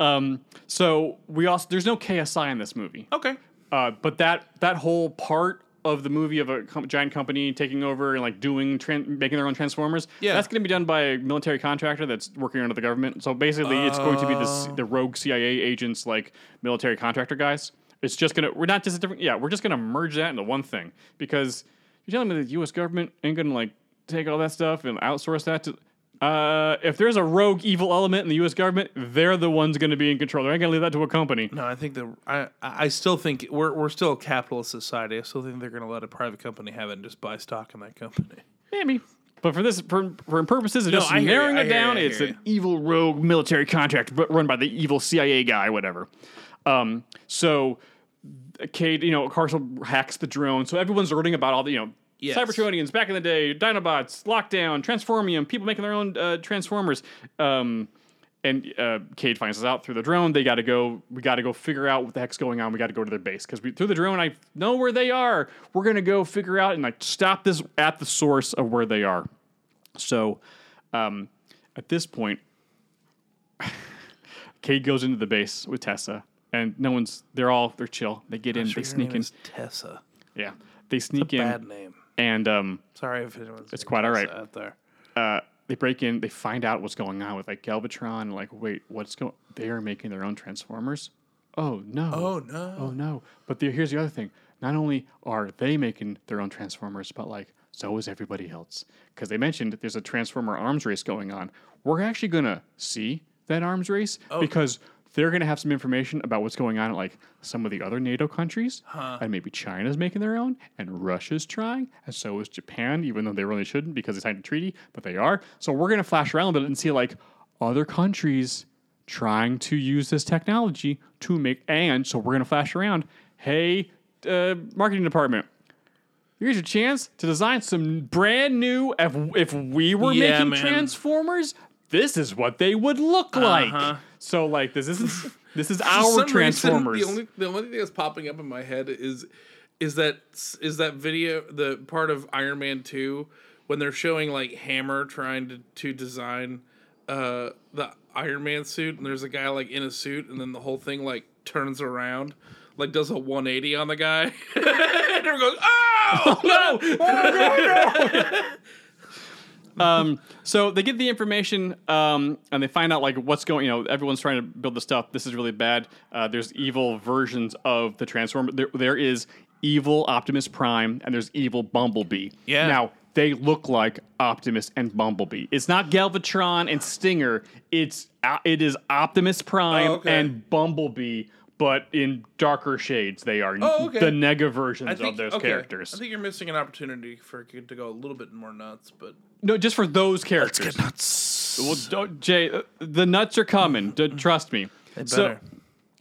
Speaker 5: um, so we also there's no KSI in this movie,
Speaker 3: Okay.
Speaker 5: uh, but that that whole part of the movie of a com- giant company taking over and like doing tran- making their own transformers.
Speaker 3: Yeah.
Speaker 5: that's going to be done by a military contractor that's working under the government. So basically, it's going to be the C- the rogue CIA agents like military contractor guys. It's just gonna we're not just a different yeah we're just gonna merge that into one thing because you're telling me that the U.S. government ain't gonna like take all that stuff and outsource that to. Uh, if there's a rogue evil element in the U.S. government, they're the ones going to be in control. They're not going to leave that to a company.
Speaker 3: No, I think the I I I still think we're we're still a capitalist society. I still think they're gonna let a private company have it and just buy stock in that company.
Speaker 5: Maybe. But for this, for, for purposes of just
Speaker 3: I hear
Speaker 5: narrowing
Speaker 3: you, I
Speaker 5: it
Speaker 3: hear you,
Speaker 5: down,
Speaker 3: I hear
Speaker 5: it's
Speaker 3: you.
Speaker 5: an evil rogue military contract but run by the evil CIA guy, whatever. Um, so, Cade, you know, Carson hacks the drone. So everyone's learning about all the, you know,
Speaker 3: Yes.
Speaker 5: Cybertronians back in the day, Dinobots, Lockdown, Transformium, people making their own uh, Transformers. Um, and uh, Cade finds us out through the drone. They got to go. We got to go figure out what the heck's going on. We got to go to their base because we through the drone. I know where they are. We're gonna go figure out and like stop this at the source of where they are. So, um, at this point, Cade goes into the base with Tessa, and no one's. They're all they're chill. They get in. They sneak in.
Speaker 3: Tessa.
Speaker 5: Yeah, they sneak
Speaker 3: Bad
Speaker 5: in,
Speaker 3: name.
Speaker 5: and um,
Speaker 3: Sorry if anyone's. It's
Speaker 5: quite all right.
Speaker 3: out there.
Speaker 5: uh, they break in, they find out what's going on with like Galvatron. and, Like, wait, what's going? They are making their own Transformers. Oh no!
Speaker 3: Oh no!
Speaker 5: Oh no! But the, here's the other thing: not only are they making their own Transformers, but like so is everybody else. Because they mentioned that there's a Transformer arms race going on. We're actually gonna see that arms race because they're gonna have some information about what's going on at like some of the other NATO countries, and maybe China's making their own, and Russia's trying, and so is Japan, even though they really shouldn't because they signed a treaty, but they are. So we're gonna flash around a bit and see like other countries trying to use this technology to make. And so we're going to flash around. Hey, uh, marketing department. Here's your chance to design some brand new. If, if we were
Speaker 3: Yeah,
Speaker 5: making
Speaker 3: man. Uh-huh.
Speaker 5: transformers, this is what they would look like. So like this is this is
Speaker 3: For
Speaker 5: our
Speaker 3: some reason,
Speaker 5: transformers.
Speaker 3: the only the only thing that's popping up in my head is is that is that video the part of Iron Man two when they're showing like Hammer trying to to design uh the Iron Man suit and there's a guy like in a suit and then the whole thing like turns around like does a 180 on the guy and everyone goes oh no
Speaker 5: Um, So they get the information um, and they find out like what's going. You know, everyone's trying to build the stuff. This is really bad. Uh, there's evil versions of the Transformer. There, there is evil Optimus Prime and there's evil Bumblebee.
Speaker 3: Yeah.
Speaker 5: Now they look like Optimus and Bumblebee. It's not Galvatron and Stinger. It's uh, it is Optimus Prime
Speaker 3: Oh, okay.
Speaker 5: and Bumblebee. But in darker shades, they are
Speaker 3: Oh, okay.
Speaker 5: the nega versions
Speaker 3: I think,
Speaker 5: of those
Speaker 3: okay,
Speaker 5: characters.
Speaker 3: I think you're missing an opportunity for it to go a little bit more nuts but
Speaker 5: No, just for those characters. Well, don't, Jay, uh, the nuts are coming. d- trust me. So,
Speaker 3: better.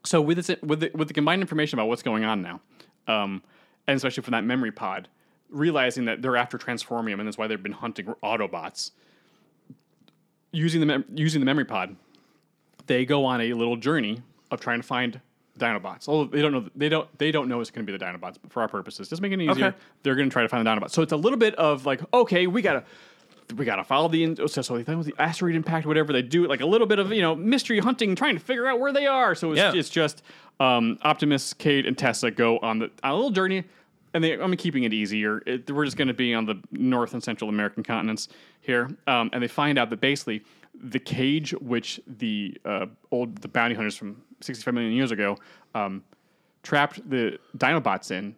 Speaker 5: so with this, with the, with the combined information about what's going on now, um, and especially from that memory pod, realizing that they're after Transformium and that's why they've been hunting Autobots. Using the mem- using the memory pod, they go on a little journey of trying to find Dinobots. Although they don't know they don't they don't know it's going to be the Dinobots, but for our purposes, just make it easier.
Speaker 3: Okay.
Speaker 5: They're going to try to find the Dinobots. So it's a little bit of like, okay, we gotta we gotta follow the in- oh, so, so they think with the asteroid impact, whatever they do, like a little bit of you know mystery hunting, trying to figure out where they are. So it's,
Speaker 3: Yeah.
Speaker 5: it's just um, Optimus, Kate, and Tessa go on the on a little journey, and they I'm keeping it easier. It, we're just going to be on the North and Central American continents here, um, and they find out that basically the cage which the uh, old the bounty hunters from 65 million years ago um, trapped the Dinobots in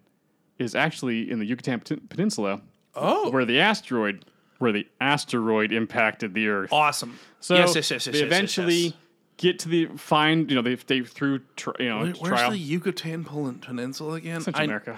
Speaker 5: is actually in the Yucatan Pen- Peninsula. Oh, where the asteroid where the asteroid impacted the Earth.
Speaker 3: awesome
Speaker 5: So they eventually get to the find. You know, they they through tri- you know
Speaker 3: where's
Speaker 5: trial.
Speaker 3: the Yucatan Pen- Peninsula again
Speaker 5: Central
Speaker 3: I-
Speaker 5: America,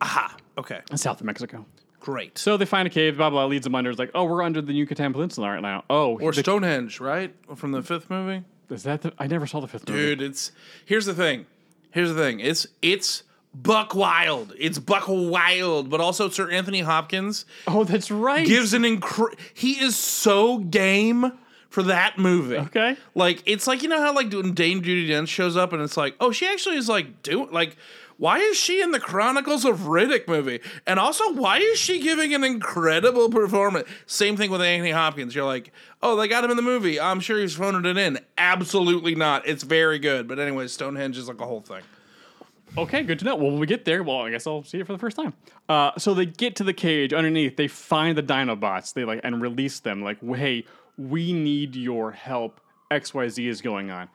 Speaker 3: aha okay
Speaker 5: south of Mexico.
Speaker 3: great
Speaker 5: So they find a cave. Blah blah. Leads them under. It's like, oh, we're under the Yucatan Peninsula right now. Oh,
Speaker 3: Or
Speaker 5: the-
Speaker 3: Stonehenge, right? From the fifth movie?
Speaker 5: is that the? I never saw the fifth movie.
Speaker 3: Dude, it's here's the thing. Here's the thing. It's it's buck wild. It's buck wild, but also Sir Anthony Hopkins
Speaker 5: Oh, that's right.
Speaker 3: gives an incre- he is so game for that movie.
Speaker 5: Okay.
Speaker 3: Like it's like you know how like when Dame Judy Dench shows up and it's like, "Oh, she actually is like doing like why is she in the Chronicles of Riddick movie? And also, why is she giving an incredible performance? Same thing with Anthony Hopkins. You're like, oh, they got him in the movie. I'm sure he's phoning it in. Absolutely not. It's very good. But anyway, Stonehenge is like a whole thing.
Speaker 5: Okay, good to know. Well, when we get there, well, I guess I'll see it for the first time. Uh, so they get to the cage underneath. They find the Dinobots. They like and release them. Like, hey, we need your help. X Y Z is going on.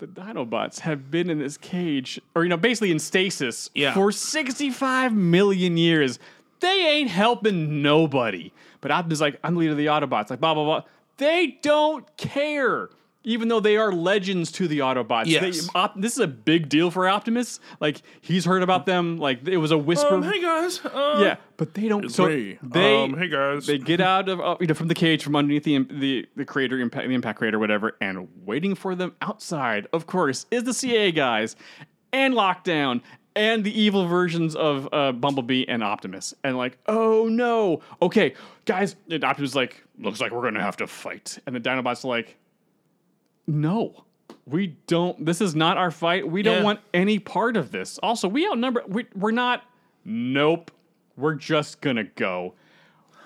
Speaker 5: The Dinobots have been in this cage, or you know, basically in stasis
Speaker 3: Yeah.
Speaker 5: for 65 million years. They ain't helping nobody. But Optimus is like, I'm the leader of the Autobots. Like, blah blah blah. They don't care. Even though they are legends to the Autobots,
Speaker 3: Yes.
Speaker 5: They- Op- this is a big deal for Optimus. Like he's heard about them. Like it was a whisper.
Speaker 3: Um, hey guys. Uh,
Speaker 5: yeah, but they don't. So
Speaker 3: me.
Speaker 5: they
Speaker 3: Um, hey, guys.
Speaker 5: they get out of uh, you know from the cage from underneath the the the crater impact the impact crater whatever, and waiting for them outside. Of course, is the CA guys and lockdown. And the evil versions of uh, Bumblebee and Optimus, and like, oh no, okay, guys. And Optimus is like, looks like we're gonna have to fight, and the Dinobots are like, no we don't this is not our fight we don't
Speaker 3: Yeah.
Speaker 5: want any part of this also we outnumber we, we're not nope we're just gonna go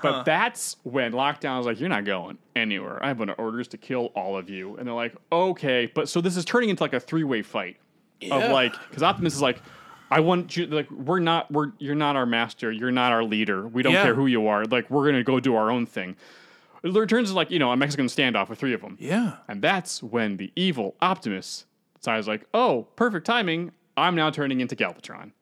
Speaker 5: but that's when lockdown is like you're not going anywhere i have an orders to kill all of you and they're like okay but so this is turning into like a three-way fight of like because optimus is like i want you like we're not we're you're not our master you're not our leader we don't
Speaker 3: Yeah.
Speaker 5: care who you are like we're gonna go do our own thing it turns into like you know a mexican standoff with three of them
Speaker 3: Yeah.
Speaker 5: and that's when the evil Optimus decides, like, oh, perfect timing. I'm now turning into Galvatron.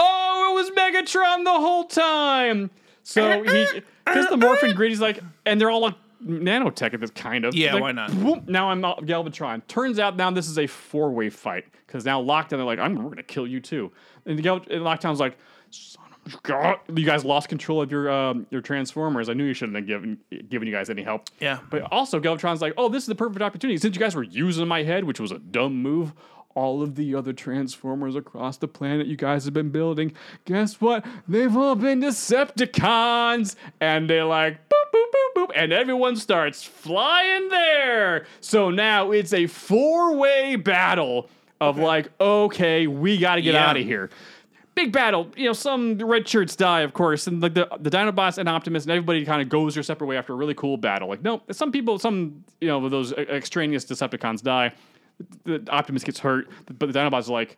Speaker 5: Oh, it was Megatron the whole time. So he, because the morphin grid, he's like, and they're all like nanotech at this kind of.
Speaker 3: Yeah,
Speaker 5: Like,
Speaker 3: why not?
Speaker 5: whoop, now I'm out Galvatron. Turns out now this is a four way fight because now Lockdown, they're like, I'm, we're going to kill you too. And, Gal- and Lockdown's like, son of you guys lost control of your um, your transformers. I knew you shouldn't have given given you guys any help.
Speaker 3: Yeah.
Speaker 5: But also Galvatron's like, oh, this is the perfect opportunity. Since you guys were using my head, which was a dumb move, all of the other transformers across the planet you guys have been building, guess what? They've all been Decepticons. And they're like, boop, boop, boop, boop. And everyone starts flying there. So now it's a four-way battle of like, okay, we gotta get
Speaker 3: Yeah.
Speaker 5: out of here big battle. You know, some red shirts die, of course, and like the the Dinobots and Optimus and everybody kind of goes their separate way after a really cool battle. Like, no, some people, some you know, those e- extraneous Decepticons die. The the Optimus gets hurt, but the Dinobots are like,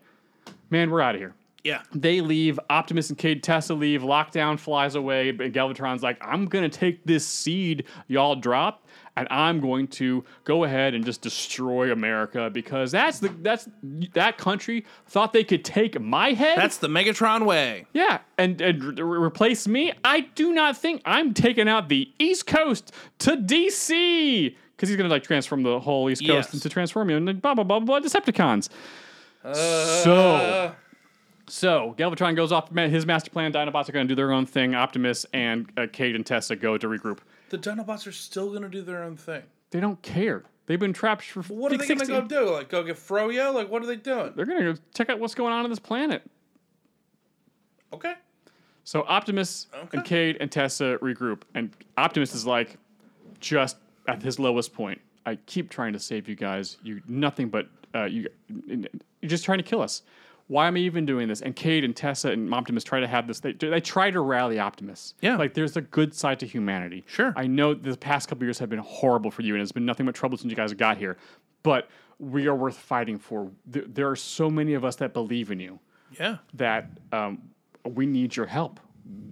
Speaker 5: man, we're out of here.
Speaker 3: Yeah.
Speaker 5: They leave. Optimus and Kid Tessa leave. Lockdown flies away. And Galvatron's like, I'm going to take this seed y'all dropped, and I'm going to go ahead and just destroy America because that's the that's that country thought they could take my head.
Speaker 3: That's the Megatron way.
Speaker 5: yeah, and and re- replace me. I do not think I'm taking out the East Coast to DC because he's going to like transform the whole East Coast
Speaker 3: Yes.
Speaker 5: into transform you into blah blah blah blah Decepticons. so so Galvatron goes off ma- his master plan. Dinobots are going to do their own thing. Optimus and uh, Cade and Tessa go to regroup.
Speaker 3: The Dinobots are still gonna do their own thing.
Speaker 5: They don't care. They've been trapped for
Speaker 3: What are they gonna
Speaker 5: 60
Speaker 3: go do? Like go get Froyo? Like what are they doing?
Speaker 5: They're going to go check out what's going on on this planet.
Speaker 3: Okay.
Speaker 5: So Optimus
Speaker 3: Okay.
Speaker 5: and Cade and Tessa regroup, and Optimus is like just at his lowest point. I keep trying to save you guys. You nothing but uh, you. You're just trying to kill us. Why am I even doing this? And Cade and Tessa and Optimus try to have this. They, they try to rally Optimus.
Speaker 3: Yeah.
Speaker 5: like there's a good side to humanity.
Speaker 3: Sure.
Speaker 5: I know the past couple years have been horrible for you, and it's been nothing but trouble since you guys got here. But we are worth fighting for. There, there are so many of us that believe in you
Speaker 3: Yeah.
Speaker 5: that um, we need your help.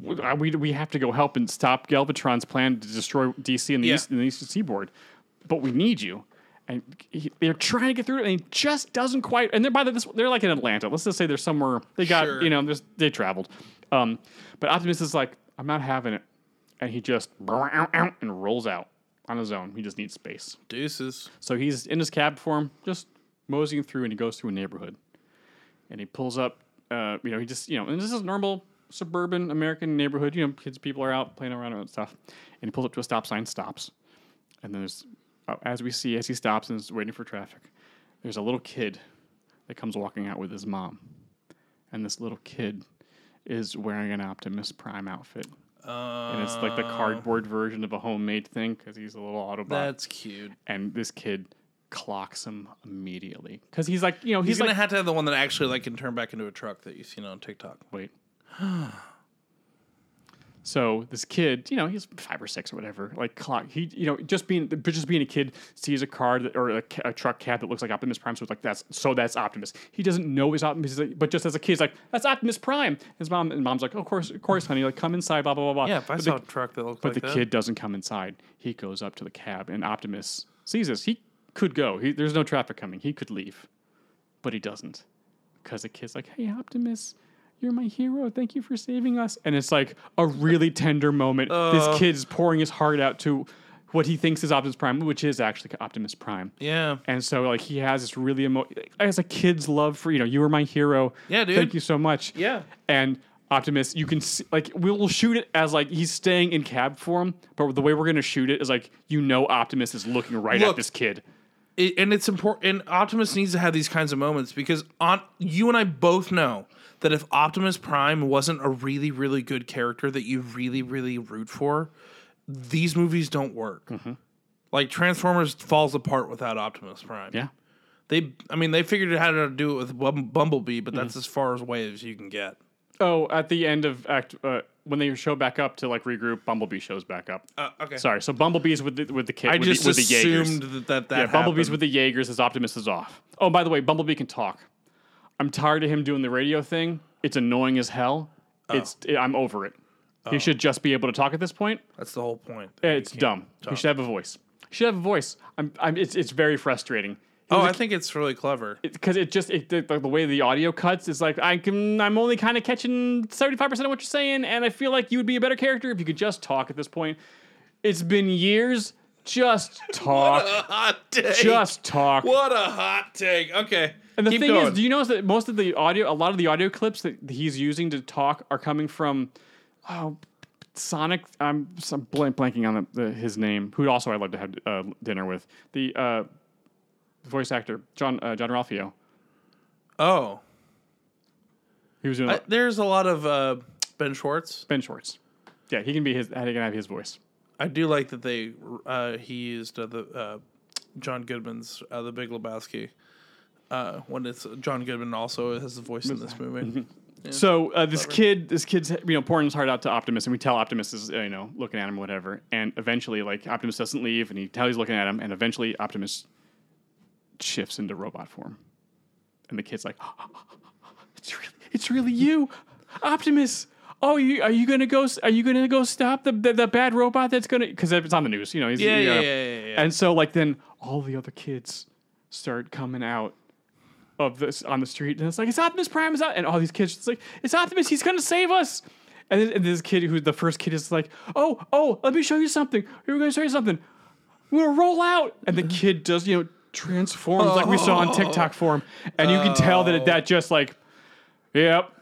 Speaker 5: We, I- we, we have to go help and stop Galvatron's plan to destroy DC and the,
Speaker 3: Yeah.
Speaker 5: east, and the eastern seaboard, but we need you. And he, they're trying to get through it, and he just doesn't quite. And they're by the, this, they're like in Atlanta. Let's just say they're somewhere they got
Speaker 3: Sure.
Speaker 5: you know there's, they traveled. Um, but Optimus is like, I'm not having it, and he just and rolls out on his own. He just needs space.
Speaker 3: Deuces.
Speaker 5: So he's in his cab form, just moseying through, and he goes through a neighborhood, and he pulls up. Uh, you know, he just you know, and this is normal suburban American neighborhood. You know, kids, people are out playing around and stuff, and he pulls up to a stop sign, stops, and there's uh, as we see as he stops and is waiting for traffic, there's a little kid that comes walking out with his mom, and this little kid is wearing an Optimus Prime outfit. and it's like the cardboard version of a homemade thing because he's a little Autobot
Speaker 3: That's cute.
Speaker 5: and this kid clocks him immediately because he's like, you know,
Speaker 3: He's,
Speaker 5: he's,
Speaker 3: gonna
Speaker 5: like,
Speaker 3: have to have the one that actually like can turn back into a truck that you've seen on TikTok.
Speaker 5: wait. so this kid, you know, he's five or six or whatever. Like clock, he, you know, just being but just being a kid, sees a car that, or a, ca- a truck cab that looks like Optimus Prime. So it's like that's so that's Optimus. He doesn't know his Optimus, he's like- but just as a kid, he's like that's Optimus Prime. His mom and mom's like, oh, of course, of course, honey, like come inside, blah blah blah blah.
Speaker 3: Yeah, if I
Speaker 5: But the-
Speaker 3: saw a truck that looked
Speaker 5: But
Speaker 3: like
Speaker 5: the
Speaker 3: that.
Speaker 5: kid doesn't come inside. He goes up to the cab, and Optimus sees this. He could go. He, there's no traffic coming. He could leave, but he doesn't because the kid's like, "Hey, Optimus." You're my hero. Thank you for saving us. And it's like a really tender moment.
Speaker 3: Uh.
Speaker 5: this kid's pouring his heart out to what he thinks is Optimus Prime, which is actually Optimus Prime.
Speaker 3: Yeah.
Speaker 5: And so, like, he has this really emo- as a kid's love for you know, you were my hero.
Speaker 3: Yeah, dude.
Speaker 5: Thank you so much.
Speaker 3: Yeah.
Speaker 5: And Optimus, you can see, like, we'll shoot it as like he's staying in cab form, but the way we're gonna shoot it is like you know, Optimus is looking right at
Speaker 3: Look.
Speaker 5: this kid.
Speaker 3: it, and it's important. And Optimus needs to have these kinds of moments because on you and I both know that if Optimus Prime wasn't a really, really good character that you really, really root for, these movies don't work.
Speaker 5: Mm-hmm.
Speaker 3: Like Transformers falls apart without Optimus Prime.
Speaker 5: Yeah.
Speaker 3: They, I mean, they figured out how to do it with Bum- Bumblebee,
Speaker 5: Mm-hmm.
Speaker 3: but that's as far away as you can get.
Speaker 5: Oh, at the end of act uh, when they show back up to like regroup, Bumblebee shows back up.
Speaker 3: Uh, okay.
Speaker 5: Sorry, so Bumblebee's with the, with the kid.
Speaker 3: I
Speaker 5: with
Speaker 3: just
Speaker 5: the, with the Jaegers.
Speaker 3: assumed that that, that
Speaker 5: Yeah, Bumblebee's
Speaker 3: happened.
Speaker 5: with the Jaegers as Optimus is off. Oh, by the way, Bumblebee can talk. I'm tired of him doing the radio thing. It's annoying as hell.
Speaker 3: Oh.
Speaker 5: It's I'm over it. He should just be able to talk at this point.
Speaker 3: That's the whole point.
Speaker 5: It's dumb. He should have a voice. He should have a voice. I'm, I'm it's it's very frustrating.
Speaker 3: Oh, I think it's really clever.
Speaker 5: Because it just it, the, the way the audio cuts is like I can I'm only kind of catching seventy five percent of what you're saying, and I feel like you would be a better character if you could just talk at this point. It's been years. Just talk.
Speaker 3: Hot take.
Speaker 5: just talk.
Speaker 3: What a hot take. Okay.
Speaker 5: And the
Speaker 3: Keep
Speaker 5: thing
Speaker 3: going.
Speaker 5: is, do you notice that most of the audio, a lot of the audio clips that he's using to talk are coming from oh, Sonic? I'm, I'm blank, blanking on the, the, his name, who also I'd love to have uh, dinner with. The uh, voice actor, John uh, John Ralphio.
Speaker 3: oh,
Speaker 5: He was doing
Speaker 3: I- there's a lot of uh, Ben Schwartz.
Speaker 5: Ben Schwartz. Yeah, he can be his. He can have his voice.
Speaker 3: I do like that they uh, he used uh, the uh, John Goodman's uh, The Big Lebowski. Uh, when it's John Goodman also has a voice in this movie.
Speaker 5: So uh, this kid, this kid's you know pouring his heart out to Optimus, and we tell Optimus is uh, you know looking at him, whatever. And eventually, like Optimus doesn't leave, and he tell he's looking at him, and eventually Optimus shifts into robot form, and the kid's like, "It's really, it's really you, Optimus." Oh, you, are you gonna go? s- Are you gonna go stop the the, the bad robot that's gonna? Because it's on the news, you know. He's,
Speaker 3: Yeah,
Speaker 5: you
Speaker 3: yeah,
Speaker 5: know.
Speaker 3: yeah, yeah, yeah.
Speaker 5: And so, like, then all the other kids start coming out of this on the street, and it's like it's Optimus Prime is out, and all these kids just like it's Optimus, he's gonna save us. And, then, and this kid, who the first kid, is like, oh, oh, let me show you something. We're gonna show you something. We're gonna roll out, and the kid does, you know, transforms like we saw on TikTok for him, and you can tell that it, that just like, yep.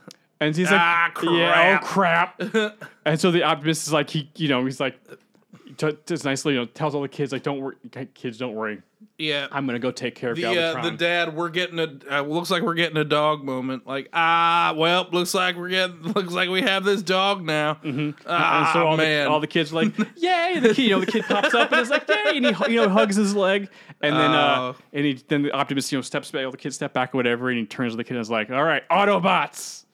Speaker 5: And he's like,
Speaker 3: Ah,
Speaker 5: yeah, oh crap. and so the Optimus is like, he, you know, he's like, t- just nicely, you know, tells all the kids like, don't worry, kids, don't worry.
Speaker 3: yeah.
Speaker 5: I'm gonna go take care of
Speaker 3: the
Speaker 5: Galvatron.
Speaker 3: uh, the dad we're getting a uh, looks like we're getting a dog moment like ah well looks like we're getting looks like we have this dog now ah
Speaker 5: Mm-hmm. And so all,
Speaker 3: man
Speaker 5: The, all the kids are like, "Yay!" The kid, you know, the kid pops up and is like, "Yay!" And he, you know, hugs his leg, and then, uh,
Speaker 3: Oh.
Speaker 5: and he, then the Optimus, you know, steps back. All the kids step back or whatever, and he turns to the kid and is like, "All right, Autobots,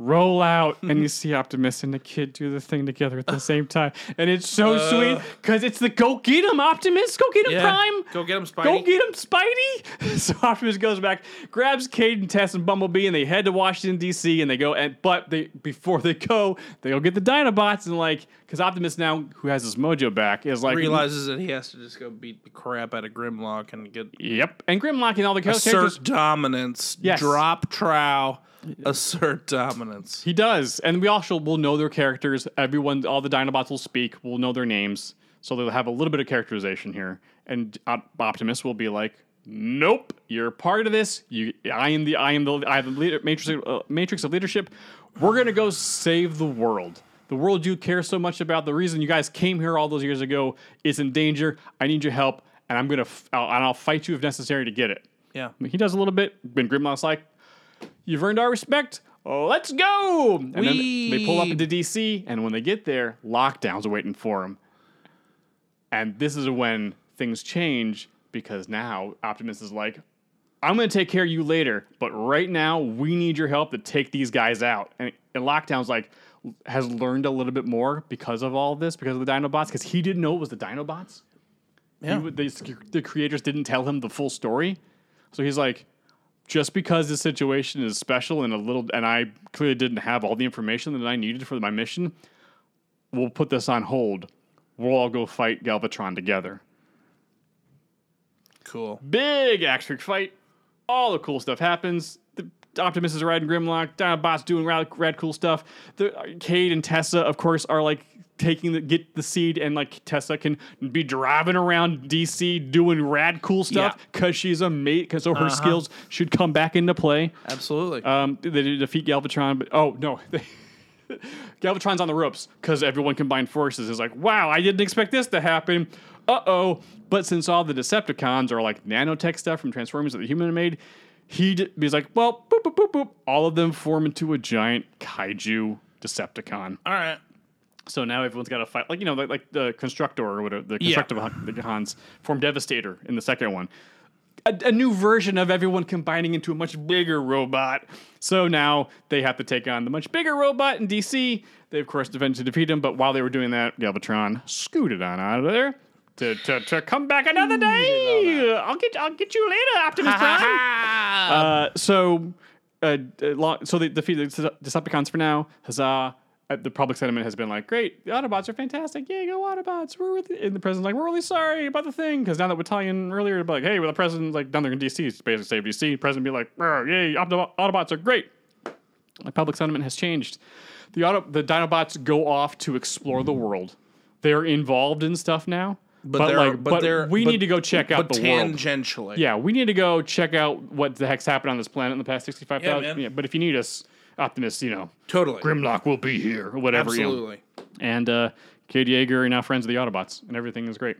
Speaker 5: roll out!" and you see Optimus and the kid do the thing together at the same time, and it's so sweet because it's the go get him, Optimus, go get him,
Speaker 3: Uh. Yeah.
Speaker 5: Prime,
Speaker 3: go get him Spidey
Speaker 5: Go get him, Spidey! So Optimus goes back, grabs Cade and Tess and Bumblebee, and they head to Washington D.C. and they go. And but they before they go, they go get the Dinobots and like because Optimus now who has his mojo back is like
Speaker 3: realizes that he has to just go beat the crap out of Grimlock and get
Speaker 5: Yep, and Grimlock and all the characters.
Speaker 3: assert dominance
Speaker 5: Yes.
Speaker 3: drop trow assert dominance
Speaker 5: He does, and we also will know their characters. Everyone, all the Dinobots will speak. We'll know their names, so they'll have a little bit of characterization here. And Op- Optimus will be like, "Nope, you're part of this. You, I am the, I am the, I have the leader, matrix, uh, matrix of leadership. We're gonna go save the world. The world you care so much about. The reason you guys came here all those years ago is in danger. I need your help, and I'm gonna, f- I'll, and I'll fight you if necessary to get it."
Speaker 3: yeah
Speaker 5: He does a little bit. Then Grimlock's like, "You've earned our respect. Let's go!" And then they pull up
Speaker 3: Whee!
Speaker 5: into DC, and when they get there, lockdowns are waiting for them. And this is when things change because now Optimus is like, "I'm going to take care of you later, but right now we need your help to take these guys out." And, and lockdown's like has learned a little bit more because of all this, because of the Dinobots, because he didn't know it was the Dinobots
Speaker 3: yeah
Speaker 5: he, the, the creators didn't tell him the full story. So he's like, just because this situation is special and a little, and I clearly didn't have all the information that I needed for my mission, we'll put this on hold. We'll all go fight Galvatron together.
Speaker 3: cool
Speaker 5: Big action fight. All the cool stuff happens. The Optimus is riding Grimlock. Dinobot's doing rad, rad cool stuff. The Cade and Tessa, of course, are like taking the get the seed, and like Tessa can be driving around DC doing rad cool stuff
Speaker 3: Yeah.
Speaker 5: because she's a mate. Because so her skills should come back into play.
Speaker 3: absolutely
Speaker 5: Um, they did defeat Galvatron, but oh no, they, Galvatron's on the ropes because everyone combined forces. Is like, wow, I didn't expect this to happen. Uh oh. But since all the Decepticons are like nanotech stuff from Transformers that the human made, he d- he's like, well, boop boop boop boop. All of them form into a giant kaiju Decepticon.
Speaker 3: all right
Speaker 5: So now everyone's got to fight, like you know, like, like the Constructor or whatever the Constructicons form Devastator in the second one. A, a new version of everyone combining into a much bigger robot. So now they have to take on the much bigger robot in DC. They of course eventually defeat him, but while they were doing that, Galvatron scooted on out of there to, to, to come back another day. I'll get I'll get you later, Optimus Prime. Uh, so, uh, uh, lo- so they defeat the Decepticons for now. Huzzah! Uh, the public sentiment has been like, "Great, the Autobots are fantastic! Yay, go Autobots!" We're with and the president's like, "We're really sorry about the thing," because now that Battalion earlier, but like, "Hey, well, the president's like down there in DC, it's basically save DC." The president be like, "Oh, "Yay, Autob- Autobots are great!" The public sentiment has changed. The auto, the Dinobots go off to explore the world. They're involved in stuff now.
Speaker 3: but,
Speaker 5: But
Speaker 3: they're,
Speaker 5: like,
Speaker 3: but,
Speaker 5: but
Speaker 3: they're
Speaker 5: we
Speaker 3: but-
Speaker 5: need to go check out
Speaker 3: but
Speaker 5: the world.
Speaker 3: tangentially.
Speaker 5: Yeah, we need to go check out what the heck's happened on this planet in the past sixty-five thousand.
Speaker 3: Yeah, man.
Speaker 5: but if you need us, optimist, you know,
Speaker 3: totally,
Speaker 5: Grimlock will be here or whatever. you know.
Speaker 3: absolutely,
Speaker 5: And uh, Kid Yeager are now friends of the Autobots, and everything is great.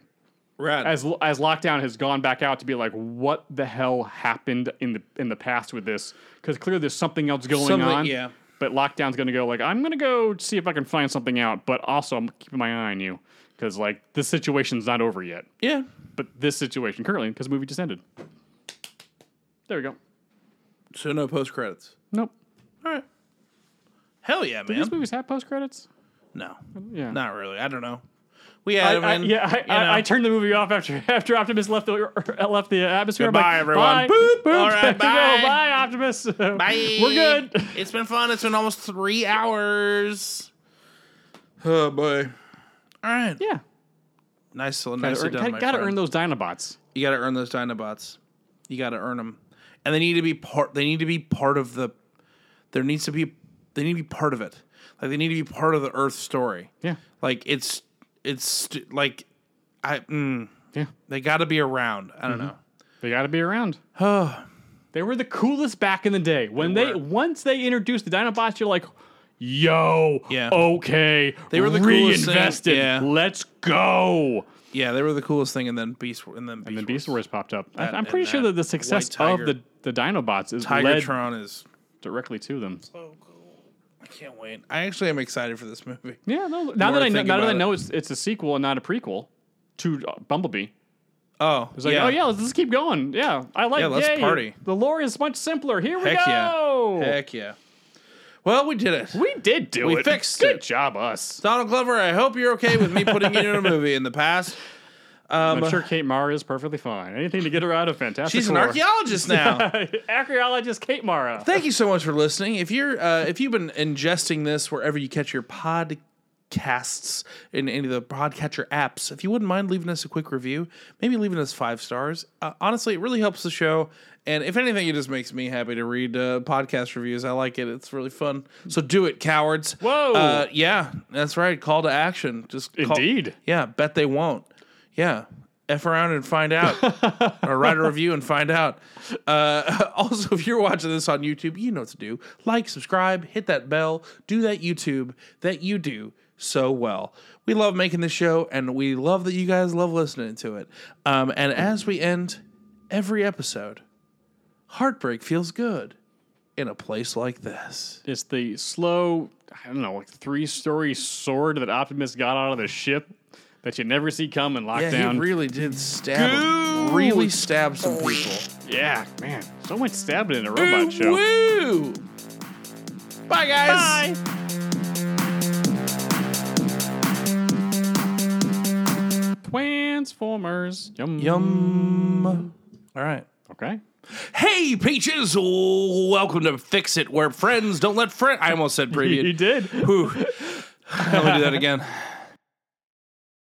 Speaker 3: rad.
Speaker 5: As as lockdown has gone back out to be like, what the hell happened in the in the past with this? Because clearly there's something else going
Speaker 3: Something-
Speaker 5: on.
Speaker 3: yeah.
Speaker 5: But lockdown's gonna go like, I'm gonna go see if I can find something out, but also I'm keeping my eye on you because like this situation's not over yet.
Speaker 3: yeah,
Speaker 5: But this situation currently because the movie just ended. There we go.
Speaker 3: so no post credits.
Speaker 5: Nope.
Speaker 3: All right, hell yeah, man.
Speaker 5: These movies have post credits.
Speaker 3: no,
Speaker 5: Yeah.
Speaker 3: not really. I don't know. We had
Speaker 5: I,
Speaker 3: him
Speaker 5: I-
Speaker 3: in,
Speaker 5: yeah, I,
Speaker 3: you know.
Speaker 5: I, I turned the movie off after after Optimus left the er, left the atmosphere. I'm
Speaker 3: Goodbye,
Speaker 5: like,
Speaker 3: everyone.
Speaker 5: Bye.
Speaker 3: Boop.
Speaker 5: boop.
Speaker 3: All right,
Speaker 5: There you
Speaker 3: bye.
Speaker 5: go. bye, Optimus.
Speaker 3: Bye.
Speaker 5: We're good.
Speaker 3: It's been fun. It's been almost three hours. Oh boy. All right.
Speaker 5: Yeah,
Speaker 3: Nice.
Speaker 5: gotta,
Speaker 3: Nicely
Speaker 5: earn,
Speaker 3: done.
Speaker 5: gotta,
Speaker 3: my
Speaker 5: gotta
Speaker 3: friend.
Speaker 5: earn those Dinobots.
Speaker 3: You got to earn those Dinobots. You got to earn them, and they need to be part. They need to be part of the. There needs to be. They need to be part of it. Like they need to be part of the Earth story.
Speaker 5: Yeah,
Speaker 3: Like it's it's st- like I. Mm,
Speaker 5: yeah, Mm-hmm.
Speaker 3: they got to be around. I don't know.
Speaker 5: they gotta be around. they were the coolest back in the day. When they,
Speaker 3: were.
Speaker 5: once they introduced the Dinobots, you're like, yo,
Speaker 3: Yeah.
Speaker 5: okay, they
Speaker 3: were the coolest thing.
Speaker 5: reinvested.
Speaker 3: Yeah.
Speaker 5: Let's go.
Speaker 3: Yeah, they were the coolest thing, and then Beast Wa- and then Beast,
Speaker 5: And then Beast Wars popped up. I,
Speaker 3: That-
Speaker 5: I'm pretty
Speaker 3: and
Speaker 5: sure
Speaker 3: that
Speaker 5: that the success
Speaker 3: White
Speaker 5: of
Speaker 3: Tiger.
Speaker 5: the the Dinobots is led
Speaker 3: Tigertron is.
Speaker 5: directly to them.
Speaker 3: I can't wait. I actually am excited for this movie.
Speaker 5: Yeah, no, now
Speaker 3: more
Speaker 5: that
Speaker 3: I
Speaker 5: I know,
Speaker 3: think
Speaker 5: now that
Speaker 3: about
Speaker 5: I
Speaker 3: it.
Speaker 5: know it's it's a sequel and not a prequel to uh, Bumblebee.
Speaker 3: Oh,
Speaker 5: It's like, oh yeah, let's just keep going. Yeah, I like.
Speaker 3: Yeah, let's
Speaker 5: yay,
Speaker 3: party.
Speaker 5: The lore is much simpler. Here we
Speaker 3: Heck yeah.
Speaker 5: go.
Speaker 3: Heck yeah. Well, we did it.
Speaker 5: We did do
Speaker 3: We
Speaker 5: it.
Speaker 3: fixed
Speaker 5: Good
Speaker 3: it.
Speaker 5: job, us.
Speaker 3: Donald Glover, I hope you're okay with me putting you in a movie in the past.
Speaker 5: I'm sure Kate Mara is perfectly fine. Anything to get her out of fantastic.
Speaker 3: She's an
Speaker 5: lore.
Speaker 3: archaeologist now.
Speaker 5: Archaeologist Kate Mara.
Speaker 3: Thank you so much for listening. If you're uh, if you've been ingesting this wherever you catch your podcasts in any of the podcatcher apps, if you wouldn't mind leaving us a quick review, maybe leaving us five stars. Uh, honestly, it really helps the show. And if anything, it just makes me happy to read uh, podcast reviews. I like it. It's really fun. So do it, cowards.
Speaker 5: Whoa.
Speaker 3: Uh, yeah, that's right. Call to action. Just call-
Speaker 5: Indeed.
Speaker 3: Yeah, bet they won't. Yeah. F around and find out, or write a review and find out. Uh, also, if you're watching this on YouTube, you know what to do. Like, subscribe, hit that bell, do that YouTube that you do so well. We love making this show, and we love that you guys love listening to it. Um, and as we end every episode, heartbreak feels good in a place like this.
Speaker 5: It's the slow, I don't know, like three story sword that Optimus got out of the ship that you never see come and lock
Speaker 3: Yeah,
Speaker 5: down.
Speaker 3: he really did stab, really stab some people.
Speaker 5: yeah, man. Someone stabbed it in a robot show.
Speaker 3: Woo! Bye, guys.
Speaker 5: Bye. Transformers. Yum.
Speaker 3: Yum. Um, All right.
Speaker 5: Okay.
Speaker 3: Hey, peaches! Welcome to Fix It, where friends don't let friends. I almost said
Speaker 5: You
Speaker 3: preview.
Speaker 5: did.
Speaker 3: Whew. Let me do that again.